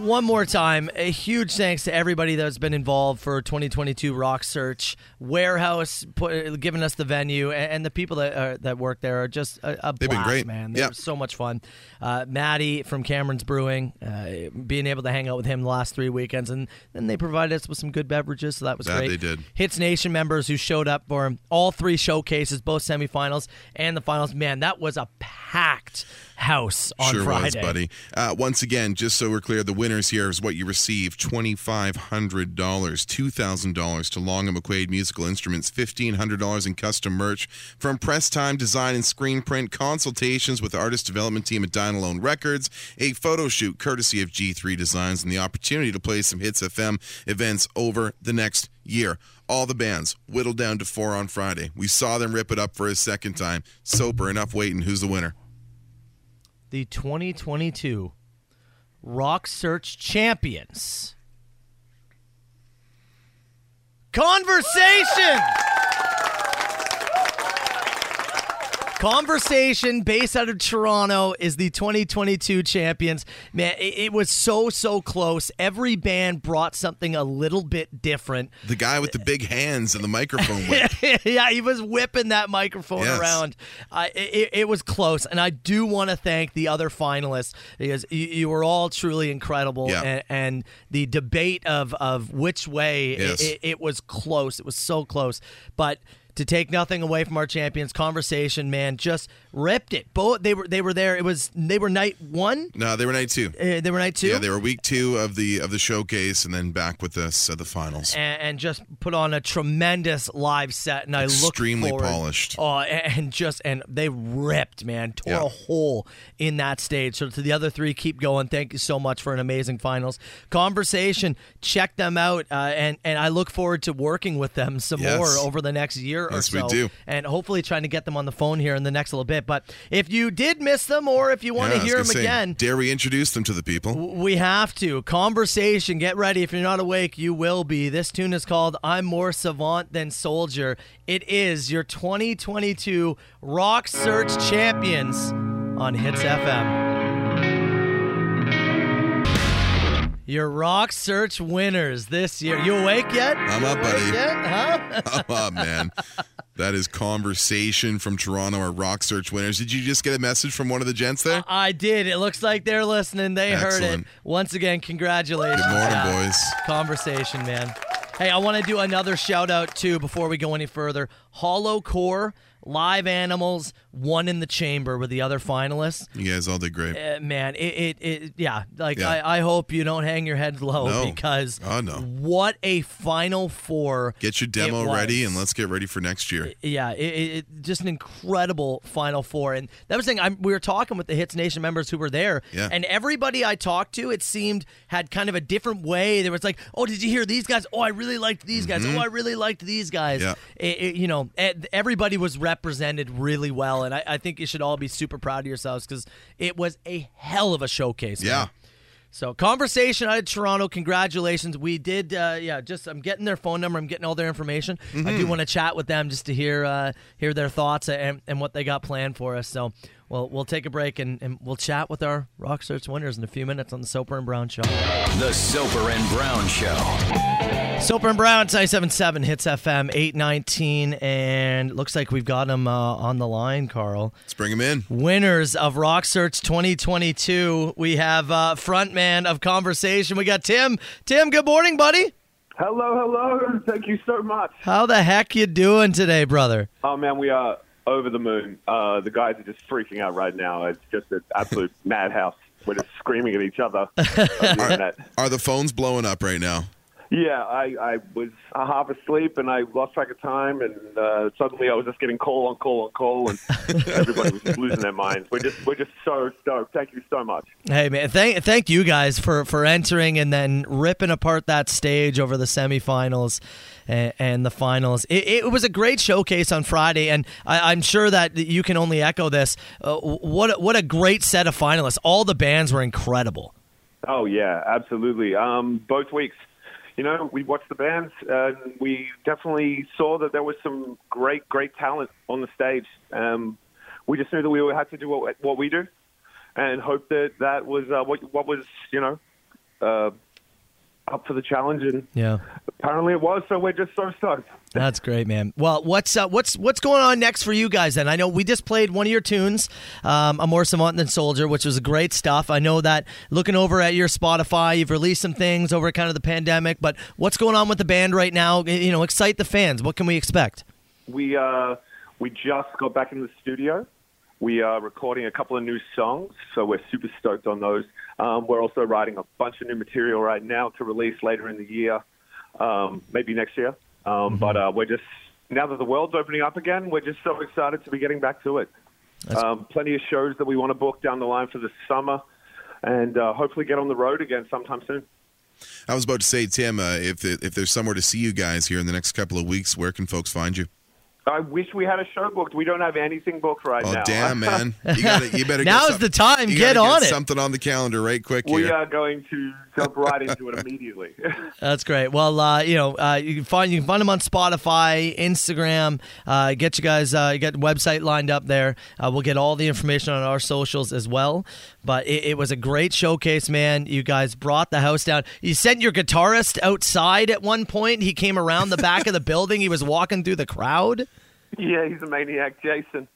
[SPEAKER 6] One more time, a huge thanks to everybody that's been involved for 2022 Rock Search Warehouse, put, giving us the venue, a- and, the people that are, that work there are just a, a
[SPEAKER 7] They've been
[SPEAKER 6] blast,
[SPEAKER 7] great.
[SPEAKER 6] man. They
[SPEAKER 7] Yeah.
[SPEAKER 6] were so much fun. Uh, Maddie from Cameron's Brewing, uh, being able to hang out with him the last three weekends, and then they provided us with some good beverages, so that was
[SPEAKER 7] That
[SPEAKER 6] great.
[SPEAKER 7] they did.
[SPEAKER 6] Hits Nation members who showed up for all three showcases, both semifinals and the finals. Man, that was a packed house on
[SPEAKER 7] sure
[SPEAKER 6] Friday.
[SPEAKER 7] was, buddy. Uh, once again, just so we're clear, the winners here is what you receive: twenty five hundred dollars, two thousand dollars to Long and McQuaid Musical Instruments, fifteen hundred dollars in custom merch from Press Time Design and Screen Print, consultations with the artist development team at Dynalone Records, a photo shoot courtesy of G three Designs, and the opportunity to play some Hits FM events over the next year. All the bands whittled down to four on Friday. We saw them rip it up for a second time. Soper, enough waiting. Who's the winner?
[SPEAKER 6] the 2022 Rock Search Champions. Conversation! Conversation, based out of Toronto, is the 2022 champions. Man, it, it was so, so close. Every band brought something a little bit different.
[SPEAKER 7] The guy with the big hands and the microphone whip.
[SPEAKER 6] yeah, he was whipping that microphone
[SPEAKER 7] Yes.
[SPEAKER 6] around. Uh, it, it- it was close, and I do want to thank the other finalists because you, you were all truly incredible.
[SPEAKER 7] Yeah.
[SPEAKER 6] And, and the debate of of which way i-
[SPEAKER 7] Yes.
[SPEAKER 6] i- it, was close. It was so close, but. To take nothing away from our champions, conversation man just ripped it. Both they were they were there. It was they were night one.
[SPEAKER 7] No, they were night two.
[SPEAKER 6] Uh, they were night two.
[SPEAKER 7] Yeah, they were week two of the of the showcase, and then back with us at the finals.
[SPEAKER 6] and, and just put on a tremendous live set. And I
[SPEAKER 7] Extremely
[SPEAKER 6] look forward-
[SPEAKER 7] polished.
[SPEAKER 6] Oh, and and just and they ripped, man, tore
[SPEAKER 7] Yeah.
[SPEAKER 6] a hole in that stage. So to the other three, keep going. Thank you so much for an amazing finals conversation. Check them out, uh, and and I look forward to working with them some
[SPEAKER 7] Yes.
[SPEAKER 6] more over the next year
[SPEAKER 7] Yes,
[SPEAKER 6] or
[SPEAKER 7] we
[SPEAKER 6] so.
[SPEAKER 7] do.
[SPEAKER 6] And hopefully trying to get them on the phone here in the next little bit. But if you did miss them, or if you want
[SPEAKER 7] Yeah, I
[SPEAKER 6] to
[SPEAKER 7] was
[SPEAKER 6] hear them
[SPEAKER 7] gonna say,
[SPEAKER 6] again,
[SPEAKER 7] Dare we introduce them to the people?
[SPEAKER 6] we have to. Conversation. Get ready. If you're not awake, you will be. This tune is called I'm More Savant Than Soldier. It is your 2022 Rock Search Champions on Hits FM. Your Rock Search winners this year. You awake yet?
[SPEAKER 7] I'm up, buddy.
[SPEAKER 6] Yet? Huh?
[SPEAKER 7] I'm up, man. That is conversation from Toronto. Our rock search winners. Did you just get a message from one of the gents there?
[SPEAKER 6] I did. It looks like they're listening. They heard it.
[SPEAKER 7] Excellent.
[SPEAKER 6] Once again, congratulations.
[SPEAKER 7] Good morning,
[SPEAKER 6] Uh, Yeah.
[SPEAKER 7] boys.
[SPEAKER 6] conversation, man. Hey, I want to do another shout out too before we go any further. Hollow Core, Live Animals, One in the Chamber were the other finalists.
[SPEAKER 7] You guys all did great.
[SPEAKER 6] Uh, man, it, it, it yeah. Like
[SPEAKER 7] Yeah.
[SPEAKER 6] I, I hope you don't hang your head low
[SPEAKER 7] No.
[SPEAKER 6] because
[SPEAKER 7] Oh, no.
[SPEAKER 6] what a final four.
[SPEAKER 7] Get your
[SPEAKER 6] it
[SPEAKER 7] demo ready,
[SPEAKER 6] was
[SPEAKER 7] and let's get ready for next year.
[SPEAKER 6] yeah, it, it, it- just an incredible Final Four, and that was the thing. I'm, we were talking with the Hits Nation members who were there,
[SPEAKER 7] Yeah.
[SPEAKER 6] and everybody I talked to, it seemed had kind of a different way. There was like, "Oh, did you hear these guys? Oh, I really liked these guys. Oh, I really liked these guys."
[SPEAKER 7] Mm-hmm. Yeah.
[SPEAKER 6] It- it- you know, e- everybody was represented really well, and I, I think you should all be super proud of yourselves because it was a hell of a showcase. man.
[SPEAKER 7] Yeah.
[SPEAKER 6] So conversation out of Toronto. Congratulations. We did. Uh, yeah, just I'm getting their phone number. I'm getting all their information. I do want to chat with them just to hear uh, hear their thoughts and, and what they got planned for us. So we'll we'll take a break and, and we'll chat with our Rock Search winners in a few minutes on the Soper and Brown show.
[SPEAKER 5] The Soper and Brown Show.
[SPEAKER 6] Soper and Brown, 977 hits FM 819, and looks like we've got them uh, on the line, Carl.
[SPEAKER 7] Let's bring them in.
[SPEAKER 6] Winners of Rock Search 2022. We have uh, frontman of Conversation. We got Tim. Tim, good morning, buddy.
[SPEAKER 9] Hello, hello. Thank you so much.
[SPEAKER 6] How the heck you doing today, brother?
[SPEAKER 9] Oh man, we are over the moon. Uh, the guys are just freaking out right now. It's just an absolute madhouse. We're just screaming at each other. over the internet.
[SPEAKER 7] Are the phones blowing up right now?
[SPEAKER 9] Yeah, I, I was uh, half asleep and I lost track of time, and uh, suddenly I was just getting call on call on call, and everybody was just losing their minds. We're just we're just so stoked. Thank you so much.
[SPEAKER 6] Hey man, thank thank you guys for for entering and then ripping apart that stage over the semifinals and, and the finals. It, it was a great showcase on Friday, and I, I'm sure that you can only echo this. Uh, what a- what a great set of finalists! All the bands were incredible.
[SPEAKER 9] Oh yeah, absolutely. Um, both weeks, you know, we watched the bands, and we definitely saw that there was some great, great talent on the stage. Um, we just knew that we had to do what, what we do, and hope that that was uh, what, what was, you know, uh, up for the challenge. And
[SPEAKER 6] Yeah,
[SPEAKER 9] apparently it was. So we're just so stoked.
[SPEAKER 6] that's great, man. Well, what's uh, what's what's going on next for you guys? Then I know we just played one of your tunes, um, "A More Savant Than Soldier," which was great stuff. I know that looking over at your Spotify, you've released some things over kind of the pandemic. But what's going on with the band right now? You know, excite the fans. What can we expect?
[SPEAKER 9] We uh, we just got back in the studio. We are recording a couple of new songs, so we're super stoked on those. Um, we're also writing a bunch of new material right now to release later in the year, um, maybe next year. Um,
[SPEAKER 7] Mm-hmm.
[SPEAKER 9] But uh, we're just now that the world's opening up again, we're just so excited to be getting back to it. Um, plenty of shows that we want to book down the line for the summer, and uh, hopefully get on the road again sometime soon.
[SPEAKER 7] I was about to say, Tim, uh, if if there's somewhere to see you guys here in the next couple of weeks, where can folks find you?
[SPEAKER 9] I wish we had a show booked. We don't have anything booked right
[SPEAKER 7] Oh,
[SPEAKER 9] now.
[SPEAKER 7] damn, man! You, gotta, you better.
[SPEAKER 9] Now's
[SPEAKER 7] get some-
[SPEAKER 9] the time.
[SPEAKER 7] You
[SPEAKER 9] Get
[SPEAKER 7] gotta
[SPEAKER 9] on it.
[SPEAKER 7] Something on the calendar, right? Quick
[SPEAKER 9] we
[SPEAKER 7] here.
[SPEAKER 9] are going to jump right into it immediately.
[SPEAKER 6] That's great. Well, uh, you know, uh, you can find you can find them on Spotify, Instagram. Uh, get you guys, uh, you got the website lined up there. Uh, we'll get all the information on our socials as well. But it, it was a great showcase, man. You guys brought the house down. You sent your guitarist outside at one point. He came around the back of the building. He was walking through the crowd.
[SPEAKER 9] Yeah, he's a maniac, Jason.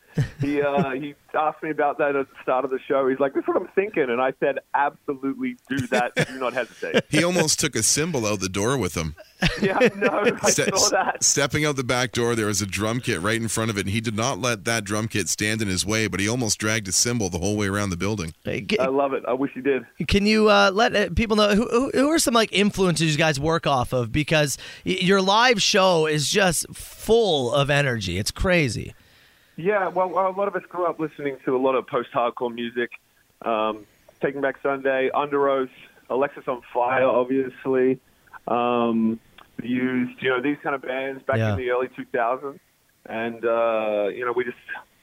[SPEAKER 9] He uh, he asked me about that at the start of the show. He's like, "That's what I'm thinking," and I said, "Absolutely, do that. Do not hesitate."
[SPEAKER 7] He almost took a cymbal out the door with him.
[SPEAKER 9] yeah, no, I
[SPEAKER 7] Ste-
[SPEAKER 9] saw that.
[SPEAKER 7] Stepping out the back door, there was a drum kit right in front of it, and he did not let that drum kit stand in his way, but he almost dragged a cymbal the whole way around the building.
[SPEAKER 9] I love it. I wish you did.
[SPEAKER 6] Can you uh, let uh, people know who, who who are some like influences you guys work off of? Because y- your live show is just full of energy. It's crazy.
[SPEAKER 9] Yeah, well, a lot of us grew up listening to a lot of post-hardcore music. Um, Taking Back Sunday, Under Oath, Alexis on Fire, obviously. Um, used, you know, these kind of bands back
[SPEAKER 6] Yeah.
[SPEAKER 9] in the early 2000s, and uh, you know, we just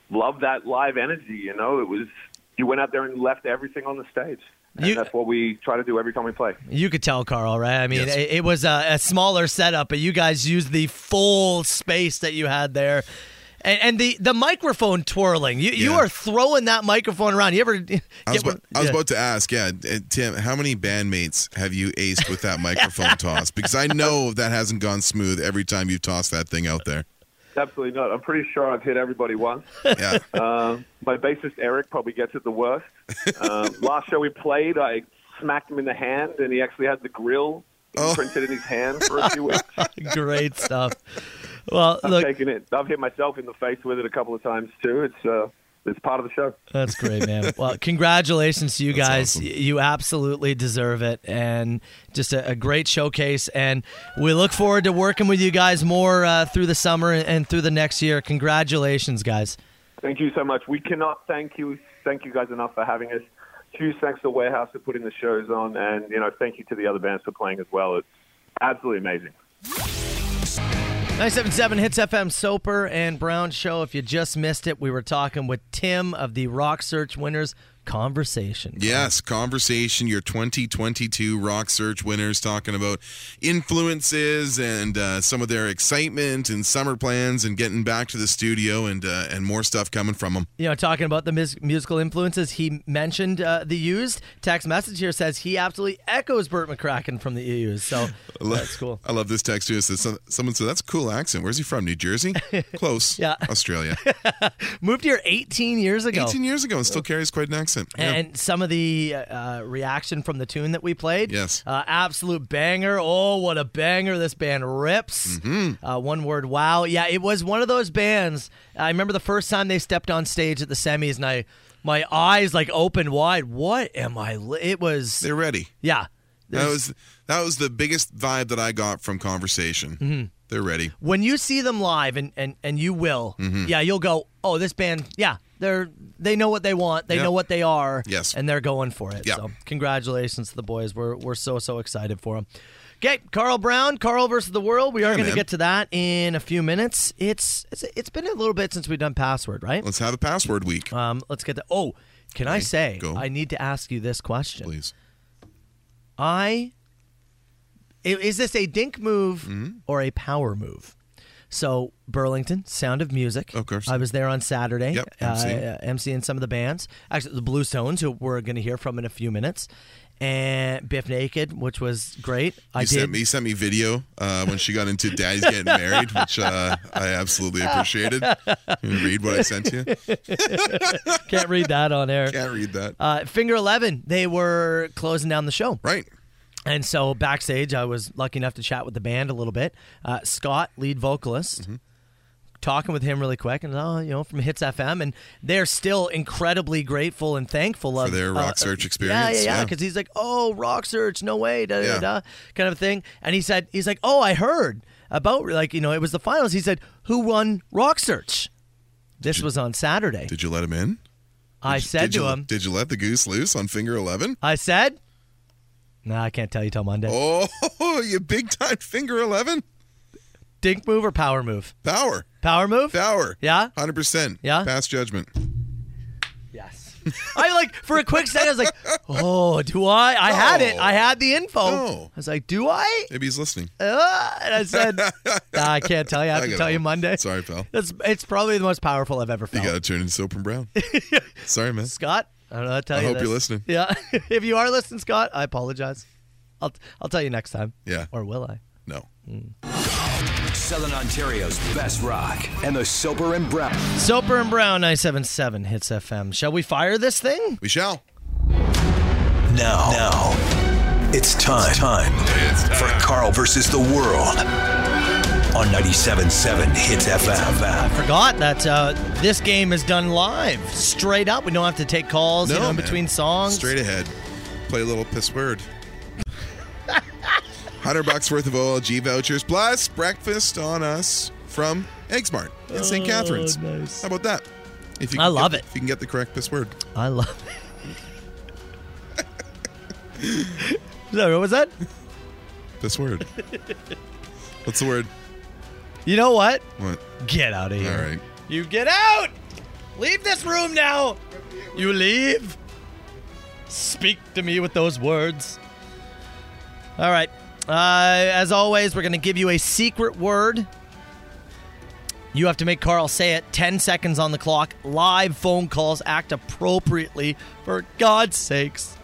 [SPEAKER 9] loved that live energy. You know, it was you went out there and left everything on the stage, and that's what we try to do every time we play.
[SPEAKER 6] You could tell, Carl, right? I mean,
[SPEAKER 9] Yes.
[SPEAKER 6] it, it was a, a smaller setup, but you guys used the full space that you had there. And, and the, the microphone twirling. You, you
[SPEAKER 7] Yeah.
[SPEAKER 6] are throwing that microphone around. You ever get
[SPEAKER 7] I was, about, I was
[SPEAKER 6] yeah.
[SPEAKER 7] about to ask, yeah, uh, Tim, how many bandmates have you aced with that microphone toss? Because I know that hasn't gone smooth every time you've tossed that thing out there.
[SPEAKER 9] Absolutely not. I'm pretty sure I've hit everybody once.
[SPEAKER 7] Yeah.
[SPEAKER 9] Um, my bassist Eric probably gets it the worst. Um, last show we played, I smacked him in the hand, and he actually had the grill imprinted in his hand for a few weeks.
[SPEAKER 6] great stuff? Well,
[SPEAKER 9] I've
[SPEAKER 6] look,
[SPEAKER 9] taken it. I've hit myself in the face with it a couple of times too. It's uh, it's part of the show.
[SPEAKER 6] That's great, man. well, congratulations to you guys. Y- You absolutely deserve it, and just a, a great showcase. And we look forward to working with you guys more uh, through the summer and, and through the next year. Congratulations, guys.
[SPEAKER 9] Thank you so much. We cannot thank you, thank you guys enough for having us. Huge thanks to Warehouse for putting the shows on, and you know, thank you to the other bands for playing as well. It's absolutely amazing.
[SPEAKER 6] 977 Hits FM Soper and Brown Show. If you just missed it, we were talking with Tim of the Rock Search Winners Conversation.
[SPEAKER 7] Yes, conversation. Your 2022 Rock Search winners talking about influences and uh, some of their excitement and summer plans and getting back to the studio and uh, and more stuff coming from them.
[SPEAKER 6] You know, talking about the mus- musical influences he mentioned, uh, the used text message here says he absolutely echoes Burt McCracken from the used. So that's cool.
[SPEAKER 7] I love this text too. It says some- someone said that's a cool accent. Where's he from? New Jersey? Close.
[SPEAKER 6] Yeah.
[SPEAKER 7] Australia.
[SPEAKER 6] Moved here 18 years ago.
[SPEAKER 7] 18 years ago and still carries quite an accent. Yeah.
[SPEAKER 6] And some of the uh, uh, reaction from the tune that we played.
[SPEAKER 7] Yes.
[SPEAKER 6] Uh, absolute banger. Oh, what a banger. This band rips.
[SPEAKER 7] Mm-hmm.
[SPEAKER 6] Uh, one word, wow. Yeah, it was one of those bands. I remember the first time they stepped on stage at the semis, and I, my eyes like opened wide. What am I? Li-? It was.
[SPEAKER 7] They're ready.
[SPEAKER 6] Yeah.
[SPEAKER 7] That was that was the biggest vibe that I got from conversation.
[SPEAKER 6] Mhm.
[SPEAKER 7] They're ready.
[SPEAKER 6] when you see them live and and and you will
[SPEAKER 7] Mhm.
[SPEAKER 6] yeah you'll go oh this band yeah they're they know what they want they
[SPEAKER 7] Yeah.
[SPEAKER 6] know what they are
[SPEAKER 7] Yes.
[SPEAKER 6] and they're going for it
[SPEAKER 7] Yeah.
[SPEAKER 6] so congratulations to the boys we're we're so so excited for them okay carl brown carl versus the world we are going to
[SPEAKER 7] man.
[SPEAKER 6] get to that in a few minutes it's, it's it's been a little bit since we've done password right
[SPEAKER 7] Let's have a password week.
[SPEAKER 6] um let's get to oh can i say i need to ask you this question
[SPEAKER 7] please
[SPEAKER 6] I i- is this a dink move or a power move? So Burlington, Sound of Music. Of course, I was there on Saturday. Yep,
[SPEAKER 7] MC.
[SPEAKER 6] Uh, MC and some of the bands. Actually, the Blue Stones, who we're going to hear from in a few minutes, and Biff Naked, which was great. I
[SPEAKER 7] He
[SPEAKER 6] did.
[SPEAKER 7] sent me he sent me video uh, when she got into Daddy's getting married, which uh, I absolutely appreciated. You wanna read what I sent you.
[SPEAKER 6] Can't read that on air.
[SPEAKER 7] Can't read that.
[SPEAKER 6] Uh, Finger Eleven, they were closing down the show.
[SPEAKER 7] Right.
[SPEAKER 6] And so backstage, I was lucky enough to chat with the band a little bit. Uh, Scott, lead vocalist,
[SPEAKER 7] Mm-hmm.
[SPEAKER 6] talking with him really quick, and oh, you know, from Hits FM, and they're still incredibly grateful and thankful of
[SPEAKER 7] For their
[SPEAKER 6] uh,
[SPEAKER 7] rock search
[SPEAKER 6] yeah,
[SPEAKER 7] experience.
[SPEAKER 6] yeah, yeah. Because he's like, oh, rock search, no way, da, da,
[SPEAKER 7] Yeah.
[SPEAKER 6] da, kind of thing. And he said, he's like, oh, I heard about like you know, it was the finals. He said, who won rock search? This was on Saturday.
[SPEAKER 7] Did you let him in?
[SPEAKER 6] I said
[SPEAKER 7] did
[SPEAKER 6] to
[SPEAKER 7] you,
[SPEAKER 6] him,
[SPEAKER 7] Did you let the goose loose on finger eleven?
[SPEAKER 6] I said, no, I can't tell you till Monday.
[SPEAKER 7] Oh, you big time finger eleven.
[SPEAKER 6] Dink move or power move?
[SPEAKER 7] Power.
[SPEAKER 6] Power move.
[SPEAKER 7] Power.
[SPEAKER 6] Yeah.
[SPEAKER 7] Hundred percent.
[SPEAKER 6] Yeah?
[SPEAKER 7] Pass judgment.
[SPEAKER 6] Yes. I like for a quick second I was like, "Oh, do I? I had it.
[SPEAKER 7] No.
[SPEAKER 6] I had the info."
[SPEAKER 7] No.
[SPEAKER 6] I was like, "Do I?"
[SPEAKER 7] Maybe he's listening.
[SPEAKER 6] Uh, and I said, "Nah, "I can't tell you. I have
[SPEAKER 7] I
[SPEAKER 6] to
[SPEAKER 7] got
[SPEAKER 6] tell
[SPEAKER 7] it.
[SPEAKER 6] you Monday."
[SPEAKER 7] Sorry, pal.
[SPEAKER 6] That's it's probably the most powerful I've ever
[SPEAKER 7] You
[SPEAKER 6] felt.
[SPEAKER 7] got to turn into Soap and Brown. Sorry, man.
[SPEAKER 6] Scott, I don't know. How to tell
[SPEAKER 7] I
[SPEAKER 6] you.
[SPEAKER 7] hope
[SPEAKER 6] this.
[SPEAKER 7] you're listening.
[SPEAKER 6] Yeah. if you are listening, Scott, I apologize. I'll I'll tell you next time.
[SPEAKER 7] Yeah.
[SPEAKER 6] Or will I?
[SPEAKER 7] No.
[SPEAKER 5] Southern Ontario's best rock and the Soper and Brown.
[SPEAKER 6] Soper and Brown 977 hits FM. Shall we fire this thing?
[SPEAKER 7] We shall.
[SPEAKER 5] Now, now, it's time, time, for Carl versus the world on 97.7 Hits FM.
[SPEAKER 6] Forgot that uh, this game is done live, straight up. We don't have to take calls you know, in
[SPEAKER 7] man.
[SPEAKER 6] between songs.
[SPEAKER 7] Straight ahead. Play a little piss word. Hundred bucks worth of OLG vouchers plus breakfast on us from Eggsmart in St. Catharines. How about that? If you
[SPEAKER 6] I
[SPEAKER 7] can
[SPEAKER 6] love
[SPEAKER 7] get-
[SPEAKER 6] it.
[SPEAKER 7] If you can get the correct piss word.
[SPEAKER 6] I love it. Sorry, what was that?
[SPEAKER 7] Piss word. What's the word?
[SPEAKER 6] You know what?
[SPEAKER 7] What?
[SPEAKER 6] Get out of here.
[SPEAKER 7] All right.
[SPEAKER 6] You get out! Leave this room now! You leave! Speak to me with those words. All right. Uh, as always, we're going to give you a secret word. You have to make Carl say it. 10 seconds on the clock. Live phone calls. Act appropriately, for God's sakes.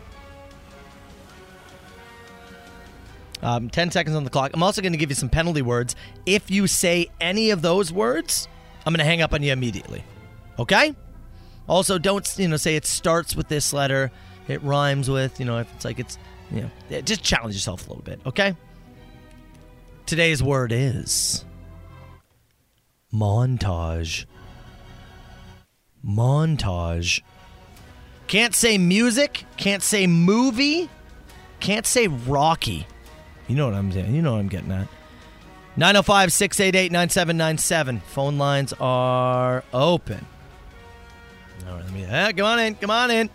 [SPEAKER 6] Um, 10 seconds on the clock. I'm also going to give you some penalty words. If you say any of those words, I'm going to hang up on you immediately. Okay? Also, don't you know say it starts with this letter, it rhymes with, you know, if it's like it's, you know, yeah, just challenge yourself a little bit, okay? Today's word is montage. Montage. Can't say music, can't say movie, can't say Rocky. You know what I'm saying. You know what I'm getting at. 905 688 9797. Phone lines are open. All right, let me. ah, come on in. Come on in.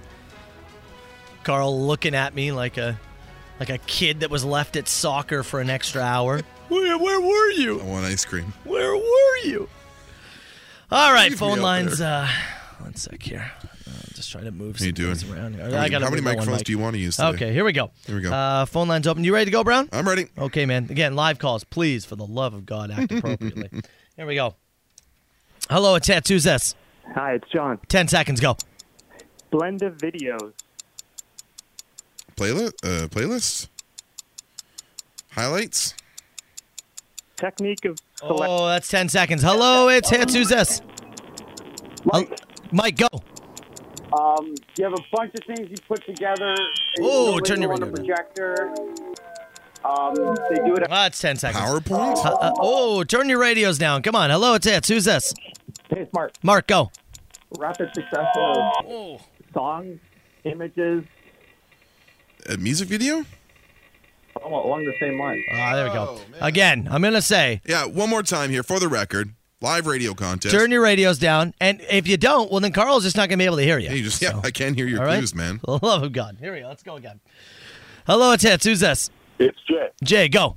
[SPEAKER 6] Carl looking at me like a like a kid that was left at soccer for an extra hour. where, where were you?
[SPEAKER 7] I want ice cream.
[SPEAKER 6] Where were you? All right,
[SPEAKER 7] Leave me
[SPEAKER 6] phone
[SPEAKER 7] out
[SPEAKER 6] lines.
[SPEAKER 7] there.
[SPEAKER 6] Uh, one sec here. I'm just trying to move
[SPEAKER 7] How you
[SPEAKER 6] some
[SPEAKER 7] doing?
[SPEAKER 6] things around here.
[SPEAKER 7] How many-
[SPEAKER 6] I gotta
[SPEAKER 7] how many
[SPEAKER 6] move that one
[SPEAKER 7] microphones
[SPEAKER 6] mic.
[SPEAKER 7] do you want to use today?
[SPEAKER 6] Okay, here we go.
[SPEAKER 7] Here we go.
[SPEAKER 6] Uh, phone lines open. You ready to go, Brown?
[SPEAKER 7] I'm ready.
[SPEAKER 6] Okay, man. Again, live calls, please, for the love of God, act appropriately. Here we go. Hello, it's Hats. Who's this?
[SPEAKER 14] Hi, it's John.
[SPEAKER 6] 10 seconds, go.
[SPEAKER 14] Blenda Videos.
[SPEAKER 7] Playlist. Uh, playlist. Highlights.
[SPEAKER 14] Technique of select.
[SPEAKER 6] Oh, that's 10 seconds. Hello, it's Hats. Who's this? Mike. Mike, go.
[SPEAKER 15] Um, you have a bunch of things you put together. and
[SPEAKER 6] Oh,
[SPEAKER 15] you
[SPEAKER 6] turn your
[SPEAKER 15] on a
[SPEAKER 6] radio
[SPEAKER 15] projector. Um, they do it.
[SPEAKER 6] Ah, it's 10 seconds. PowerPoint? oh, turn your radios down. Come on. Hello, it's Hats. Who's this?
[SPEAKER 14] Hey, it's Mark.
[SPEAKER 6] Mark, go.
[SPEAKER 14] Rapid succession of songs, images,
[SPEAKER 7] A music Uh, video.
[SPEAKER 15] along the same lines.
[SPEAKER 6] Ah, there we go. Again, I'm going to say
[SPEAKER 7] Yeah, one more time here for the record. Live radio contest.
[SPEAKER 6] turn your radios down. And if you don't, well, then Carl's just not going to be able to hear you.
[SPEAKER 7] Hey, you just, yeah, I can hear your
[SPEAKER 6] All right.
[SPEAKER 7] clues, man.
[SPEAKER 6] For the love of God. Here we go. Let's go again. Hello, it's Hits. Who's this?
[SPEAKER 16] It's Jay.
[SPEAKER 6] Jay, go.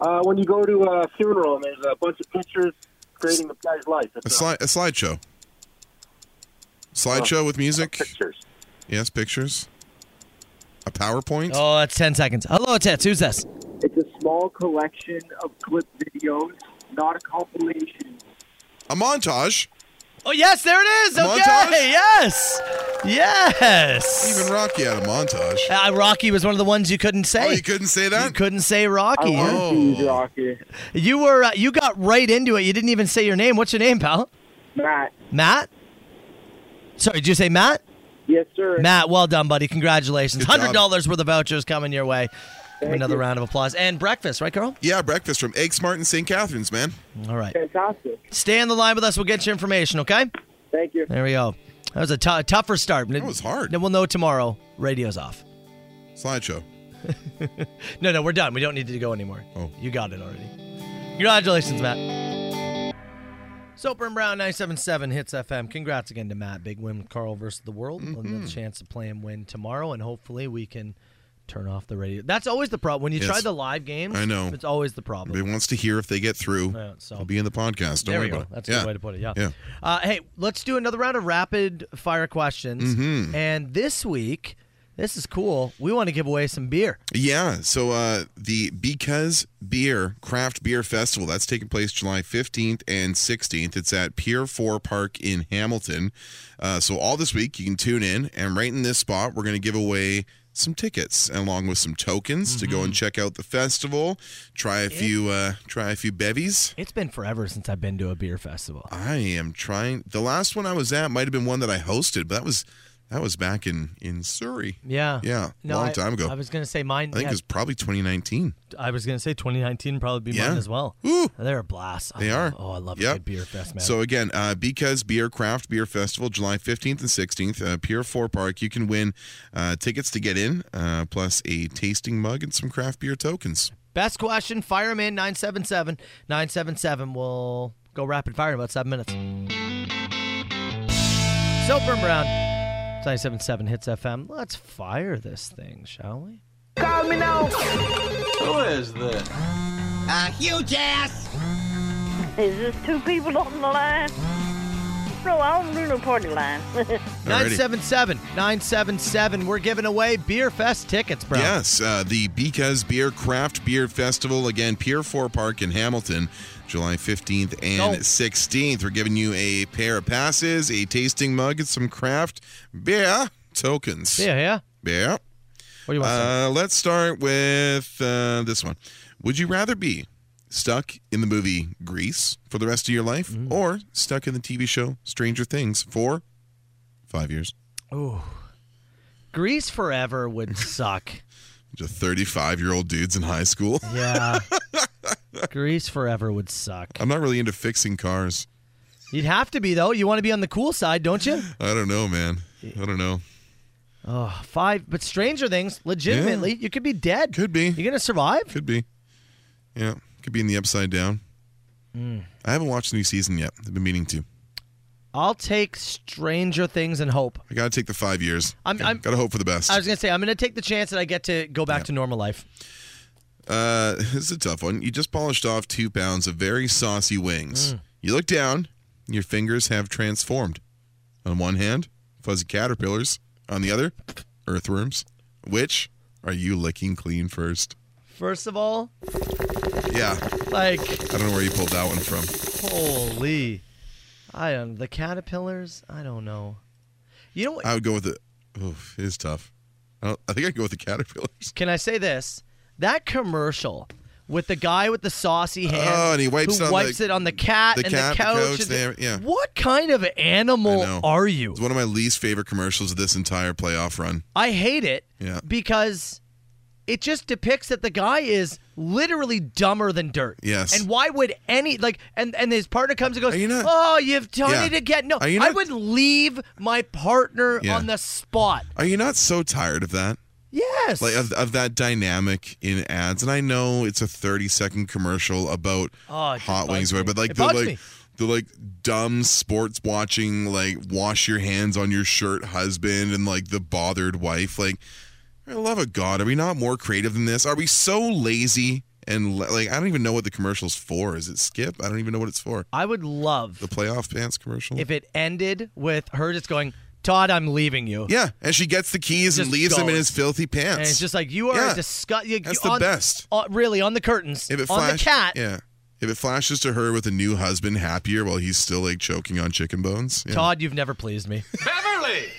[SPEAKER 16] Uh, when you go to a funeral and there's a bunch of pictures creating the guy's life.
[SPEAKER 7] A slide, a slideshow. Slideshow with music. Pictures. Yes, pictures. A PowerPoint.
[SPEAKER 6] Oh, that's 10 seconds. Hello, it's Hits. Who's this?
[SPEAKER 12] It's a small collection of clip videos, not a compilation.
[SPEAKER 7] A montage.
[SPEAKER 6] Oh, yes, there it is.
[SPEAKER 7] A
[SPEAKER 6] Okay.
[SPEAKER 7] montage?
[SPEAKER 6] Yes. Yes.
[SPEAKER 7] Even Rocky had a montage.
[SPEAKER 6] Uh, Rocky was one of the ones you couldn't say. Oh, you
[SPEAKER 7] couldn't say that. Oh,
[SPEAKER 6] You couldn't say Rocky.
[SPEAKER 12] Rocky.
[SPEAKER 6] You were uh, you got right into it. You didn't even say your name. What's your name, pal?
[SPEAKER 12] Matt.
[SPEAKER 6] Matt. Sorry, did you say Matt?
[SPEAKER 12] Yes, sir.
[SPEAKER 6] Matt, well done, buddy. Congratulations.
[SPEAKER 7] Good
[SPEAKER 6] Hundred
[SPEAKER 7] job.
[SPEAKER 6] dollars worth of vouchers coming your way. Another
[SPEAKER 7] you.
[SPEAKER 6] round of applause and breakfast, right, Carl?
[SPEAKER 7] Yeah, breakfast from Egg Smart in St. Catharines, man.
[SPEAKER 6] All right.
[SPEAKER 12] Fantastic.
[SPEAKER 6] Stay on the line with us. We'll get your information, okay?
[SPEAKER 12] Thank you.
[SPEAKER 6] There we go. That was a tou- tougher start. That
[SPEAKER 7] was hard.
[SPEAKER 6] Then we'll know tomorrow. Radio's off.
[SPEAKER 7] Slideshow.
[SPEAKER 6] no, no, we're done. We don't need to go anymore. Oh, you got it already. Congratulations, Matt. Soper and Brown 977 hits FM. Congrats again to Matt. Big win with Carl versus the world. We'll
[SPEAKER 7] Mm-hmm.
[SPEAKER 6] have a chance to play him win tomorrow, and hopefully we can turn off the radio. That's always the problem. When you
[SPEAKER 7] Yes.
[SPEAKER 6] try the live games,
[SPEAKER 7] I know.
[SPEAKER 6] it's always the problem.
[SPEAKER 7] Everybody wants to hear if they get through.
[SPEAKER 6] Yeah, so-
[SPEAKER 7] It'll be in the podcast. Don't
[SPEAKER 6] There
[SPEAKER 7] worry
[SPEAKER 6] we go.
[SPEAKER 7] about it.
[SPEAKER 6] That's a
[SPEAKER 7] yeah.
[SPEAKER 6] good way to put it. Yeah.
[SPEAKER 7] Yeah.
[SPEAKER 6] Uh, hey, let's do another round of rapid fire questions.
[SPEAKER 7] Mhm.
[SPEAKER 6] And this week, this is cool. We want to give away some beer.
[SPEAKER 7] Yeah. So uh, the Because Beer Craft Beer Festival that's taking place July 15th and 16th. It's at Pier 4 Park in Hamilton. Uh, so all this week you can tune in, and right in this spot we're going to give away some tickets along with some tokens to go and check out the festival. Try a few. Uh, try a few bevies.
[SPEAKER 6] It's been forever since I've been to a beer festival.
[SPEAKER 7] I am trying. The last one I was at might have been one that I hosted, but that was that was back in in Surrey.
[SPEAKER 6] Yeah.
[SPEAKER 7] Yeah,
[SPEAKER 6] No,
[SPEAKER 7] long
[SPEAKER 6] I-
[SPEAKER 7] time ago.
[SPEAKER 6] I was gonna say mine.
[SPEAKER 7] I think
[SPEAKER 6] yeah,
[SPEAKER 7] it was probably 2019.
[SPEAKER 6] I was gonna say 2019 probably be
[SPEAKER 7] Yeah.
[SPEAKER 6] mine as well.
[SPEAKER 7] Ooh.
[SPEAKER 6] They're a blast. I
[SPEAKER 7] They
[SPEAKER 6] love-
[SPEAKER 7] are.
[SPEAKER 6] Oh, I love
[SPEAKER 7] Yep.
[SPEAKER 6] a good beer fest, man.
[SPEAKER 7] So again, uh, because Beer Craft Beer Festival, July 15th and 16th, uh, Pier 4 Park, you can win uh, tickets to get in, uh, plus a tasting mug and some craft beer tokens.
[SPEAKER 6] Best question, Fireman 977. 977 will go rapid fire in about seven minutes. Soper and Brown. It's 977 Hits FM. Let's fire this thing, shall we?
[SPEAKER 3] Call me now.
[SPEAKER 6] Who is this?
[SPEAKER 3] A huge ass.
[SPEAKER 1] Is this two people on the line? No, I don't do no party line.
[SPEAKER 6] 977 977. We're giving away Beer Fest tickets, Brown.
[SPEAKER 7] Yes, uh, the Because Beer Craft Beer Festival again, Pier Four Park in Hamilton, July fifteenth and
[SPEAKER 6] Go.
[SPEAKER 7] sixteenth. We're giving you a pair of passes, a tasting mug, and some craft beer tokens.
[SPEAKER 6] Yeah, yeah.
[SPEAKER 7] Yeah.
[SPEAKER 6] What do you want?
[SPEAKER 7] Uh, let's start with uh, this one. Would you rather be stuck in the movie Grease for the rest of your life,
[SPEAKER 6] Mm.
[SPEAKER 7] or stuck in the TV show Stranger Things for five years?
[SPEAKER 6] Ooh. Grease Forever would suck.
[SPEAKER 7] Just thirty-five-year-old dudes in high school.
[SPEAKER 6] Yeah. Grease Forever would suck.
[SPEAKER 7] I'm not really into fixing cars.
[SPEAKER 6] You'd have to be, though. You want to be on the cool side, don't you?
[SPEAKER 7] I don't know, man. I don't know.
[SPEAKER 6] Oh, five. But Stranger Things, legitimately, you could be dead.
[SPEAKER 7] Could be.
[SPEAKER 6] You're gonna survive.
[SPEAKER 7] Could be. Yeah, could be in the upside down.
[SPEAKER 6] Mm.
[SPEAKER 7] I haven't watched the new season yet. I've been meaning to.
[SPEAKER 6] I'll take Stranger Things and hope.
[SPEAKER 7] I gotta take the five years.
[SPEAKER 6] I'm- I'm-
[SPEAKER 7] gotta hope for the best.
[SPEAKER 6] I was gonna say I'm gonna take the chance that I get to go back to normal life.
[SPEAKER 7] Uh, this is a tough one. You just polished off two pounds of very saucy wings. You look down, your fingers have transformed. On one hand, fuzzy caterpillars. On the other, earthworms. Which are you licking clean first?
[SPEAKER 6] First of all,
[SPEAKER 7] Yeah,
[SPEAKER 6] like
[SPEAKER 7] I don't know where you pulled that one from.
[SPEAKER 6] holy, I don't the caterpillars. I don't know. You know what?
[SPEAKER 7] I would go with the. Oof, it is tough. I, don't, I think I'd go with the caterpillars.
[SPEAKER 6] Can I say this? That commercial with the guy with the saucy hand
[SPEAKER 7] Oh, and he wipes
[SPEAKER 6] who
[SPEAKER 7] it on
[SPEAKER 6] wipes
[SPEAKER 7] the-
[SPEAKER 6] it on the cat
[SPEAKER 7] the
[SPEAKER 6] and
[SPEAKER 7] cat,
[SPEAKER 6] the
[SPEAKER 7] the
[SPEAKER 6] couch.
[SPEAKER 7] couch,
[SPEAKER 6] and
[SPEAKER 7] there, yeah.
[SPEAKER 6] What kind of
[SPEAKER 7] I
[SPEAKER 6] animal
[SPEAKER 7] know.
[SPEAKER 6] are you?
[SPEAKER 7] It's one of my least favorite commercials of this entire playoff run.
[SPEAKER 6] I hate it
[SPEAKER 7] Yeah.
[SPEAKER 6] because it just depicts that the guy is literally dumber than dirt.
[SPEAKER 7] Yes.
[SPEAKER 6] And why would any like and and his partner comes and goes,
[SPEAKER 7] you not-
[SPEAKER 6] "Oh, you've done
[SPEAKER 7] Yeah.
[SPEAKER 6] it again." No,
[SPEAKER 7] Are you
[SPEAKER 6] I
[SPEAKER 7] not-
[SPEAKER 6] would leave my partner
[SPEAKER 7] Yeah.
[SPEAKER 6] on the spot.
[SPEAKER 7] Are you not so tired of that?
[SPEAKER 6] Yes.
[SPEAKER 7] Like uh, of, of that dynamic in ads. And I know it's a 30 second commercial about
[SPEAKER 6] Oh, it just
[SPEAKER 7] hot
[SPEAKER 6] bugs
[SPEAKER 7] wings,
[SPEAKER 6] me.
[SPEAKER 7] right? But like
[SPEAKER 6] It
[SPEAKER 7] the
[SPEAKER 6] bugs
[SPEAKER 7] like
[SPEAKER 6] me.
[SPEAKER 7] the like dumb sports watching, like wash your hands on your shirt husband and like the bothered wife. Like, I love a God. Are we not more creative than this? Are we so lazy? And la- like, I don't even know what the commercial's for. Is it Skip? I don't even know what it's for.
[SPEAKER 6] I would love
[SPEAKER 7] the playoff pants commercial.
[SPEAKER 6] If it ended with her just going, Todd, I'm leaving you.
[SPEAKER 7] yeah, and she gets the keys and
[SPEAKER 6] Just
[SPEAKER 7] leaves him
[SPEAKER 6] going.
[SPEAKER 7] in his filthy pants.
[SPEAKER 6] And it's just like you are
[SPEAKER 7] Yeah.
[SPEAKER 6] a disgust. You,
[SPEAKER 7] That's
[SPEAKER 6] you-
[SPEAKER 7] the
[SPEAKER 6] on-
[SPEAKER 7] best.
[SPEAKER 6] on- really, on the curtains,
[SPEAKER 7] If it
[SPEAKER 6] on
[SPEAKER 7] flash-
[SPEAKER 6] the cat.
[SPEAKER 7] Yeah. If it flashes to her with a new husband happier while he's still like choking on chicken bones. Yeah.
[SPEAKER 6] Todd, you've never pleased me. Beverly.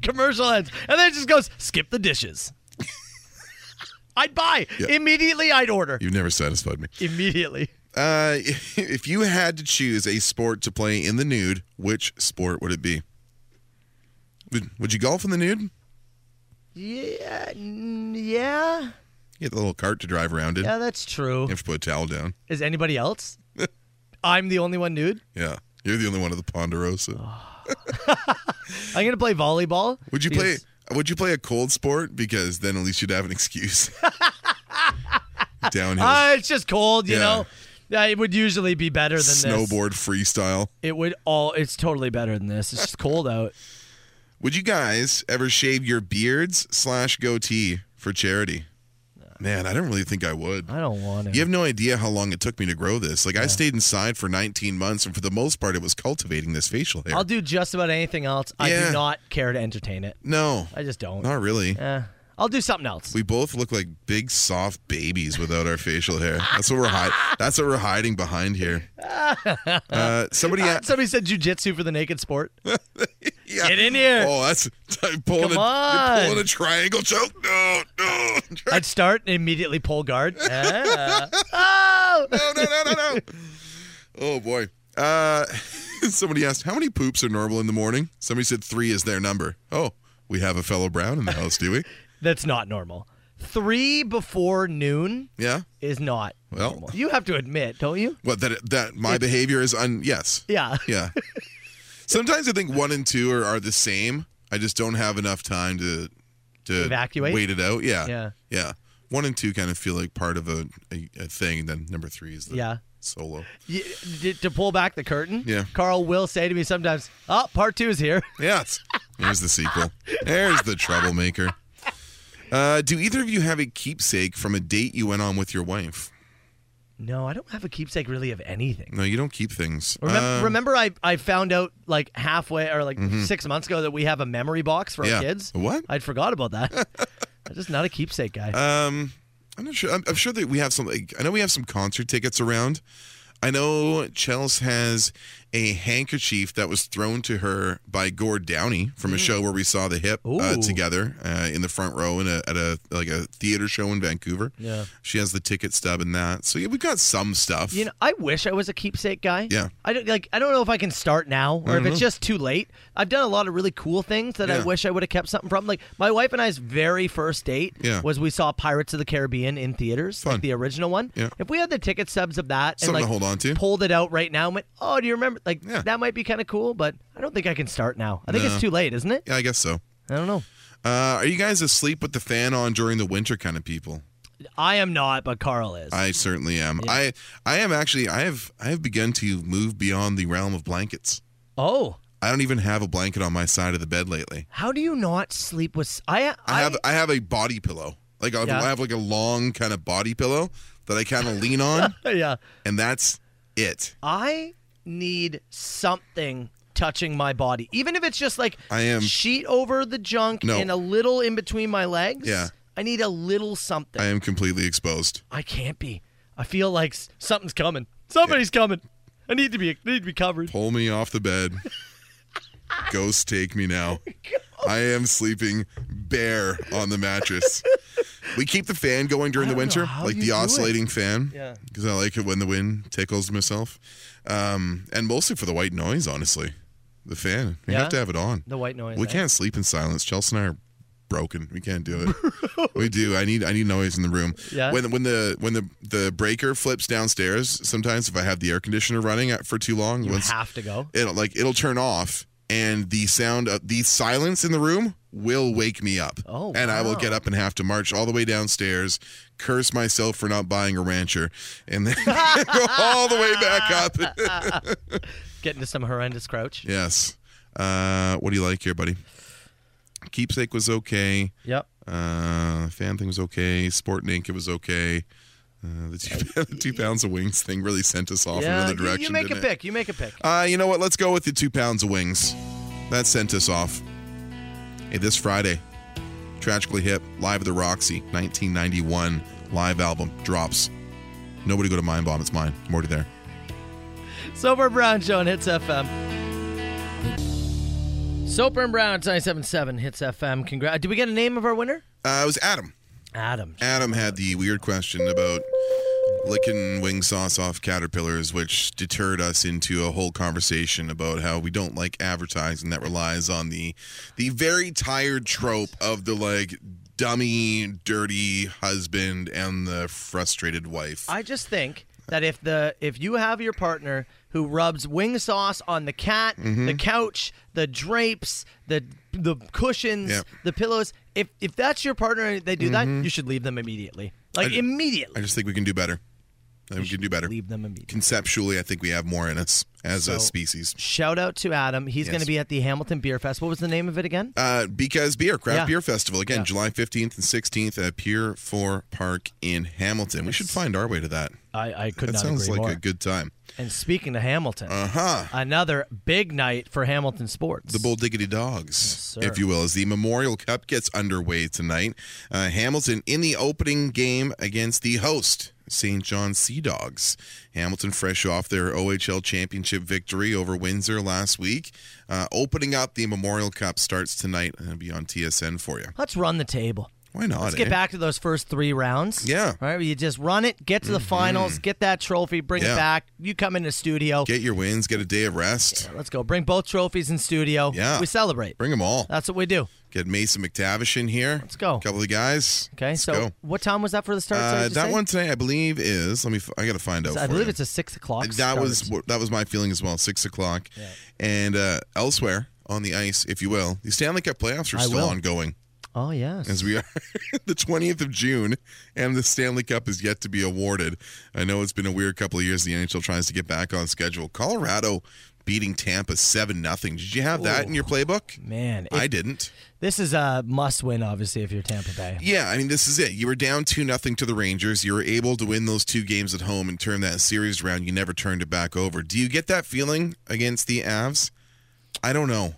[SPEAKER 6] Commercial ends, and then it just goes, skip the dishes. I'd buy
[SPEAKER 7] Yeah.
[SPEAKER 6] immediately. I'd order
[SPEAKER 7] You've never satisfied me.
[SPEAKER 6] immediately.
[SPEAKER 7] Uh, if you had to choose a sport to play in the nude, which sport would it be? Would, would you golf in the nude?
[SPEAKER 6] Yeah, yeah.
[SPEAKER 7] You get the little cart to drive around in.
[SPEAKER 6] Yeah, that's true. You
[SPEAKER 7] have to put a towel down.
[SPEAKER 6] Is anybody else? I'm the only one nude.
[SPEAKER 7] Yeah. You're the only one of the Ponderosa.
[SPEAKER 6] Oh, I'm gonna play volleyball.
[SPEAKER 7] Would you play?
[SPEAKER 6] because-
[SPEAKER 7] Would you play a cold sport? Because then at least you'd have an excuse. Downhill
[SPEAKER 6] Ah, it's just cold, you
[SPEAKER 7] Yeah.
[SPEAKER 6] know. Yeah, it would usually be better than this.
[SPEAKER 7] snowboard freestyle.
[SPEAKER 6] It would all. It's totally better than this. It's just cold out.
[SPEAKER 7] Would you guys ever shave your beards slash goatee for charity? Man, I don't really think I would.
[SPEAKER 6] I don't want to.
[SPEAKER 7] You have no idea how long it took me to grow this. Like I stayed inside for 19 months, and for the most part, it was cultivating this facial hair.
[SPEAKER 6] I'll do just about anything else. I
[SPEAKER 7] Yeah.
[SPEAKER 6] do not care to entertain it.
[SPEAKER 7] no,
[SPEAKER 6] I just don't.
[SPEAKER 7] not really.
[SPEAKER 6] Eh, I'll do something else.
[SPEAKER 7] We both look like big soft babies without our facial hair. That's what we're hiding. That's what we're hiding behind here. Uh, somebody,
[SPEAKER 6] Ah,
[SPEAKER 7] a-
[SPEAKER 6] somebody said jujitsu for the naked sport. Get in here.
[SPEAKER 7] Oh, that's I'm pulling
[SPEAKER 6] Come
[SPEAKER 7] a
[SPEAKER 6] on.
[SPEAKER 7] you're pulling a triangle choke. No, no,
[SPEAKER 6] I'd start and immediately pull guard. Ah.
[SPEAKER 7] no, no, no, no, no. Oh boy. Uh, somebody asked how many poops are normal in the morning. Somebody said three is their number. Oh, we have a fellow Brown in the house, do we?
[SPEAKER 6] That's not normal. Three before noon
[SPEAKER 7] Yeah.
[SPEAKER 6] is not.
[SPEAKER 7] Well,
[SPEAKER 6] You have to admit, don't you?
[SPEAKER 7] what that that my behavior is un yes.
[SPEAKER 6] Yeah.
[SPEAKER 7] Yeah. Sometimes I think one and two are, are the same. I just don't have enough time to to
[SPEAKER 6] Evacuate?
[SPEAKER 7] Wait it out. Yeah.
[SPEAKER 6] Yeah.
[SPEAKER 7] Yeah. One and two kind of feel like part of a, a, a thing. Then number three is the
[SPEAKER 6] Yeah.
[SPEAKER 7] solo.
[SPEAKER 6] You, d- to pull back the curtain,
[SPEAKER 7] Yeah.
[SPEAKER 6] Carl will say to me sometimes, "Oh, part two is here."
[SPEAKER 7] Yes. There's the sequel. There's the troublemaker. Uh, do either of you have a keepsake from a date you went on with your wife?
[SPEAKER 6] No, I don't have a keepsake really of anything.
[SPEAKER 7] No, you don't keep things.
[SPEAKER 6] Remember,
[SPEAKER 7] Uh,
[SPEAKER 6] remember I, I found out like halfway or like
[SPEAKER 7] Mhm.
[SPEAKER 6] six months ago that we have a memory box for
[SPEAKER 7] Yeah.
[SPEAKER 6] our kids.
[SPEAKER 7] What?
[SPEAKER 6] I'd forgot about that. I'm just not a keepsake guy.
[SPEAKER 7] Um, I'm not sure. I'm, I'm sure that we have some. Like, I know we have some concert tickets around. I know Chels has a handkerchief that was thrown to her by Gord Downey from a show where we saw the hip uh,
[SPEAKER 6] Mm. Ooh.
[SPEAKER 7] together uh, in the front row in a, at a like a theater show in Vancouver.
[SPEAKER 6] Yeah.
[SPEAKER 7] She has the ticket stub and that. So yeah, we've got some stuff.
[SPEAKER 6] You know, I wish I was a keepsake guy.
[SPEAKER 7] Yeah.
[SPEAKER 6] I don't like. I don't know if I can start now or if
[SPEAKER 7] Mhm.
[SPEAKER 6] it's just too late. I've done a lot of really cool things that I
[SPEAKER 7] Yeah.
[SPEAKER 6] wish I would have kept something from. Like my wife and I's very first date
[SPEAKER 7] Yeah.
[SPEAKER 6] was we saw Pirates of the Caribbean in theaters, like the original one.
[SPEAKER 7] Yeah.
[SPEAKER 6] If we had the ticket subs of that
[SPEAKER 7] Something to
[SPEAKER 6] and like
[SPEAKER 7] hold on to.
[SPEAKER 6] pulled it out right now and went, oh, do you remember? Like that might be kind of cool, but I don't think I can start now. I think
[SPEAKER 7] No.
[SPEAKER 6] it's too late, isn't it?
[SPEAKER 7] Yeah, I guess so.
[SPEAKER 6] I don't know.
[SPEAKER 7] Uh, are you guys asleep with the fan on during the winter kind of people?
[SPEAKER 6] I am not, but Carl is.
[SPEAKER 7] I certainly am. I I am actually. I have I have begun to move beyond the realm of blankets.
[SPEAKER 6] Oh,
[SPEAKER 7] I don't even have a blanket on my side of the bed lately.
[SPEAKER 6] how do you not sleep with? I
[SPEAKER 7] I, have I have a body pillow. Like I have,
[SPEAKER 6] Yeah.
[SPEAKER 7] I have like a long kind of body pillow that I kind of lean on,
[SPEAKER 6] yeah.
[SPEAKER 7] and that's it.
[SPEAKER 6] I need something touching my body, even if it's just like
[SPEAKER 7] I am-
[SPEAKER 6] sheet over the junk
[SPEAKER 7] No.
[SPEAKER 6] and a little in between my legs.
[SPEAKER 7] Yeah.
[SPEAKER 6] I need a little something.
[SPEAKER 7] I am completely exposed.
[SPEAKER 6] I can't be. I feel like s- something's coming. Somebody's coming. I need to be. I need to be covered.
[SPEAKER 7] Pull me off the bed. Ghost, take me now. I am sleeping bare on the mattress. we keep the fan going during the winter,
[SPEAKER 6] how
[SPEAKER 7] like
[SPEAKER 6] you
[SPEAKER 7] the
[SPEAKER 6] do it.
[SPEAKER 7] oscillating fan.
[SPEAKER 6] Yeah.
[SPEAKER 7] Because I like it when the wind tickles myself. Um, and mostly for the white noise, honestly. The fan. We
[SPEAKER 6] Yeah?
[SPEAKER 7] have to have it on.
[SPEAKER 6] The white noise.
[SPEAKER 7] We
[SPEAKER 6] eh?
[SPEAKER 7] can't sleep in silence. Chelsea and I are broken. We can't do it. we do. I need I need noise in the room.
[SPEAKER 6] Yeah.
[SPEAKER 7] When when the when the the breaker flips downstairs, sometimes if I have the air conditioner running at- for too long,
[SPEAKER 6] You
[SPEAKER 7] once-
[SPEAKER 6] have to go.
[SPEAKER 7] it'll like it'll turn off and the sound of the silence in the room will wake me up. Oh, and I will get up and have to march all the way downstairs, curse myself for not buying a rancher, and then go all the way back up.
[SPEAKER 6] Get into some horrendous crouch.
[SPEAKER 7] yes. Uh, what do you like here, buddy? Keepsake was okay.
[SPEAKER 6] Yep.
[SPEAKER 7] Uh, fan thing was okay. Sport and Ink, it was okay. Uh, the, two, the two pounds of wings thing really sent us off in
[SPEAKER 6] yeah,
[SPEAKER 7] another
[SPEAKER 6] you-
[SPEAKER 7] direction.
[SPEAKER 6] you make a
[SPEAKER 7] didn't it?
[SPEAKER 6] pick. You make a pick.
[SPEAKER 7] Uh, you know what? Let's go with the two pounds of wings. That sent us off. Hey, this Friday, tragically hip, live at the Roxy, 1991 live album drops. Nobody go to Mind Bomb. It's mine. Morty there.
[SPEAKER 6] Soper Brown Show on Hits FM. Soper and Brown, 977 Hits FM. Congrats. Did we get a name of our winner?
[SPEAKER 7] Uh, it was Adam.
[SPEAKER 6] Adam.
[SPEAKER 7] Adam had the weird question about licking wing sauce off caterpillars, which deterred us into a whole conversation about how we don't like advertising that relies on the the very tired trope of the like dummy, dirty husband and the frustrated wife.
[SPEAKER 6] I just think that if the if you have your partner who rubs wing sauce on the cat,
[SPEAKER 7] Mhm.
[SPEAKER 6] the couch, the drapes, the the cushions,
[SPEAKER 7] Yep.
[SPEAKER 6] the pillows, if if that's your partner and they do
[SPEAKER 7] Mhm.
[SPEAKER 6] that, you should leave them immediately. Like
[SPEAKER 7] I-
[SPEAKER 6] immediately.
[SPEAKER 7] I just think we can do better. I think we can do better.
[SPEAKER 6] Leave them immediately.
[SPEAKER 7] Conceptually, I think we have more in us as
[SPEAKER 6] So-
[SPEAKER 7] a species.
[SPEAKER 6] Shout out to Adam. He's
[SPEAKER 7] Yes.
[SPEAKER 6] going to be at the Hamilton Beer Fest. What was the name of it again?
[SPEAKER 7] Uh, because Beer, Craft
[SPEAKER 6] Yeah.
[SPEAKER 7] Beer Festival. Again, July 15th and 16th at Pier 4 Park in Hamilton. We should find our way to that.
[SPEAKER 6] I, I could
[SPEAKER 7] that
[SPEAKER 6] not
[SPEAKER 7] sounds
[SPEAKER 6] agree
[SPEAKER 7] like
[SPEAKER 6] more.
[SPEAKER 7] a good time.
[SPEAKER 6] And speaking to Hamilton,
[SPEAKER 7] uh-huh.
[SPEAKER 6] another big night for Hamilton sports.
[SPEAKER 7] The Bull Diggity Dogs,
[SPEAKER 6] sir.
[SPEAKER 7] if you will, as the Memorial Cup gets underway tonight. Uh, Hamilton in the opening game against the host. St. John Sea Dogs. Hamilton, fresh off their OHL championship victory over Windsor last week. Uh, opening up the Memorial Cup starts tonight. It'll be on TSN for you.
[SPEAKER 6] Let's run the table.
[SPEAKER 7] Why not?
[SPEAKER 6] Let's get
[SPEAKER 7] eh?
[SPEAKER 6] back to those first three rounds.
[SPEAKER 7] Yeah. Mm-hmm.
[SPEAKER 6] Right? You just run it, get to the finals, get that trophy, bring
[SPEAKER 7] Yeah.
[SPEAKER 6] it back. You come in the studio.
[SPEAKER 7] Get your wins, get a day of rest.
[SPEAKER 6] Let's go. Bring both trophies in studio.
[SPEAKER 7] Yeah.
[SPEAKER 6] We celebrate.
[SPEAKER 7] Bring them all.
[SPEAKER 6] That's what we do.
[SPEAKER 7] Get Mason McTavish in here. Let's
[SPEAKER 6] Uh, go.
[SPEAKER 7] couple of the guys.
[SPEAKER 6] Okay.
[SPEAKER 7] Let's
[SPEAKER 6] so,
[SPEAKER 7] go.
[SPEAKER 6] what time was that for the start? sorry,
[SPEAKER 7] Uh,
[SPEAKER 6] did you
[SPEAKER 7] that
[SPEAKER 6] say?
[SPEAKER 7] one tonight, I believe, is. Let me. f- I got to find out.
[SPEAKER 6] I
[SPEAKER 7] for
[SPEAKER 6] believe
[SPEAKER 7] you.
[SPEAKER 6] it's a six o'clock.
[SPEAKER 7] That was
[SPEAKER 6] start.
[SPEAKER 7] wh- that was my feeling as well. Six o'clock, and uh, elsewhere on the ice, if you will, the Stanley Cup playoffs are
[SPEAKER 6] I
[SPEAKER 7] still
[SPEAKER 6] will.
[SPEAKER 7] ongoing
[SPEAKER 6] Oh, yes.
[SPEAKER 7] as we are the 20th of June, and the Stanley Cup is yet to be awarded. I know it's been a weird couple of years. The NHL tries to get back on schedule. Colorado beating Tampa seven nothing. Did you have that in your playbook?
[SPEAKER 6] Man,
[SPEAKER 7] I didn't.
[SPEAKER 6] This is a must win, obviously, if you're Tampa Bay.
[SPEAKER 7] Yeah, I mean, this is it. You were down two nothing to the Rangers. You were able to win those two games at home and turn that series around. You never turned it back over. Do you get that feeling against the Avs? I don't know.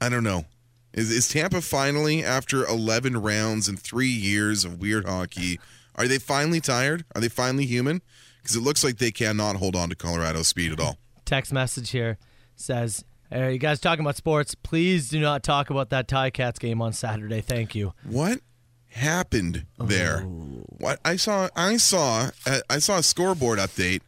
[SPEAKER 7] I don't know. Is, is Tampa finally, after 11 rounds and three years of weird hockey, are they finally tired? Are they finally human? Because it looks like they cannot hold on to Colorado's speed at all.
[SPEAKER 6] Text message here says, Are you guys talking about sports? Please do not talk about that Tie Cats game on Saturday. Thank you.
[SPEAKER 7] What happened there?
[SPEAKER 6] Oh.
[SPEAKER 7] What I saw, I saw, uh, I saw a scoreboard update.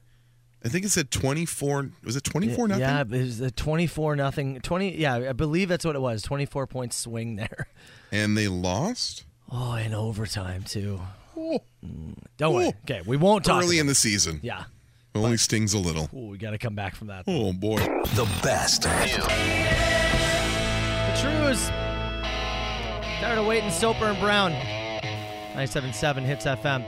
[SPEAKER 7] I think it said twenty four. Was it twenty four nothing?
[SPEAKER 6] Yeah, it was a 24 nothing. 20 Yeah, I believe that's what it was. 24 point swing there.
[SPEAKER 7] And they lost.
[SPEAKER 6] Oh, in overtime too. Mm, Don't worry. Okay, we won't talk
[SPEAKER 7] Oh. early
[SPEAKER 6] about
[SPEAKER 7] in the season.
[SPEAKER 6] Yeah.
[SPEAKER 7] It only stings a little.
[SPEAKER 6] Ooh, we got to come back from that.
[SPEAKER 7] Oh boy,
[SPEAKER 5] the best.
[SPEAKER 6] The Trues. Tired of waiting. Soper and Brown. 977 hits FM.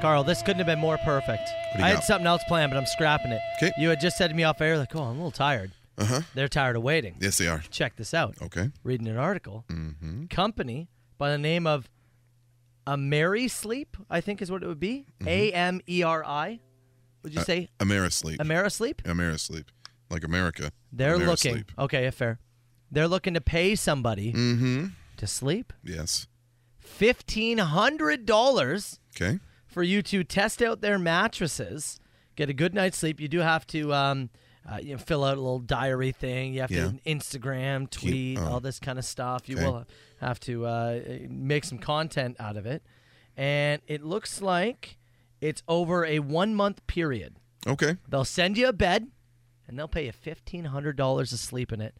[SPEAKER 6] Carl, this couldn't have been more perfect.
[SPEAKER 7] What do you
[SPEAKER 6] I had
[SPEAKER 7] got?
[SPEAKER 6] something else planned, but I'm scrapping it.
[SPEAKER 7] Okay.
[SPEAKER 6] You had just said to me off air, like, oh, I'm a little tired.
[SPEAKER 7] Uh huh.
[SPEAKER 6] They're tired of waiting.
[SPEAKER 7] Yes, they are.
[SPEAKER 6] Check this out.
[SPEAKER 7] Okay.
[SPEAKER 6] Reading an article. Mm-hmm. Company by the name of A Mary Sleep, I think is what it would be.
[SPEAKER 7] Mm-hmm.
[SPEAKER 6] A M E R I. Would
[SPEAKER 7] Uh,
[SPEAKER 6] you say
[SPEAKER 7] Amerisleep.
[SPEAKER 6] Amerisleep?
[SPEAKER 7] Amerisleep, like America.
[SPEAKER 6] They're
[SPEAKER 7] Amerisleep. Mm.
[SPEAKER 6] looking. Okay, yeah, fair. They're looking to pay somebody to sleep
[SPEAKER 7] Mm-hmm. Yes.
[SPEAKER 6] fifteen hundred dollars
[SPEAKER 7] Okay.
[SPEAKER 6] for you to test out their mattresses, get a good night's sleep. You do have to um, uh, you know, fill out a little diary thing. You have
[SPEAKER 7] Yeah.
[SPEAKER 6] to Instagram, tweet,
[SPEAKER 7] oh.
[SPEAKER 6] all this kind of stuff. You
[SPEAKER 7] Okay.
[SPEAKER 6] will have to uh, make some content out of it, and it looks like it's over a one month period.
[SPEAKER 7] Okay.
[SPEAKER 6] They'll send you a bed, and they'll pay you fifteen hundred dollars to sleep in it,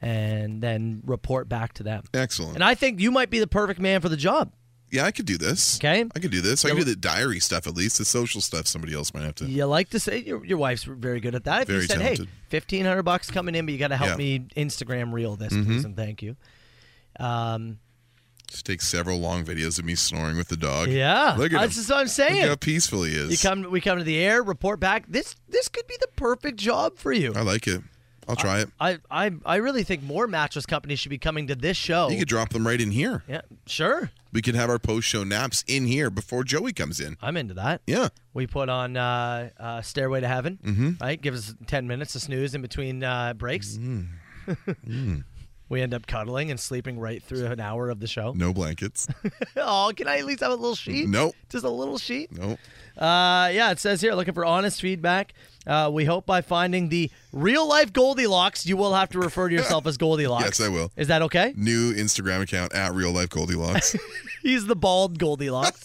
[SPEAKER 6] and then report back to them.
[SPEAKER 7] Excellent.
[SPEAKER 6] And I think you might be the perfect man for the job.
[SPEAKER 7] yeah, I could do this.
[SPEAKER 6] Okay.
[SPEAKER 7] I could do this. I
[SPEAKER 6] Yeah,
[SPEAKER 7] could do
[SPEAKER 6] well-
[SPEAKER 7] the diary stuff at least. The social stuff, somebody else might have to.
[SPEAKER 6] You like to say your, your wife's very good at that. If
[SPEAKER 7] Very
[SPEAKER 6] you said,
[SPEAKER 7] talented.
[SPEAKER 6] "Hey, fifteen hundred bucks coming in, but you got to help
[SPEAKER 7] Yeah.
[SPEAKER 6] me Instagram reel this,
[SPEAKER 7] Mhm.
[SPEAKER 6] please, and thank you." Um,
[SPEAKER 7] Just take several long videos of me snoring with the dog.
[SPEAKER 6] Yeah,
[SPEAKER 7] Look at
[SPEAKER 6] that's
[SPEAKER 7] him.
[SPEAKER 6] just what I'm saying.
[SPEAKER 7] Look how peaceful he is.
[SPEAKER 6] you come, we come to the air, report back. This this could be the perfect job for you.
[SPEAKER 7] I like it. I'll try it.
[SPEAKER 6] I, I I really think more mattress companies should be coming to this show.
[SPEAKER 7] You could drop them right in here.
[SPEAKER 6] Yeah, sure.
[SPEAKER 7] We could have our post show naps in here before Joey comes in.
[SPEAKER 6] I'm into that.
[SPEAKER 7] Yeah.
[SPEAKER 6] We put on uh, uh, Stairway to Heaven,
[SPEAKER 7] Mhm.
[SPEAKER 6] right? Give us 10 minutes to snooze in between uh, breaks.
[SPEAKER 7] Mm.
[SPEAKER 6] we end up cuddling and sleeping right through an hour of the show.
[SPEAKER 7] No blankets.
[SPEAKER 6] oh, can I at least have a little sheet?
[SPEAKER 7] Nope.
[SPEAKER 6] Just a little sheet?
[SPEAKER 7] Nope.
[SPEAKER 6] Uh, yeah, it says here looking for honest feedback. Uh, we hope by finding the real life Goldilocks, you will have to refer to yourself as Goldilocks.
[SPEAKER 7] yes, I will.
[SPEAKER 6] Is that okay?
[SPEAKER 7] New Instagram account at Real Life Goldilocks.
[SPEAKER 6] He's the bald Goldilocks.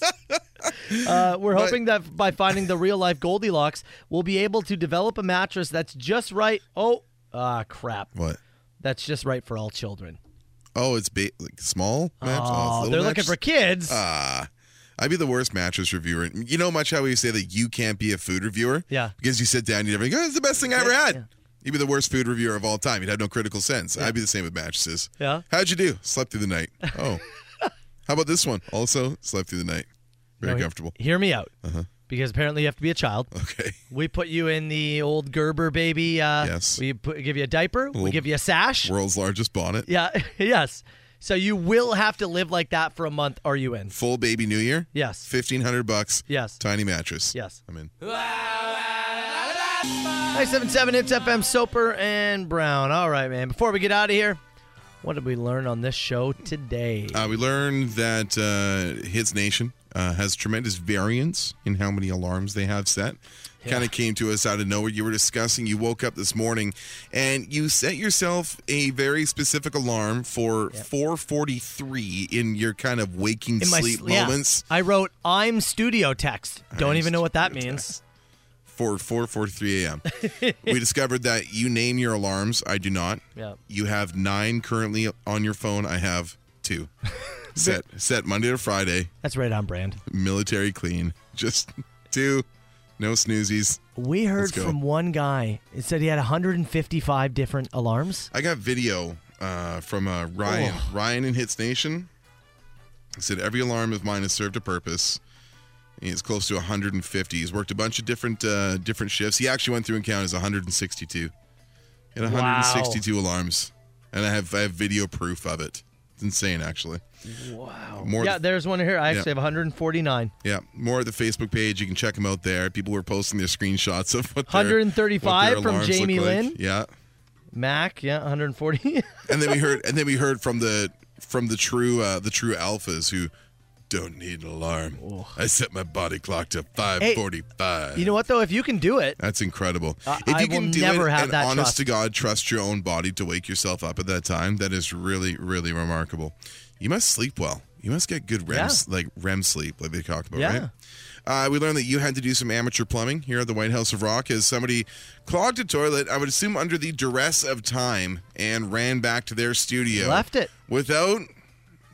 [SPEAKER 6] uh, we're hoping that by finding the real life Goldilocks, we'll be able to develop a mattress that's just right. Oh, ah, crap.
[SPEAKER 7] What?
[SPEAKER 6] That's just right for all children.
[SPEAKER 7] Oh, it's ba- like small maps.
[SPEAKER 6] Oh, they're looking for kids.
[SPEAKER 7] Ah. I'd be the worst mattress reviewer. You know much how we say that you can't be a food reviewer?
[SPEAKER 6] Yeah.
[SPEAKER 7] Because you sit down, you never go, "Oh, it's the best thing I ever had. You'd be the worst food reviewer of all time. You'd have no critical sense. I'd be the same with mattresses.
[SPEAKER 6] Yeah.
[SPEAKER 7] How'd you do? Slept through the night. Oh. how about this one? Also, slept through the night. Very
[SPEAKER 6] No, he-
[SPEAKER 7] comfortable.
[SPEAKER 6] Hear me out.
[SPEAKER 7] Uh-huh.
[SPEAKER 6] Because apparently you have to be a child.
[SPEAKER 7] Okay.
[SPEAKER 6] We put you in the old Gerber baby. Uh,
[SPEAKER 7] Yes.
[SPEAKER 6] We put, give you a diaper.
[SPEAKER 7] Little
[SPEAKER 6] we give you a sash.
[SPEAKER 7] World's largest bonnet.
[SPEAKER 6] Yeah. yes. So you will have to live like that for a month. Are you in?
[SPEAKER 7] Full baby new year.
[SPEAKER 6] Yes.
[SPEAKER 7] 1500 bucks.
[SPEAKER 6] Yes.
[SPEAKER 7] Tiny mattress.
[SPEAKER 6] Yes.
[SPEAKER 7] I'm in.
[SPEAKER 6] 977 It's FM Soper and Brown. All right, man. Before we get out of here, what did we learn on this show today?
[SPEAKER 7] Uh, we learned that uh, Hits Nation uh, has tremendous variance in how many alarms they have set. Kind of came to us out of nowhere. You were discussing, you woke up this morning and you set yourself a very specific alarm for 443 in your kind of waking
[SPEAKER 6] In my
[SPEAKER 7] sleep
[SPEAKER 6] yeah.
[SPEAKER 7] moments.
[SPEAKER 6] I wrote I'm studio text. Don't
[SPEAKER 7] I'm
[SPEAKER 6] even know what that means.
[SPEAKER 7] for 4:43 a.m. we discovered that you name your alarms. I do not.
[SPEAKER 6] Yeah.
[SPEAKER 7] You have nine currently on your phone. I have two. set set Monday to Friday.
[SPEAKER 6] That's right on brand.
[SPEAKER 7] Military clean. Just two. No snoozies.
[SPEAKER 6] We
[SPEAKER 7] Let's
[SPEAKER 6] heard
[SPEAKER 7] go.
[SPEAKER 6] from one guy. It said he had 155 different alarms.
[SPEAKER 7] I got video uh, from uh, Ryan.
[SPEAKER 6] Oh.
[SPEAKER 7] Ryan in Hits Nation. He said every alarm of mine has served a purpose. He's close to 150. He's worked a bunch of different uh, different shifts. He actually went through and counted as 162. He had
[SPEAKER 6] Wow.
[SPEAKER 7] 162 alarms, and I have I have video proof of it. It's insane, actually.
[SPEAKER 6] Wow.
[SPEAKER 7] More
[SPEAKER 6] yeah, there's one here. I
[SPEAKER 7] Yeah.
[SPEAKER 6] actually have 149.
[SPEAKER 7] Yeah, more at the Facebook page. You can check them out there. People were posting their screenshots of what their,
[SPEAKER 6] 135
[SPEAKER 7] what their
[SPEAKER 6] from
[SPEAKER 7] alarms look
[SPEAKER 6] Jamie
[SPEAKER 7] like.
[SPEAKER 6] Lynn.
[SPEAKER 7] Yeah,
[SPEAKER 6] Mac, yeah, 140.
[SPEAKER 7] and then we heard and then we heard from the from the true uh, the true alphas who don't need an alarm. I set my body clock to 5:45.
[SPEAKER 6] you know what though? If you can do it,
[SPEAKER 7] That's incredible.
[SPEAKER 6] I- I will never have
[SPEAKER 7] and
[SPEAKER 6] that
[SPEAKER 7] honest
[SPEAKER 6] trust.
[SPEAKER 7] to God, trust your own body to wake yourself up at that time. That is really, really remarkable. You must sleep well. You must get good REM,
[SPEAKER 6] Yeah.
[SPEAKER 7] s- like REM sleep, like they talked about,
[SPEAKER 6] Yeah.
[SPEAKER 7] right? Uh, we learned that you had to do some amateur plumbing here at the White House of Rock as somebody clogged a toilet, I would assume under the duress of time, and ran back to their studio.
[SPEAKER 6] Left it.
[SPEAKER 7] Without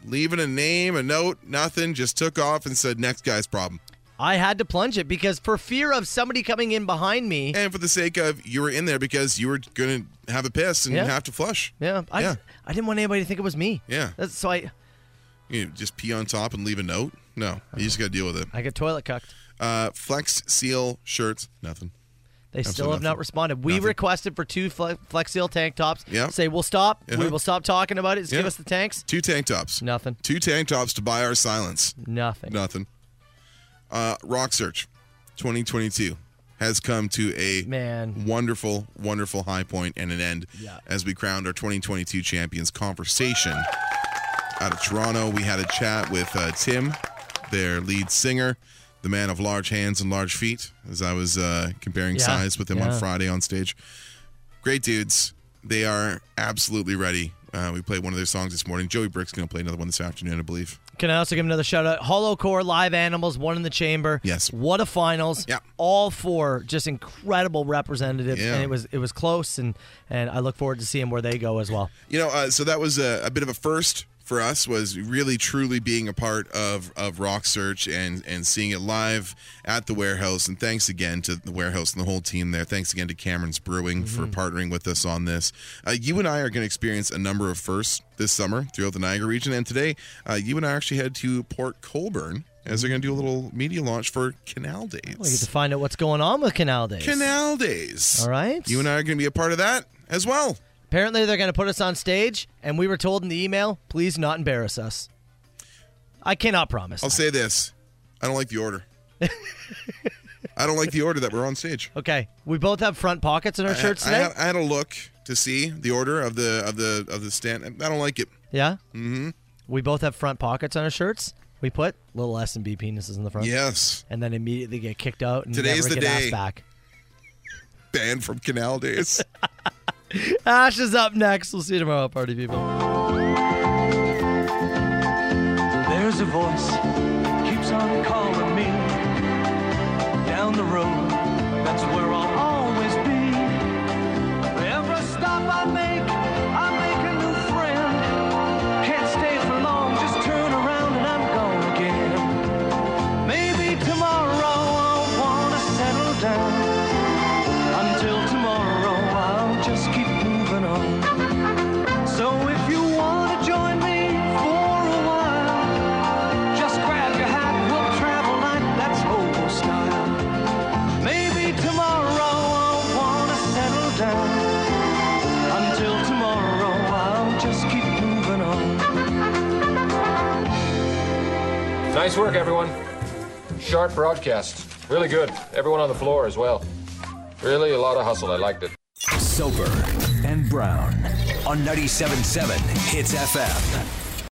[SPEAKER 7] leaving a name, a note, nothing. Just took off and said, next guy's problem.
[SPEAKER 6] I had to plunge it because for fear of somebody coming in behind me.
[SPEAKER 7] And for the sake of you were in there because you were gonna have a piss and
[SPEAKER 6] Yeah.
[SPEAKER 7] have to flush.
[SPEAKER 6] Yeah, I,
[SPEAKER 7] Yeah.
[SPEAKER 6] I didn't want anybody to think it was me.
[SPEAKER 7] Yeah.
[SPEAKER 6] That's, so I
[SPEAKER 7] You just pee on top and leave a note. No, you just gotta deal with it.
[SPEAKER 6] I got toilet cucked.
[SPEAKER 7] Uh, flex seal shirts, nothing.
[SPEAKER 6] They still
[SPEAKER 7] Absolutely
[SPEAKER 6] have not
[SPEAKER 7] nothing.
[SPEAKER 6] responded. We
[SPEAKER 7] Nothing.
[SPEAKER 6] requested for two fle- Flex Seal tank tops.
[SPEAKER 7] Yep.
[SPEAKER 6] Say we'll stop. We
[SPEAKER 7] Uh-huh.
[SPEAKER 6] will stop talking about it. Just give
[SPEAKER 7] Yeah.
[SPEAKER 6] us the tanks.
[SPEAKER 7] Two tank tops.
[SPEAKER 6] Nothing.
[SPEAKER 7] Two tank tops to buy our silence.
[SPEAKER 6] Nothing.
[SPEAKER 7] Nothing. Uh, Rock Search 2022 has come to a
[SPEAKER 6] Man.
[SPEAKER 7] wonderful, wonderful high point and an end
[SPEAKER 6] Yeah.
[SPEAKER 7] as we crowned our 2022 champions conversation. Out of Toronto, we had a chat with uh, Tim, their lead singer, the man of large hands and large feet, as I was uh, comparing
[SPEAKER 6] Yeah,
[SPEAKER 7] size with him
[SPEAKER 6] yeah.
[SPEAKER 7] on Friday on stage. Great dudes. They are absolutely ready. Uh, we played one of their songs this morning. Joey Brick's going to play another one this afternoon, I believe.
[SPEAKER 6] Can I also give another shout out? Holocore, Live Animals, One in the Chamber.
[SPEAKER 7] Yes.
[SPEAKER 6] What a finals.
[SPEAKER 7] Yeah.
[SPEAKER 6] All four just incredible representatives.
[SPEAKER 7] Yeah.
[SPEAKER 6] And it was it was close and and I look forward to seeing where they go as well.
[SPEAKER 7] You know, uh, so that was a, a bit of a first for us was really truly being a part of, of Rock Search and, and seeing it live at the warehouse. And thanks again to the warehouse and the whole team there. Thanks again to Cameron's Brewing for
[SPEAKER 17] Mhm.
[SPEAKER 6] Mm-hmm.
[SPEAKER 7] partnering with us on this. Uh, you and I are going to experience a number of firsts this summer throughout the Niagara region. And today, uh, you and I actually head to Port Colborne as they're going to do a little media launch for Canal Days.
[SPEAKER 6] We get to find out what's going on with Canal Days.
[SPEAKER 7] Canal Days.
[SPEAKER 6] All right.
[SPEAKER 7] You and I are going to be a part of that as well.
[SPEAKER 6] Apparently, they're going to put us on stage, and we were told in the email, please not embarrass us. I cannot promise.
[SPEAKER 7] I'll say this. I don't like the order. I don't like the order that we're on stage.
[SPEAKER 6] Okay. We both have front pockets in our
[SPEAKER 7] I-
[SPEAKER 6] shirts
[SPEAKER 7] I,
[SPEAKER 6] today.
[SPEAKER 7] had, I had a look to see the order of the of the of the stand. I don't like it.
[SPEAKER 6] yeah?
[SPEAKER 7] Mm-hmm.
[SPEAKER 6] We both have front pockets on our shirts. We put little S and B penises in the front.
[SPEAKER 7] Yes.
[SPEAKER 6] And then immediately get kicked out and
[SPEAKER 7] Today's
[SPEAKER 6] never
[SPEAKER 7] the
[SPEAKER 6] get asked
[SPEAKER 7] day.
[SPEAKER 6] back.
[SPEAKER 7] Banned from Canal Days.
[SPEAKER 6] Ash is up next. We'll see you tomorrow, party people.
[SPEAKER 18] There's a voice keeps on calling me down the road. That's where I'll always be. Every stop I make, I make a new friend. Can't stay for long, just turn around and I'm gone again. Maybe tomorrow I'll wanna settle down. Until tomorrow I'll just keep moving on. So if you wanna join me for a while. Just grab your hat, we'll travel like that's old style. Maybe tomorrow I'll wanna settle down. Until tomorrow I'll just keep moving on.
[SPEAKER 19] Nice work, everyone. Sharp broadcast. Really good. Everyone on the floor as well. Really a lot of hustle. I liked it.
[SPEAKER 5] Soper and Brown on 97.7 Hits FM.